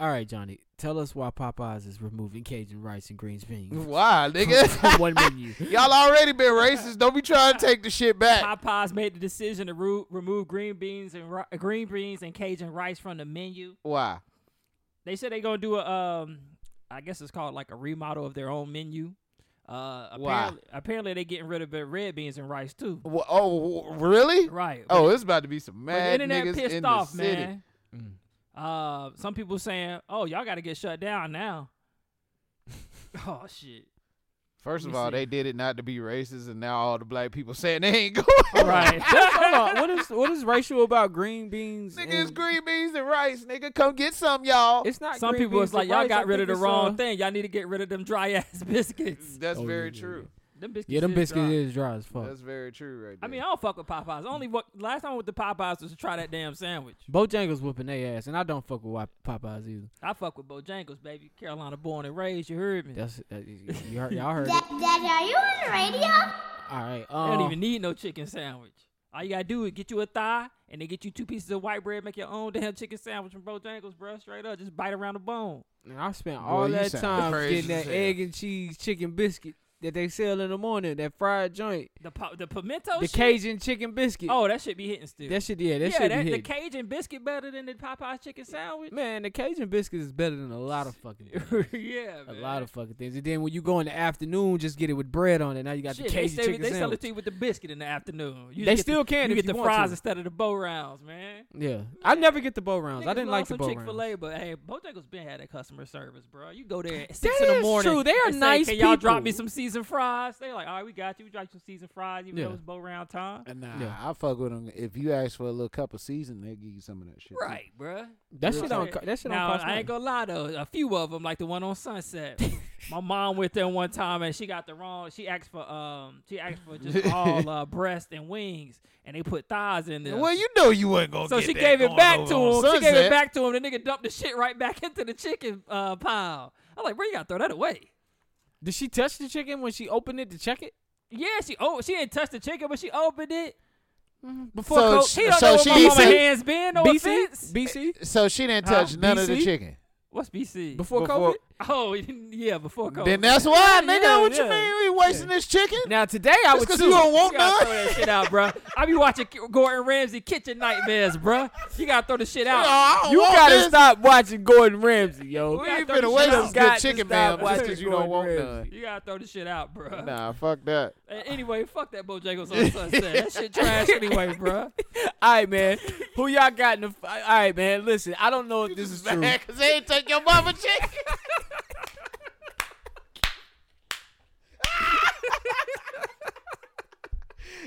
[SPEAKER 5] All right, Johnny. Tell us why Popeyes is removing Cajun rice and green beans
[SPEAKER 1] Why, nigga?
[SPEAKER 5] from one menu.
[SPEAKER 1] Y'all already been racist. Don't be trying to take the shit back.
[SPEAKER 4] Popeyes made the decision to ru- remove green beans and ri- green beans and Cajun rice from the menu.
[SPEAKER 1] Why?
[SPEAKER 4] They said they gonna do a um, I guess it's called like a remodel of their own menu. Uh,
[SPEAKER 1] Why?
[SPEAKER 4] apparently, apparently they getting rid of the red beans and rice too.
[SPEAKER 1] Wha- Oh, wh- really?
[SPEAKER 4] Right.
[SPEAKER 1] Oh, it's about to be some
[SPEAKER 4] But the
[SPEAKER 1] mad
[SPEAKER 4] internet
[SPEAKER 1] niggas
[SPEAKER 4] pissed
[SPEAKER 1] in
[SPEAKER 4] off,
[SPEAKER 1] the city.
[SPEAKER 4] man. Uh, some people saying, "Oh, y'all got to get shut down now." oh shit!
[SPEAKER 1] First
[SPEAKER 4] Let
[SPEAKER 1] of
[SPEAKER 4] me
[SPEAKER 1] all,
[SPEAKER 4] see.
[SPEAKER 1] they did it not to be racist, and now all the black people saying they ain't going.
[SPEAKER 4] Right.
[SPEAKER 5] Hold on. What is what is racial about green beans?
[SPEAKER 1] nigga,
[SPEAKER 5] and-
[SPEAKER 1] it's green beans and rice. Nigga, come get some, y'all.
[SPEAKER 5] It's not.
[SPEAKER 4] some
[SPEAKER 5] green
[SPEAKER 4] people
[SPEAKER 5] beans
[SPEAKER 4] was like,
[SPEAKER 5] and
[SPEAKER 4] "Y'all
[SPEAKER 5] rice. I
[SPEAKER 4] got rid
[SPEAKER 5] think
[SPEAKER 4] of the
[SPEAKER 5] it's,
[SPEAKER 4] wrong
[SPEAKER 5] uh,
[SPEAKER 4] thing. Y'all need to get rid of them dry ass biscuits."
[SPEAKER 1] Mm, That's
[SPEAKER 5] Oh,
[SPEAKER 1] very
[SPEAKER 5] yeah, yeah,
[SPEAKER 1] true.
[SPEAKER 4] Them biscuits.
[SPEAKER 5] Yeah, them
[SPEAKER 4] is
[SPEAKER 5] biscuits
[SPEAKER 4] dry.
[SPEAKER 5] is dry as fuck.
[SPEAKER 1] That's very true, right
[SPEAKER 4] I
[SPEAKER 1] there.
[SPEAKER 4] mean, I don't fuck with Popeyes. Only what last time I went to Popeyes was to try that damn sandwich.
[SPEAKER 5] Bojangles whooping their ass, and I don't fuck with Wa- Popeyes either.
[SPEAKER 4] I fuck with Bojangles, baby. Carolina born and raised. You heard me.
[SPEAKER 5] That's that, you heard, y'all heard it.
[SPEAKER 7] Dad, Dad, are you on the radio?
[SPEAKER 5] All right.
[SPEAKER 4] I
[SPEAKER 5] Um,
[SPEAKER 4] don't even need no chicken sandwich. All you gotta do is get you a thigh and then get you two pieces of white bread. Make your own damn chicken sandwich from Bojangles, bro. Straight up, just bite around the bone.
[SPEAKER 5] Man, I spent
[SPEAKER 1] Boy,
[SPEAKER 5] all
[SPEAKER 1] you
[SPEAKER 5] that
[SPEAKER 1] sound
[SPEAKER 5] time
[SPEAKER 1] crazy
[SPEAKER 5] getting
[SPEAKER 1] as
[SPEAKER 5] that
[SPEAKER 1] hell.
[SPEAKER 5] egg and cheese chicken biscuit that they sell in the morning, that fried joint,
[SPEAKER 4] The po- the pimento.
[SPEAKER 5] the
[SPEAKER 4] Oh, shit?
[SPEAKER 5] Cajun chicken biscuit.
[SPEAKER 4] Oh, that should be hitting still.
[SPEAKER 5] that shit, yeah, that
[SPEAKER 4] yeah,
[SPEAKER 5] shit
[SPEAKER 4] that,
[SPEAKER 5] be
[SPEAKER 4] the
[SPEAKER 5] hit.
[SPEAKER 4] Cajun biscuit better than the Popeyes chicken sandwich.
[SPEAKER 5] man, the Cajun biscuit is better than a lot of fucking, things.
[SPEAKER 4] yeah,
[SPEAKER 5] a
[SPEAKER 4] man.
[SPEAKER 5] lot of fucking things. And then when you go in the afternoon, just get it with bread on it. Now you got
[SPEAKER 4] shit.
[SPEAKER 5] the
[SPEAKER 4] They,
[SPEAKER 5] Cajun
[SPEAKER 4] sell,
[SPEAKER 5] chicken
[SPEAKER 4] they sell
[SPEAKER 5] sandwich.
[SPEAKER 4] it to you with the biscuit in the afternoon. You
[SPEAKER 5] They
[SPEAKER 4] just get
[SPEAKER 5] still
[SPEAKER 4] the,
[SPEAKER 5] can
[SPEAKER 4] You
[SPEAKER 5] if
[SPEAKER 4] get
[SPEAKER 5] you
[SPEAKER 4] the
[SPEAKER 5] want
[SPEAKER 4] fries
[SPEAKER 5] to.
[SPEAKER 4] instead of the bow rounds, man.
[SPEAKER 5] yeah, I never get the bowl rounds. I
[SPEAKER 4] Niggas
[SPEAKER 5] didn't
[SPEAKER 4] love
[SPEAKER 5] like the
[SPEAKER 4] some
[SPEAKER 5] bowl
[SPEAKER 4] Chick Fil
[SPEAKER 5] rounds.
[SPEAKER 4] A, but hey, Bojangles been had that customer service, bro. You go there at six in
[SPEAKER 5] is
[SPEAKER 4] the morning.
[SPEAKER 5] true. They are
[SPEAKER 4] and say,
[SPEAKER 5] nice
[SPEAKER 4] Can y'all drop me
[SPEAKER 5] people."
[SPEAKER 4] some seasoned fries? They like, all right, we got you. We drop you some seasoned fries, even
[SPEAKER 5] Yeah.
[SPEAKER 4] though it's bow round time.
[SPEAKER 1] Uh, Nah,
[SPEAKER 5] Yeah.
[SPEAKER 1] I fuck with them. If you ask for a little cup of season, they give you some of that shit. too.
[SPEAKER 4] Right, bro.
[SPEAKER 5] That shit don't. co- That shit
[SPEAKER 4] now,
[SPEAKER 5] don't cost
[SPEAKER 4] I ain't gonna lie though, a few of them, like the one on Sunset. My mom went there one time and she got the wrong. She asked for um, she asked for just all uh, breast and wings, and they put thighs in there.
[SPEAKER 1] Well, you know you wasn't gonna.
[SPEAKER 4] So
[SPEAKER 1] get
[SPEAKER 4] she
[SPEAKER 1] that
[SPEAKER 4] gave it
[SPEAKER 1] going
[SPEAKER 4] back
[SPEAKER 1] over
[SPEAKER 4] to
[SPEAKER 1] on
[SPEAKER 4] him. She gave
[SPEAKER 1] Sunset.
[SPEAKER 4] it back to him. The nigga dumped the shit right back into the chicken uh, pile. I'm like, bro, you gotta throw that away.
[SPEAKER 5] Did she touch the chicken when she opened it to check it?
[SPEAKER 4] Yeah, she oh she didn't touch the chicken, but she opened it.
[SPEAKER 5] Before
[SPEAKER 1] Mm-hmm. So,
[SPEAKER 5] Coke-
[SPEAKER 1] sh-
[SPEAKER 4] He don't
[SPEAKER 1] so
[SPEAKER 4] know what
[SPEAKER 1] she
[SPEAKER 4] my mama
[SPEAKER 1] didn't-
[SPEAKER 4] hands been. No
[SPEAKER 5] BC,
[SPEAKER 4] offense.
[SPEAKER 5] BC,
[SPEAKER 1] so she didn't
[SPEAKER 4] Huh?
[SPEAKER 1] touch none of the
[SPEAKER 5] BC?
[SPEAKER 1] chicken.
[SPEAKER 4] What's BC?
[SPEAKER 5] before,
[SPEAKER 1] Before-
[SPEAKER 5] COVID.
[SPEAKER 4] oh he didn't- yeah, before COVID.
[SPEAKER 1] Then that's why,
[SPEAKER 4] Yeah,
[SPEAKER 1] nigga.
[SPEAKER 4] yeah,
[SPEAKER 1] what you
[SPEAKER 4] yeah.
[SPEAKER 1] mean? We wasting this chicken?
[SPEAKER 5] Now today I
[SPEAKER 1] Just
[SPEAKER 5] would
[SPEAKER 1] because
[SPEAKER 5] sue.
[SPEAKER 1] you don't
[SPEAKER 4] You
[SPEAKER 1] want
[SPEAKER 4] gotta throw that
[SPEAKER 1] none.
[SPEAKER 4] shit out, bro. I be watching K- Gordon Ramsay Kitchen Nightmares, bro. You gotta throw the shit
[SPEAKER 1] Oh,
[SPEAKER 4] out.
[SPEAKER 1] I don't
[SPEAKER 5] You
[SPEAKER 1] want
[SPEAKER 5] gotta
[SPEAKER 1] this.
[SPEAKER 5] stop watching Gordon Ramsay, yo.
[SPEAKER 1] We ain't finna
[SPEAKER 4] gotta throw
[SPEAKER 1] waste
[SPEAKER 4] this shit
[SPEAKER 1] this
[SPEAKER 4] out.
[SPEAKER 1] good
[SPEAKER 5] Gotta
[SPEAKER 1] chicken,
[SPEAKER 5] stop
[SPEAKER 1] man, just
[SPEAKER 5] watching
[SPEAKER 1] because you don't
[SPEAKER 5] Gordon
[SPEAKER 1] want
[SPEAKER 5] Ramsay.
[SPEAKER 4] You gotta throw the shit out, bro.
[SPEAKER 1] none. Nah, fuck that.
[SPEAKER 4] Uh, Anyway, fuck that Bojangles on Sunset. that shit trash anyway, bro.
[SPEAKER 5] All right, man. Who y'all got in the? All right, man. Listen, I don't know if this is true.
[SPEAKER 1] Because they ain't take your mama chicken.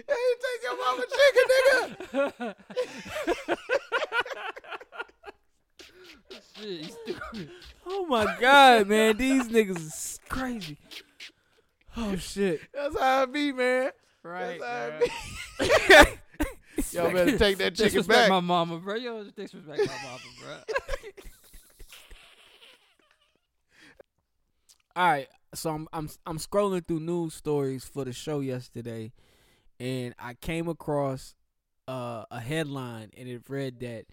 [SPEAKER 1] they ain't take your mama chicken, nigga.
[SPEAKER 4] Shit, you stupid.
[SPEAKER 5] Oh my god, man. These niggas is crazy. Oh shit.
[SPEAKER 1] That's how it be, man.
[SPEAKER 4] Right.
[SPEAKER 1] That's how
[SPEAKER 4] bruh.
[SPEAKER 1] it be. Y'all better take that chicken
[SPEAKER 4] disrespect
[SPEAKER 1] back.
[SPEAKER 4] my mama, bro. Yo, disrespect my mama, bro.
[SPEAKER 5] All right. So I'm I'm I'm scrolling through news stories for the show yesterday, and I came across uh, a headline, and it read that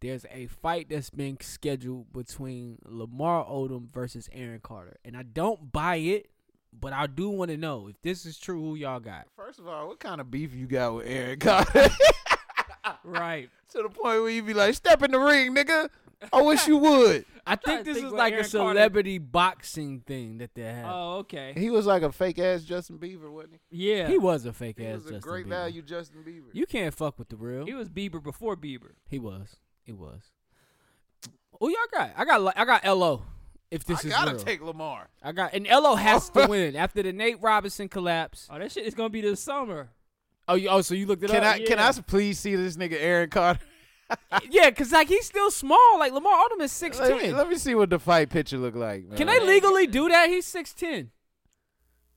[SPEAKER 5] there's a fight that's been scheduled between Lamar Odom versus Aaron Carter, and I don't buy it, but I do want to know if this is true. Who y'all got?
[SPEAKER 1] First of all, what kind of beef you got with Aaron Carter?
[SPEAKER 4] Right.
[SPEAKER 1] to the point where you be like, step in the ring, nigga. I wish you would.
[SPEAKER 5] I
[SPEAKER 4] trying
[SPEAKER 5] think
[SPEAKER 4] to
[SPEAKER 5] this
[SPEAKER 4] think
[SPEAKER 5] is
[SPEAKER 4] what
[SPEAKER 5] like a
[SPEAKER 4] Aaron Carter-
[SPEAKER 5] celebrity boxing thing that they had.
[SPEAKER 4] Oh, okay.
[SPEAKER 1] He was like a fake ass Justin Bieber, wasn't
[SPEAKER 4] Yeah.
[SPEAKER 5] He was a fake
[SPEAKER 1] he? He
[SPEAKER 5] ass.
[SPEAKER 1] was a
[SPEAKER 5] Justin
[SPEAKER 1] great
[SPEAKER 5] Bieber.
[SPEAKER 1] value Justin Bieber.
[SPEAKER 5] You can't fuck with the real.
[SPEAKER 4] He was Bieber before Bieber.
[SPEAKER 5] He was. He was. Oh, y'all got. I got. Li- I got. Lo. if this
[SPEAKER 1] I
[SPEAKER 5] is
[SPEAKER 1] gotta
[SPEAKER 5] real.
[SPEAKER 1] take Lamar.
[SPEAKER 5] I got and LO has to win after the Nate Robinson collapse.
[SPEAKER 4] Oh, that shit is gonna be this summer.
[SPEAKER 5] Oh, you, oh, so you looked it
[SPEAKER 1] Can
[SPEAKER 5] up?
[SPEAKER 1] I can I please see this nigga Aaron Carter?
[SPEAKER 5] Yeah, cause like he's still small. Like Lamar Odom is six
[SPEAKER 1] Let me,
[SPEAKER 5] ten.
[SPEAKER 1] let me see what the fight picture look like, man.
[SPEAKER 5] Can they legally do that? He's six ten.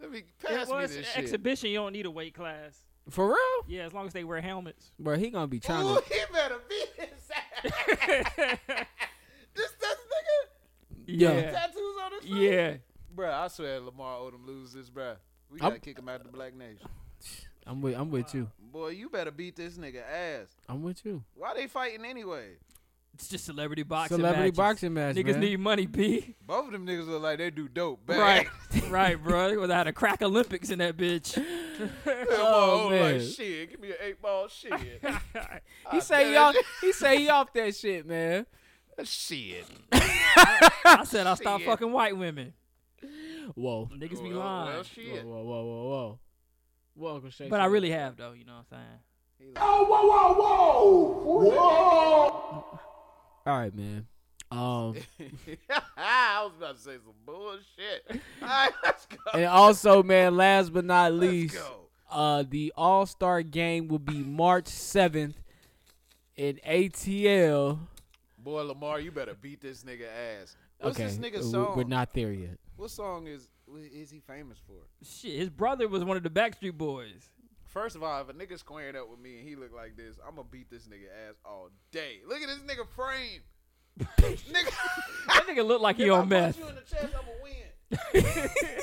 [SPEAKER 1] Let me pass
[SPEAKER 4] well,
[SPEAKER 1] me
[SPEAKER 4] it's
[SPEAKER 1] this
[SPEAKER 4] an
[SPEAKER 1] shit.
[SPEAKER 4] exhibition. You don't need a weight class.
[SPEAKER 5] For real?
[SPEAKER 4] Yeah, as long as they wear helmets.
[SPEAKER 5] Bro, he gonna be trying
[SPEAKER 1] Ooh,
[SPEAKER 5] to.
[SPEAKER 1] he better be his ass. this this nigga
[SPEAKER 5] Yeah.
[SPEAKER 1] tattoos on his face.
[SPEAKER 4] Yeah.
[SPEAKER 1] Bruh, I swear Lamar Odom loses, bruh. We gotta
[SPEAKER 5] I'm-
[SPEAKER 1] kick him out the Black Nation.
[SPEAKER 5] I'm with. I'm with you.
[SPEAKER 1] Boy, you better beat this nigga ass.
[SPEAKER 5] I'm with you.
[SPEAKER 1] Why they fighting anyway?
[SPEAKER 4] It's just celebrity boxing.
[SPEAKER 5] Celebrity
[SPEAKER 4] matches.
[SPEAKER 5] boxing match,
[SPEAKER 4] Niggas
[SPEAKER 5] man.
[SPEAKER 4] need money, B.
[SPEAKER 1] Both of them niggas look like they do dope. Bad.
[SPEAKER 4] Right. right, bro. They would have had a crack Olympics in that bitch.
[SPEAKER 5] Oh,
[SPEAKER 1] Lamar Odom
[SPEAKER 5] man.
[SPEAKER 1] like shit. Give me an eight ball shit.
[SPEAKER 5] He say y'all. He say he off that shit, man.
[SPEAKER 1] shit.
[SPEAKER 4] I said I'll stop
[SPEAKER 1] Shit.
[SPEAKER 4] fucking white women.
[SPEAKER 5] Whoa.
[SPEAKER 4] Niggas be
[SPEAKER 1] Well,
[SPEAKER 4] lying.
[SPEAKER 1] well,
[SPEAKER 5] Whoa,
[SPEAKER 1] shit.
[SPEAKER 5] whoa, whoa, whoa, whoa. Welcome, Shay.
[SPEAKER 4] but I really have though, you know what I'm saying?
[SPEAKER 5] All right, man. Um,
[SPEAKER 1] I was about to say some bullshit. All right, let's go.
[SPEAKER 5] and also, man, last but not least,
[SPEAKER 1] go.
[SPEAKER 5] uh, the All Star Game will be March seventh in ATL.
[SPEAKER 1] Boy, Lamar, you better beat this nigga ass. What's
[SPEAKER 5] okay,
[SPEAKER 1] this nigga
[SPEAKER 5] we-
[SPEAKER 1] song?
[SPEAKER 5] we're not there yet.
[SPEAKER 1] What song is is he famous for?
[SPEAKER 4] Shit, his brother was one of the Backstreet Boys.
[SPEAKER 1] First of all, if a nigga squaring up with me and he look like this, I'm gonna beat this nigga ass all day. Look at this nigga frame. nigga,
[SPEAKER 4] That nigga looked like he on meth.
[SPEAKER 1] you in the chest, I'm gonna win.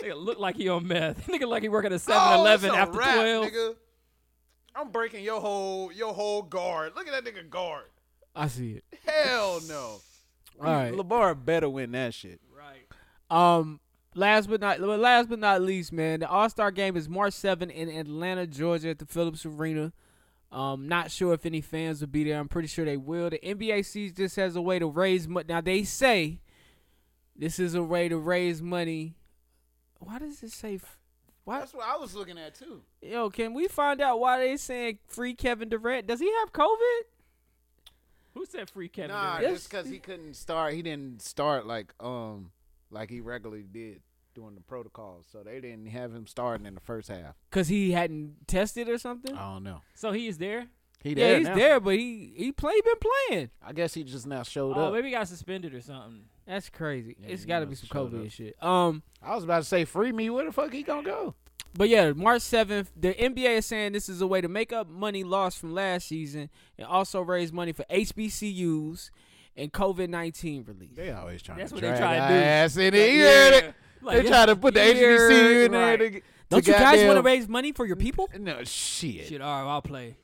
[SPEAKER 4] Nigga looked like he on meth. Nigga like he work at a 7
[SPEAKER 1] Oh, it's
[SPEAKER 4] Eleven
[SPEAKER 1] a
[SPEAKER 4] after
[SPEAKER 1] wrap,
[SPEAKER 4] 12.
[SPEAKER 1] nigga. I'm breaking your whole your whole guard. Look at that nigga guard.
[SPEAKER 5] I see it.
[SPEAKER 1] Hell no.
[SPEAKER 5] All right.
[SPEAKER 1] Lamar better win that shit.
[SPEAKER 4] Right.
[SPEAKER 5] Um, last but not well, last but not least, man, the All Star Game is March 7th in Atlanta, Georgia, at the Phillips Arena. Um, not sure if any fans will be there. I'm pretty sure they will. The NBA sees this as a way to raise money. Now they say this is a way to raise money. Why does it say? f- Why?
[SPEAKER 1] That's what I was looking at too.
[SPEAKER 5] Yo, can we find out why they saying free Kevin Durant? Does he have COVID?
[SPEAKER 4] Who said free Kevin
[SPEAKER 1] Nah,
[SPEAKER 4] Durant?
[SPEAKER 1] just because he couldn't start, he didn't start like um like he regularly did during the protocol. So they didn't have him starting in the first half.
[SPEAKER 5] Cause he hadn't tested or something.
[SPEAKER 1] I don't know.
[SPEAKER 4] So he is there?
[SPEAKER 1] He
[SPEAKER 5] yeah, he's there, but he he play been playing.
[SPEAKER 1] I guess he just now showed
[SPEAKER 4] Oh,
[SPEAKER 1] up.
[SPEAKER 4] maybe he got suspended or something.
[SPEAKER 5] That's crazy.
[SPEAKER 1] Yeah,
[SPEAKER 5] it's
[SPEAKER 1] he
[SPEAKER 5] got to be
[SPEAKER 1] must
[SPEAKER 5] some
[SPEAKER 1] have showed
[SPEAKER 5] COVID
[SPEAKER 1] up.
[SPEAKER 5] and shit. Um,
[SPEAKER 1] I was about to say, free me. Where the fuck he gonna go?
[SPEAKER 5] but yeah, March seventh, the NBA is saying this is a way to make up money lost from last season and also raise money for HBCUs and COVID nineteen relief.
[SPEAKER 1] They always trying
[SPEAKER 4] That's
[SPEAKER 1] to
[SPEAKER 4] what they
[SPEAKER 1] drag
[SPEAKER 4] try to
[SPEAKER 1] our
[SPEAKER 4] do.
[SPEAKER 1] ass in it. You
[SPEAKER 4] yeah.
[SPEAKER 1] heard it?
[SPEAKER 4] Like,
[SPEAKER 1] they
[SPEAKER 4] yeah.
[SPEAKER 1] try to put the
[SPEAKER 5] You heard
[SPEAKER 1] HBCU in
[SPEAKER 5] right.
[SPEAKER 1] there. To, to
[SPEAKER 5] Don't you guys want to
[SPEAKER 1] goddamn-
[SPEAKER 5] raise money for your people?
[SPEAKER 1] No shit.
[SPEAKER 4] Shit, all right, I'll play.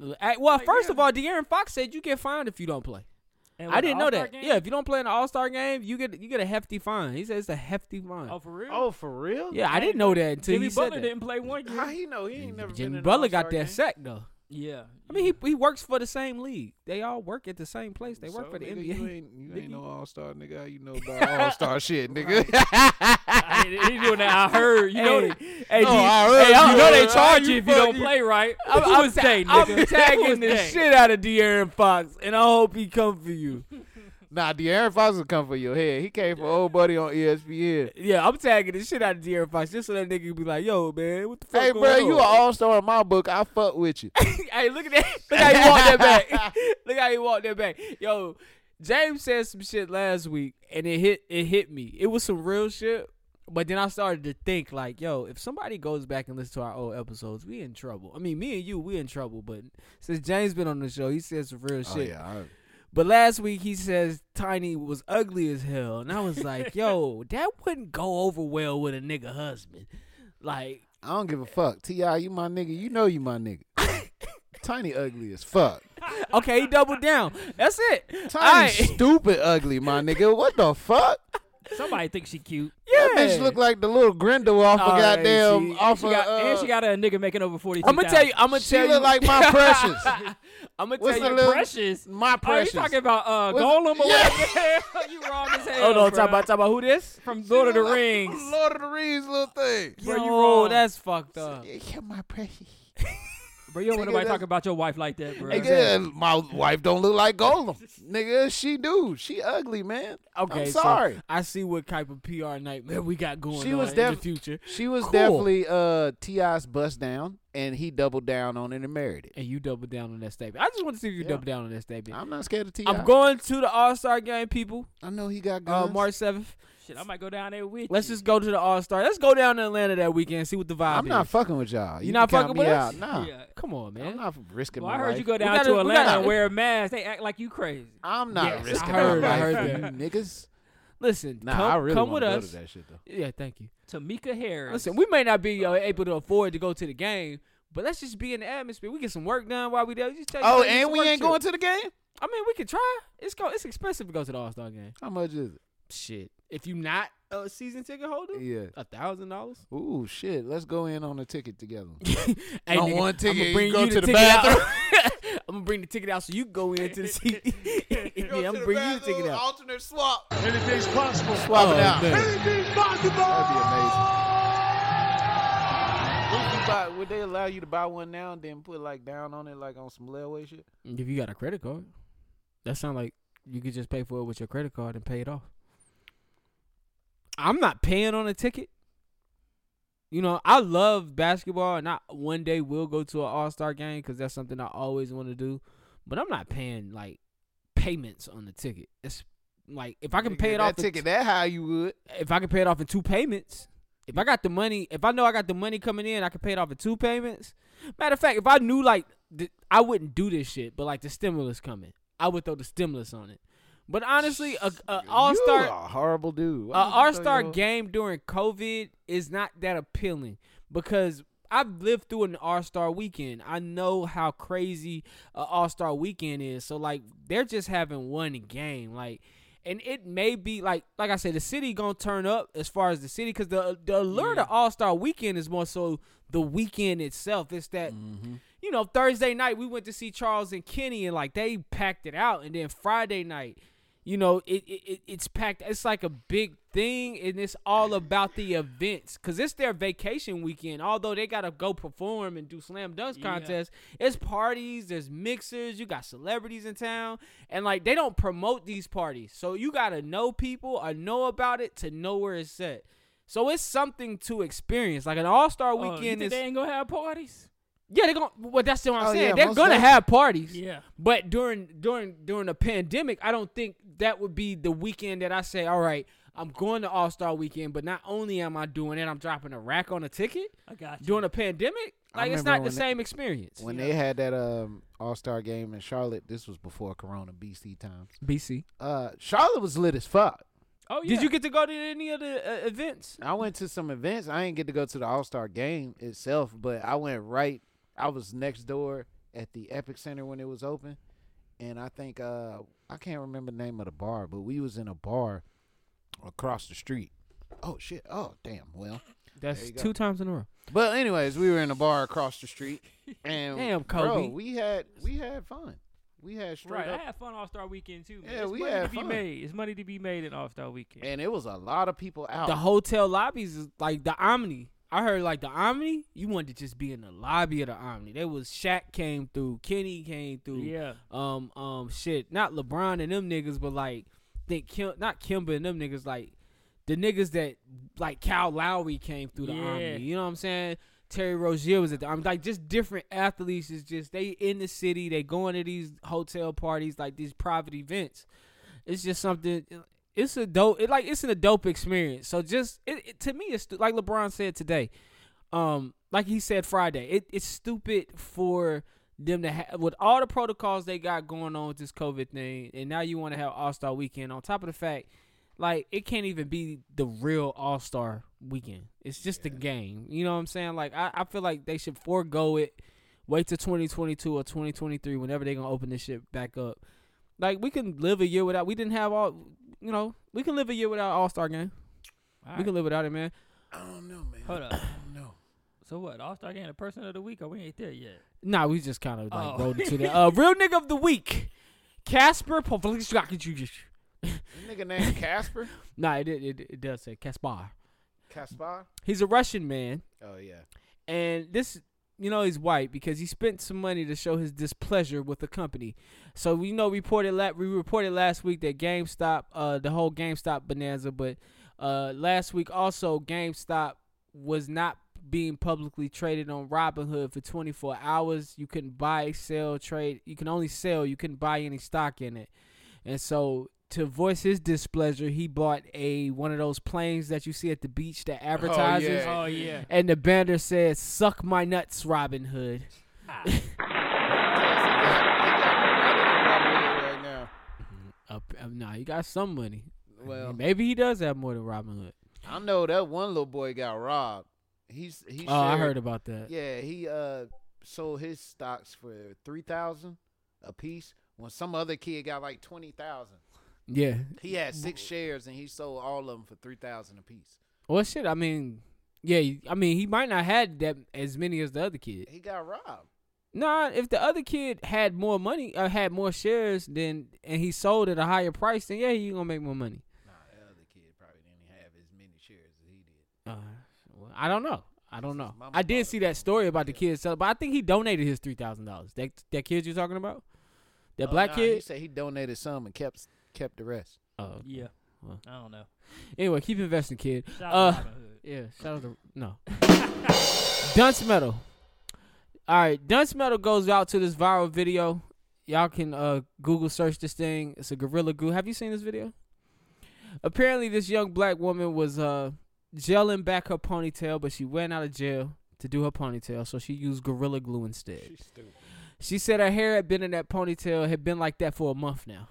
[SPEAKER 5] Uh, Well,
[SPEAKER 4] Like,
[SPEAKER 5] first
[SPEAKER 4] yeah.
[SPEAKER 5] of all, De'Aaron Fox said you get fined if you don't play.
[SPEAKER 4] And
[SPEAKER 5] I
[SPEAKER 4] with the
[SPEAKER 5] didn't know
[SPEAKER 4] All-Star
[SPEAKER 5] that.
[SPEAKER 4] game?
[SPEAKER 5] Yeah, if you don't play in the All Star game, you get you get a hefty fine. He said it's a hefty fine.
[SPEAKER 4] Oh, for real?
[SPEAKER 1] Oh, for real?
[SPEAKER 5] yeah, I didn't know that until
[SPEAKER 4] Jimmy
[SPEAKER 5] he said
[SPEAKER 4] Butler
[SPEAKER 5] that.
[SPEAKER 4] didn't play one
[SPEAKER 1] How
[SPEAKER 4] year.
[SPEAKER 1] he know he ain't never been
[SPEAKER 5] Jimmy
[SPEAKER 1] in
[SPEAKER 5] Butler
[SPEAKER 1] an
[SPEAKER 5] got
[SPEAKER 1] All-Star
[SPEAKER 5] that
[SPEAKER 1] game?
[SPEAKER 5] sack though.
[SPEAKER 4] Yeah.
[SPEAKER 5] I mean, he he works for the same league. They all work at the same place. They work
[SPEAKER 1] So,
[SPEAKER 5] for the
[SPEAKER 1] nigga,
[SPEAKER 5] NBA.
[SPEAKER 1] You ain't, you ain't no all star, nigga. How you know about all star shit, nigga?
[SPEAKER 4] I, he doing that. I heard. You know, that-
[SPEAKER 1] No,
[SPEAKER 5] hey,
[SPEAKER 4] Oh,
[SPEAKER 5] do you-
[SPEAKER 1] I
[SPEAKER 5] hey,
[SPEAKER 1] heard
[SPEAKER 5] I-
[SPEAKER 4] you know they
[SPEAKER 1] How
[SPEAKER 4] charge
[SPEAKER 1] you
[SPEAKER 4] you if you don't
[SPEAKER 1] fucking-
[SPEAKER 4] play right.
[SPEAKER 5] I'm,
[SPEAKER 4] Who
[SPEAKER 5] I'm
[SPEAKER 4] was
[SPEAKER 5] ta-
[SPEAKER 4] they,
[SPEAKER 5] I'm
[SPEAKER 4] nigga? Who was
[SPEAKER 5] tagging the
[SPEAKER 4] they?
[SPEAKER 5] shit out of De'Aaron Fox, and I hope he come for you.
[SPEAKER 1] nah, De'Aaron Fox will come for your head. He came for old buddy on E ESPN.
[SPEAKER 5] Yeah, I'm tagging the shit out of De'Aaron Fox just so that nigga can be like, "Yo, man, what the fuck?"
[SPEAKER 1] Hey,
[SPEAKER 5] going
[SPEAKER 1] bro, you
[SPEAKER 5] on?
[SPEAKER 1] an all star in my book. I fuck with you.
[SPEAKER 5] hey, look at that. Look how he walked that back. look how he walked that back. Yo, James said some shit last week, and it hit it hit me. It was some real shit. But then I started to think like, yo, if somebody goes back and listens to our old episodes, we in trouble. I mean, me and you, we in trouble. But since James been on the show, he said some real
[SPEAKER 1] Oh,
[SPEAKER 5] shit. But last week he says Tiny was ugly as hell, and I was like, yo, that wouldn't go over well with a nigga husband. Like,
[SPEAKER 1] I don't give a fuck. Ti, you my nigga. You know you my nigga. Tiny ugly as fuck.
[SPEAKER 5] okay, he doubled down. That's it.
[SPEAKER 1] Tiny
[SPEAKER 5] Alright.
[SPEAKER 1] stupid ugly, my nigga. What the fuck?
[SPEAKER 4] Somebody thinks she cute.
[SPEAKER 5] yeah.
[SPEAKER 1] That bitch look like the little Grendel off of
[SPEAKER 5] All right,
[SPEAKER 1] goddamn
[SPEAKER 5] she-
[SPEAKER 1] off
[SPEAKER 4] She
[SPEAKER 1] of.
[SPEAKER 4] got,
[SPEAKER 1] uh,
[SPEAKER 4] and she got a nigga making over forty.
[SPEAKER 5] I'm gonna tell you. I'm gonna
[SPEAKER 1] she
[SPEAKER 5] tell you.
[SPEAKER 1] look like my precious.
[SPEAKER 5] I'm gonna
[SPEAKER 1] What's
[SPEAKER 5] tell
[SPEAKER 1] the
[SPEAKER 5] you.
[SPEAKER 1] little
[SPEAKER 4] precious.
[SPEAKER 1] my
[SPEAKER 4] Are Oh, you
[SPEAKER 1] precious?
[SPEAKER 4] talking about uh,
[SPEAKER 1] What's-
[SPEAKER 4] Golem or
[SPEAKER 1] Yeah.
[SPEAKER 4] whatever? you wrong as hell.
[SPEAKER 5] Hold on,
[SPEAKER 4] bruh.
[SPEAKER 5] talk about talk about who this?
[SPEAKER 4] from Lord of the
[SPEAKER 1] Look like
[SPEAKER 4] Rings.
[SPEAKER 1] Lord of the Rings little thing.
[SPEAKER 4] Bro, you
[SPEAKER 5] Yo,
[SPEAKER 4] wrong.
[SPEAKER 5] that's fucked up.
[SPEAKER 1] Yeah, my precious.
[SPEAKER 4] Bro, you don't want
[SPEAKER 1] Nigga,
[SPEAKER 4] nobody
[SPEAKER 1] that's-
[SPEAKER 4] talking about your wife like that, bro.
[SPEAKER 1] Nigga, my wife don't look like Golem. Nigga, she do. She ugly, man.
[SPEAKER 5] Okay,
[SPEAKER 1] I'm
[SPEAKER 5] so
[SPEAKER 1] sorry.
[SPEAKER 5] I see what type of PR nightmare we got going
[SPEAKER 1] She
[SPEAKER 5] on
[SPEAKER 1] was
[SPEAKER 5] in the
[SPEAKER 1] def-
[SPEAKER 5] future.
[SPEAKER 1] She was
[SPEAKER 5] Cool.
[SPEAKER 1] definitely uh Ti's bust down, and he doubled down on it and married it.
[SPEAKER 5] And you double down on that statement. I just want to see if you
[SPEAKER 1] Yeah.
[SPEAKER 5] double down on that statement.
[SPEAKER 1] I'm not scared of Ti.
[SPEAKER 5] I'm going to the All Star game, people.
[SPEAKER 1] I know he got
[SPEAKER 5] Uh,
[SPEAKER 1] guns.
[SPEAKER 5] March seventh.
[SPEAKER 4] Shit, I might go down there with
[SPEAKER 5] Let's
[SPEAKER 4] you.
[SPEAKER 5] just go to the All Star. Let's go down to Atlanta that weekend. See what the vibe
[SPEAKER 1] I'm not
[SPEAKER 5] is.
[SPEAKER 1] fucking with y'all. You
[SPEAKER 5] You not
[SPEAKER 1] can
[SPEAKER 5] fucking
[SPEAKER 1] count
[SPEAKER 5] with
[SPEAKER 1] me
[SPEAKER 5] us?
[SPEAKER 1] out. Nah,
[SPEAKER 4] Yeah.
[SPEAKER 5] Come on,
[SPEAKER 1] I'm
[SPEAKER 5] man.
[SPEAKER 1] not risking
[SPEAKER 4] Well,
[SPEAKER 1] my
[SPEAKER 4] I heard
[SPEAKER 1] life.
[SPEAKER 4] you go down
[SPEAKER 5] gotta-
[SPEAKER 4] to
[SPEAKER 5] we
[SPEAKER 4] Atlanta
[SPEAKER 5] gotta-
[SPEAKER 4] and wear a mask. They act like you crazy.
[SPEAKER 1] I'm not
[SPEAKER 5] Yes, I
[SPEAKER 1] risking
[SPEAKER 5] heard-
[SPEAKER 1] my
[SPEAKER 5] I
[SPEAKER 1] life.
[SPEAKER 5] heard
[SPEAKER 1] for you niggas.
[SPEAKER 5] Listen,
[SPEAKER 1] Nah,
[SPEAKER 5] come,
[SPEAKER 1] I really
[SPEAKER 5] come
[SPEAKER 1] wanna
[SPEAKER 5] with
[SPEAKER 1] go
[SPEAKER 5] us.
[SPEAKER 1] to that shit though.
[SPEAKER 5] Yeah, thank you.
[SPEAKER 4] Tamika Harris.
[SPEAKER 5] Listen, we may not be uh, able to afford to go to the game, but let's just be in the atmosphere. We get some work done while we there. Just tell you
[SPEAKER 1] Oh,
[SPEAKER 5] how you get
[SPEAKER 1] and
[SPEAKER 5] some
[SPEAKER 1] we
[SPEAKER 5] work
[SPEAKER 1] ain't
[SPEAKER 5] too.
[SPEAKER 1] going to the game.
[SPEAKER 5] I mean, we could try. It's go. It's expensive to go to the All Star game.
[SPEAKER 1] How much is it?
[SPEAKER 5] Shit, if you not a season ticket holder,
[SPEAKER 1] Yeah.
[SPEAKER 5] a thousand dollars.
[SPEAKER 1] Ooh, shit. Let's go in on a ticket together.
[SPEAKER 5] Hey,
[SPEAKER 1] On
[SPEAKER 5] nigga,
[SPEAKER 1] one
[SPEAKER 5] I'ma
[SPEAKER 1] ticket, you
[SPEAKER 5] bring
[SPEAKER 1] go
[SPEAKER 5] you
[SPEAKER 1] to the
[SPEAKER 5] bathroom. I'm gonna bring the ticket out so you can go into the seat. yeah, I'm gonna bring you the ticket out.
[SPEAKER 1] Alternate swap.
[SPEAKER 3] Anything's possible.
[SPEAKER 1] Swap it
[SPEAKER 5] Oh,
[SPEAKER 1] out.
[SPEAKER 5] man.
[SPEAKER 3] Anything's possible.
[SPEAKER 1] That'd be amazing. Would, you buy, would they allow you to buy one now and then put like down on it, like on some layaway shit?
[SPEAKER 5] If you got a credit card, that sound like you could just pay for it with your credit card and pay it off. I'm not paying on a ticket. You know, I love basketball, and I one day will go to an All Star game because that's something I always want to do. But I'm not paying like payments on the ticket. It's like if I can pay it
[SPEAKER 1] that
[SPEAKER 5] off, in
[SPEAKER 1] ticket that high, you would.
[SPEAKER 5] if I can pay it off in two payments, if I got the money, if I know I got the money coming in, I can pay it off in two payments. Matter of fact, if I knew like th- I wouldn't do this shit, but like the stimulus coming, I would throw the stimulus on it. But honestly, a, a all
[SPEAKER 1] you
[SPEAKER 5] star,
[SPEAKER 1] a horrible dude.
[SPEAKER 5] a
[SPEAKER 1] Why would you
[SPEAKER 5] all
[SPEAKER 1] throw
[SPEAKER 5] star
[SPEAKER 1] your-
[SPEAKER 5] game during COVID is not that appealing because I've lived through an all star weekend. I know how crazy a all star weekend is. So like they're just having one game, like. And it may be like, like I said, the city gonna turn up as far as the city because the the allure of All Star Weekend is more so the weekend itself. It's that you know Thursday night we went to see Charles and Kenny and like they packed it out, and then Friday night, you know it, it, it it's packed. It's like a big thing, and it's all about the events because it's their vacation weekend. Although they gotta go perform and do slam dunks contests, it's parties. There's mixers. You got celebrities in town, and like they don't promote these parties, so you gotta know people or know about it to know where it's at. So it's something to experience. Like an All Star
[SPEAKER 4] Oh, you
[SPEAKER 5] weekend
[SPEAKER 4] think
[SPEAKER 5] is
[SPEAKER 4] they ain't gonna have parties.
[SPEAKER 5] yeah, they're gonna. Well, that's what I'm
[SPEAKER 1] Oh,
[SPEAKER 5] saying.
[SPEAKER 1] yeah,
[SPEAKER 5] they're
[SPEAKER 1] most
[SPEAKER 5] gonna
[SPEAKER 1] definitely.
[SPEAKER 5] have parties.
[SPEAKER 4] Yeah.
[SPEAKER 5] But during during during the pandemic, I don't think that would be the weekend that I say, all right, I'm going to All Star Weekend. But not only am I doing it, I'm dropping a rack on a ticket
[SPEAKER 4] I got you.
[SPEAKER 5] during a pandemic.
[SPEAKER 1] I
[SPEAKER 5] Like
[SPEAKER 1] remember
[SPEAKER 5] it's not
[SPEAKER 1] when
[SPEAKER 5] the
[SPEAKER 1] they-
[SPEAKER 5] same experience.
[SPEAKER 1] When they had that um All Star game in Charlotte, this was before Corona BC times.
[SPEAKER 5] BC,
[SPEAKER 1] Uh, Charlotte was lit as fuck.
[SPEAKER 4] Oh yeah.
[SPEAKER 5] did you get to go to any of the uh, events?
[SPEAKER 1] I went to some events. I didn't get to go to the All Star game itself, but I went right. I was next door at the Epic Center when it was open, and I think uh I can't remember the name of the bar, but we was in a bar across the street. Oh shit! Oh damn! Well,
[SPEAKER 5] That's
[SPEAKER 1] go.
[SPEAKER 5] two times in a row.
[SPEAKER 1] but anyways, we were in a bar across the street, and
[SPEAKER 5] Damn,
[SPEAKER 1] bro,
[SPEAKER 5] Kobe.
[SPEAKER 1] we had we had fun. We had straight
[SPEAKER 4] right? I
[SPEAKER 1] up,
[SPEAKER 4] had fun All Star Weekend too. Man.
[SPEAKER 1] Yeah,
[SPEAKER 4] it's
[SPEAKER 1] we
[SPEAKER 4] money
[SPEAKER 1] had
[SPEAKER 4] to be
[SPEAKER 1] fun.
[SPEAKER 4] made. It's money to be made in All Star Weekend.
[SPEAKER 1] and it was a lot of people out.
[SPEAKER 5] The hotel lobbies is like the Omni. I heard like the Omni. You wanted to just be in the lobby of the Omni. There was Shaq came through, Kenny came through.
[SPEAKER 4] yeah.
[SPEAKER 5] um um shit not LeBron and them niggas but like think Kim not Kimba and them niggas like the niggas that like Cal Lowry came through the
[SPEAKER 4] Yeah.
[SPEAKER 5] Omni you know what I'm saying Terry Rozier was at the Omni like just different athletes is just they in the city they going to these hotel parties like these private events it's just something it's a dope it like it's an a dope experience so just it, it- to me it's stu- like LeBron said today um like he said Friday it, it's stupid for them to have with all the protocols they got going on with this COVID thing, and now you want to have All Star Weekend on top of the fact, like it can't even be the real All Star Weekend. It's just the game. You know what I'm saying? Like I, I feel like they should forego it, wait till 2022 or 2023 whenever they gonna open this shit back up. Like we can live a year without. We didn't have all. You know, we can live a year without All Star game. We
[SPEAKER 4] All right.
[SPEAKER 5] can live without it, man.
[SPEAKER 1] I don't know, man.
[SPEAKER 4] Hold up.
[SPEAKER 1] No.
[SPEAKER 4] So what? All Star Game, the person of the week, or we ain't there yet?
[SPEAKER 5] Nah, we just kind of like
[SPEAKER 4] Oh.
[SPEAKER 5] rolled into the uh, real nigga of the week, Casper Pavlikakis.
[SPEAKER 1] That nigga named Casper.
[SPEAKER 5] Nah, it, it, it does say Kaspar.
[SPEAKER 1] Caspar.
[SPEAKER 5] He's a Russian man,
[SPEAKER 1] Oh yeah.
[SPEAKER 5] and this you know he's white because he spent some money to show his displeasure with the company. So we know reported la- we reported last week that GameStop, uh, the whole GameStop bonanza, but uh, last week also GameStop was not being publicly traded on Robinhood for 24 hours. You couldn't buy, sell, trade. You can only sell. You couldn't buy any stock in it. And so to voice his displeasure, he bought a one of those planes that you see at the beach that advertises.
[SPEAKER 4] Oh yeah.
[SPEAKER 5] And the banner says, "Suck my nuts, Robin Hood."
[SPEAKER 1] right now.
[SPEAKER 5] Up, uh, nah, he got some money.
[SPEAKER 1] Well-
[SPEAKER 5] maybe he does have more than Robin Hood.
[SPEAKER 1] I know that one little boy got robbed. He's he.
[SPEAKER 5] Oh, I
[SPEAKER 1] shared-
[SPEAKER 5] heard about that.
[SPEAKER 1] Yeah, he uh sold his stocks for three thousand a piece. When some other kid got like twenty thousand,
[SPEAKER 5] Yeah.
[SPEAKER 1] he had six shares and he sold all of them for three thousand a piece.
[SPEAKER 5] Well, shit. I mean, yeah. I mean, he might not had that as many as the other kid.
[SPEAKER 1] He got robbed.
[SPEAKER 5] Nah, if the other kid had more money, uh, had more shares, then and he sold at a higher price, then yeah, he gonna make more money.
[SPEAKER 1] Nah, the other kid probably didn't have as many shares as he did.
[SPEAKER 5] Uh, well, I don't know. I don't know.
[SPEAKER 1] mama
[SPEAKER 5] I did
[SPEAKER 1] bought
[SPEAKER 5] see
[SPEAKER 1] it
[SPEAKER 5] that story about the kid selling, but I think he donated his three thousand dollars. That that kid you're talking about, that
[SPEAKER 1] Oh,
[SPEAKER 5] black
[SPEAKER 1] nah, He
[SPEAKER 5] kid.
[SPEAKER 1] said he donated some and kept kept the rest.
[SPEAKER 5] Oh,
[SPEAKER 4] Yeah.
[SPEAKER 5] Well.
[SPEAKER 4] I don't know.
[SPEAKER 5] anyway, keep investing, kid.
[SPEAKER 4] Shout
[SPEAKER 5] Uh,
[SPEAKER 4] out to Robin Hood.
[SPEAKER 5] Yeah, shout out to no. Dunce Metal. All right, Dunce Metal goes out to this viral video. Y'all can uh, Google search this thing. It's a gorilla glue. Have you seen this video? Apparently, this young black woman was uh, gelling back her ponytail, but she went out of jail to do her ponytail, so she used gorilla glue instead. She said her hair had been in that ponytail had been like that for a month now.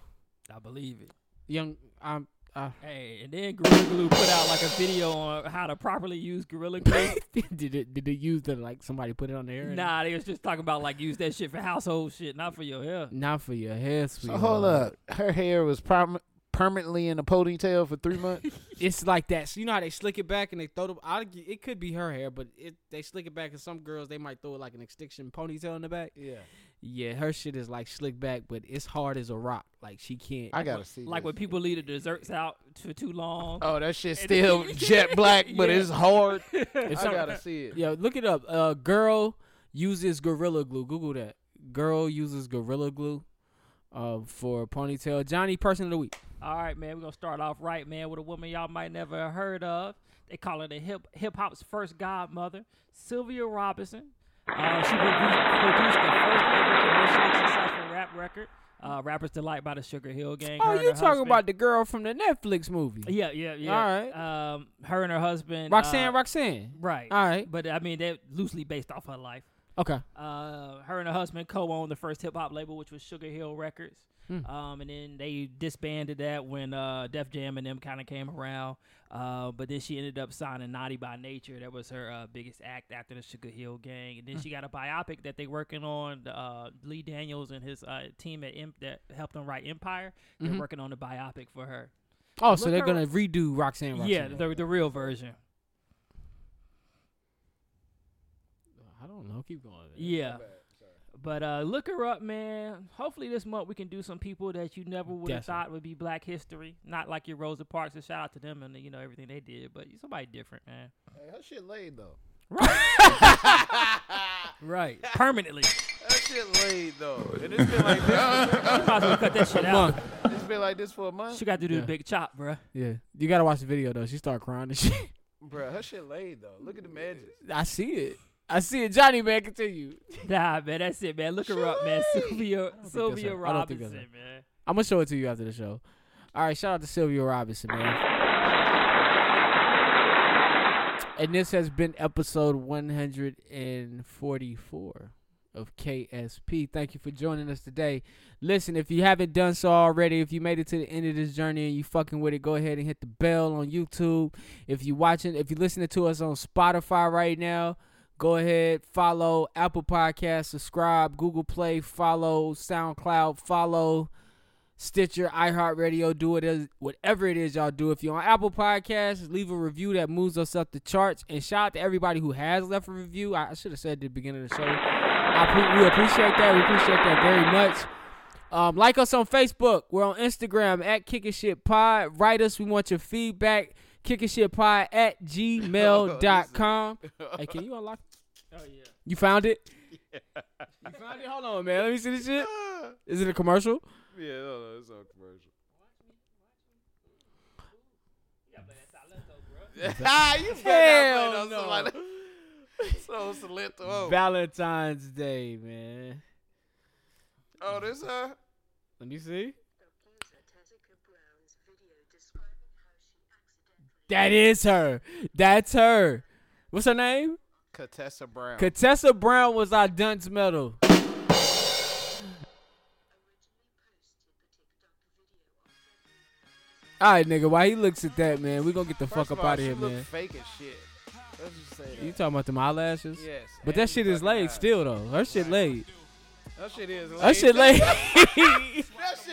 [SPEAKER 4] I believe it.
[SPEAKER 5] Young, I'm, I
[SPEAKER 4] Hey, and then Gorilla Glue put out like a video on how to properly use Gorilla Glue.
[SPEAKER 5] did it? Did they use that like somebody put it on their hair?
[SPEAKER 4] nah, they was just talking about like use that shit for household shit, not for your hair.
[SPEAKER 5] Not for your hair,
[SPEAKER 1] So
[SPEAKER 5] sweetheart.
[SPEAKER 1] hold up, her hair was prom- permanently in a ponytail for three months.
[SPEAKER 5] It's like that. So you know how they slick it back and they throw the. I, it could be her hair, but it they slick it back. And some girls they might throw it like an extension ponytail in the back.
[SPEAKER 1] yeah,
[SPEAKER 5] Yeah, her shit is like slick back, but it's hard as a rock. Like she can't.
[SPEAKER 1] I gotta see.
[SPEAKER 4] Like
[SPEAKER 1] this.
[SPEAKER 4] when people leave the desserts out for too long.
[SPEAKER 1] Oh, that shit's still jet black, but it's hard.
[SPEAKER 4] Oh.
[SPEAKER 1] I
[SPEAKER 5] some-
[SPEAKER 1] gotta see it.
[SPEAKER 5] Yeah, look it up. Uh, girl uses gorilla glue. Google that. Girl uses gorilla glue. Uh, for ponytail. Johnny person of the week.
[SPEAKER 4] All right, man, we're gonna start off right, man, with a woman y'all might never have heard of. They call her the hip hip hop's first godmother, Sylvia Robinson. Uh, she produced, produced the first ever commercially successful rap record, uh, "Rappers Delight" by the Sugar Hill Gang.
[SPEAKER 5] Oh,
[SPEAKER 4] Her and
[SPEAKER 5] you
[SPEAKER 4] her
[SPEAKER 5] talking
[SPEAKER 4] husband-
[SPEAKER 5] about the girl from the Netflix movie?
[SPEAKER 4] Yeah, yeah, yeah.
[SPEAKER 5] All
[SPEAKER 4] right. Um, her and her husband,
[SPEAKER 5] Roxanne,
[SPEAKER 4] uh,
[SPEAKER 5] Roxanne.
[SPEAKER 4] Right.
[SPEAKER 5] All right.
[SPEAKER 4] But I mean, they're loosely based off her life.
[SPEAKER 5] Okay.
[SPEAKER 4] Uh, her and her husband co-owned the first hip hop label, which was Sugar Hill Records.
[SPEAKER 5] Hmm.
[SPEAKER 4] Um, and then they disbanded that when uh, Def Jam and them kind of came around. Uh, but then she ended up signing Naughty by Nature. That was her uh, biggest act after the Sugar Hill Gang. And then she got a biopic that they working on. Uh, Lee Daniels and his uh, team at Imp- that helped them write Empire. They're
[SPEAKER 5] Mm-hmm.
[SPEAKER 4] working on the biopic for her.
[SPEAKER 5] Oh, so
[SPEAKER 4] Look
[SPEAKER 5] they're
[SPEAKER 4] her-
[SPEAKER 5] gonna redo Roxanne. Roxanne.
[SPEAKER 4] Yeah, the, the real version.
[SPEAKER 5] I don't know. Keep going.
[SPEAKER 4] Yeah. But uh, look her up, man. Hopefully this month we can do some people that you never would have
[SPEAKER 5] Definitely.
[SPEAKER 4] thought would be Black History. Not like your Rosa Parks. And shout out to them and you know everything they did, but you somebody different, man.
[SPEAKER 1] Hey, her shit laid though.
[SPEAKER 4] Right, permanently.
[SPEAKER 1] That shit laid though. And it's been like this.
[SPEAKER 4] You might as well cut that shit out.
[SPEAKER 1] it's been like this for a month,
[SPEAKER 4] She got to do
[SPEAKER 5] Yeah.
[SPEAKER 4] the big chop, bruh.
[SPEAKER 5] Yeah. You gotta watch the video though. She start crying and shit.
[SPEAKER 1] bro. Her shit laid though. Look at the edges.
[SPEAKER 5] I see it. I see it. Johnny man, continue.
[SPEAKER 4] Nah, man, that's it, man. Look her up, man. Sylvia, Sylvia
[SPEAKER 5] her. I don't think that's
[SPEAKER 4] Robinson,
[SPEAKER 5] her.
[SPEAKER 4] man.
[SPEAKER 5] I'm gonna show it to you after the show. All right, shout out to Sylvia Robinson, man. And this has been episode 144 of KSP. Thank you for joining us today. Listen, if you haven't done so already, if you made it to the end of this journey and you fucking with it, go ahead and hit the bell on YouTube. If you watching, if you listening to us on Spotify right now, go ahead, follow Apple Podcasts, subscribe, Google Play, follow SoundCloud, follow Stitcher, iHeartRadio, do it as whatever it is y'all do. If you're on Apple Podcasts, leave a review that moves us up the charts. And shout out to everybody who has left a review. I, I should have said at the beginning of the show. I pre- we appreciate that. We appreciate that very much. Um, like us on Facebook. We're on Instagram at Kicking Shit Pod. Write us. We want your feedback. Kicking Shit Pod at gmail.com. hey, can you unlock?
[SPEAKER 4] Oh yeah.
[SPEAKER 5] You found it? You found it? Hold on, man. Let me see this shit. Is it a commercial?
[SPEAKER 1] Yeah, no, no, it's not commercial. Ah, you
[SPEAKER 5] Hell
[SPEAKER 1] better not
[SPEAKER 5] no.
[SPEAKER 1] play no. So Salento. Oh,
[SPEAKER 5] Valentine's Day, man.
[SPEAKER 1] oh, this her.
[SPEAKER 5] Let me see. That is her. That's her. What's her name?
[SPEAKER 1] Katessa Brown.
[SPEAKER 5] Katessa Brown was our dunce medal. All right, nigga. Why he looks at that, man? We gonna get the
[SPEAKER 1] First
[SPEAKER 5] fuck up
[SPEAKER 1] of all,
[SPEAKER 5] out of
[SPEAKER 1] she
[SPEAKER 5] here,
[SPEAKER 1] look
[SPEAKER 5] man.
[SPEAKER 1] Fake as shit. Let's just say that.
[SPEAKER 5] You talking about them eyelashes?
[SPEAKER 1] Yes.
[SPEAKER 5] But that shit is laid still though. Her shit laid.
[SPEAKER 1] That shit is. Late.
[SPEAKER 5] Her shit laid.
[SPEAKER 1] That shit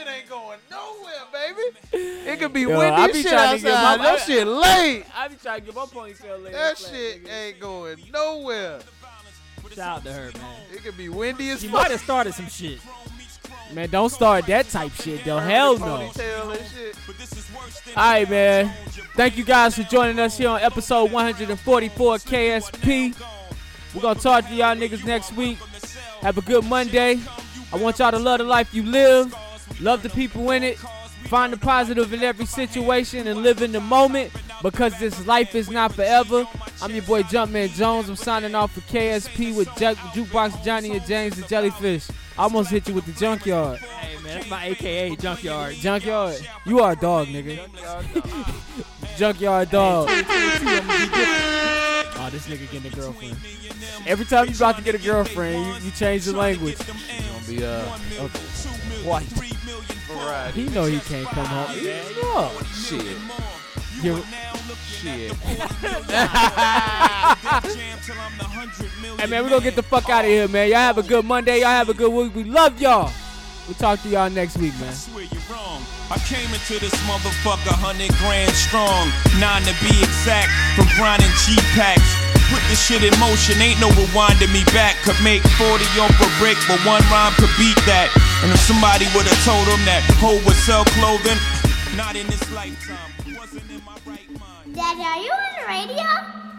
[SPEAKER 1] ain't going nowhere, baby. It could be
[SPEAKER 5] Yo,
[SPEAKER 1] windy
[SPEAKER 5] I
[SPEAKER 1] as
[SPEAKER 5] be
[SPEAKER 1] shit
[SPEAKER 5] tryna get
[SPEAKER 1] outside.
[SPEAKER 5] my-
[SPEAKER 1] that shit late.
[SPEAKER 5] I be trying to get my ponytail laid.
[SPEAKER 1] That shit ain't going nowhere.
[SPEAKER 4] Shout out to her, man.
[SPEAKER 1] It could be windy as
[SPEAKER 4] She
[SPEAKER 1] fuck.
[SPEAKER 4] might have started some shit.
[SPEAKER 5] Man, don't start that type shit though. Hell no.
[SPEAKER 1] Ponytail and shit.
[SPEAKER 5] All right, man. Thank you guys for joining us here on episode 144 KSP. We're gonna talk to y'all niggas next week. Have a good Monday. I want y'all to love the life you live, love the people in it, find the positive in every situation, and live in the moment because this life is not forever. I'm your boy Jumpman Jones. I'm signing off for KSP with Ju- Jukebox Johnny and James the Jellyfish. I almost hit you with the junkyard.
[SPEAKER 4] Hey man, that's my AKA Junkyard.
[SPEAKER 5] Junkyard, you are a dog, nigga. Junkyard dog. Oh, this nigga getting a girlfriend. Every time you about to get a girlfriend, you, you change the language.
[SPEAKER 1] Be uh,
[SPEAKER 5] Why?
[SPEAKER 1] variety.
[SPEAKER 5] He know he can't come home. Yeah.
[SPEAKER 1] Shit.
[SPEAKER 5] You-
[SPEAKER 1] Shit.
[SPEAKER 5] Hey man, we gonna get the fuck out of here, man. Y'all have a good Monday. Y'all have a good week. We love y'all. We'll talk to y'all next week, man.
[SPEAKER 6] swear you're wrong. I came into this motherfucker hundred grand strong, nine to be exact, from grinding G-packs. Put this shit in motion, ain't no rewinding me back. Could make 40 off a brick, but one rhyme could beat that. And if somebody would've told him that hoe would sell clothing, not in this lifetime, wasn't in my right mind.
[SPEAKER 7] Daddy, are you on the radio?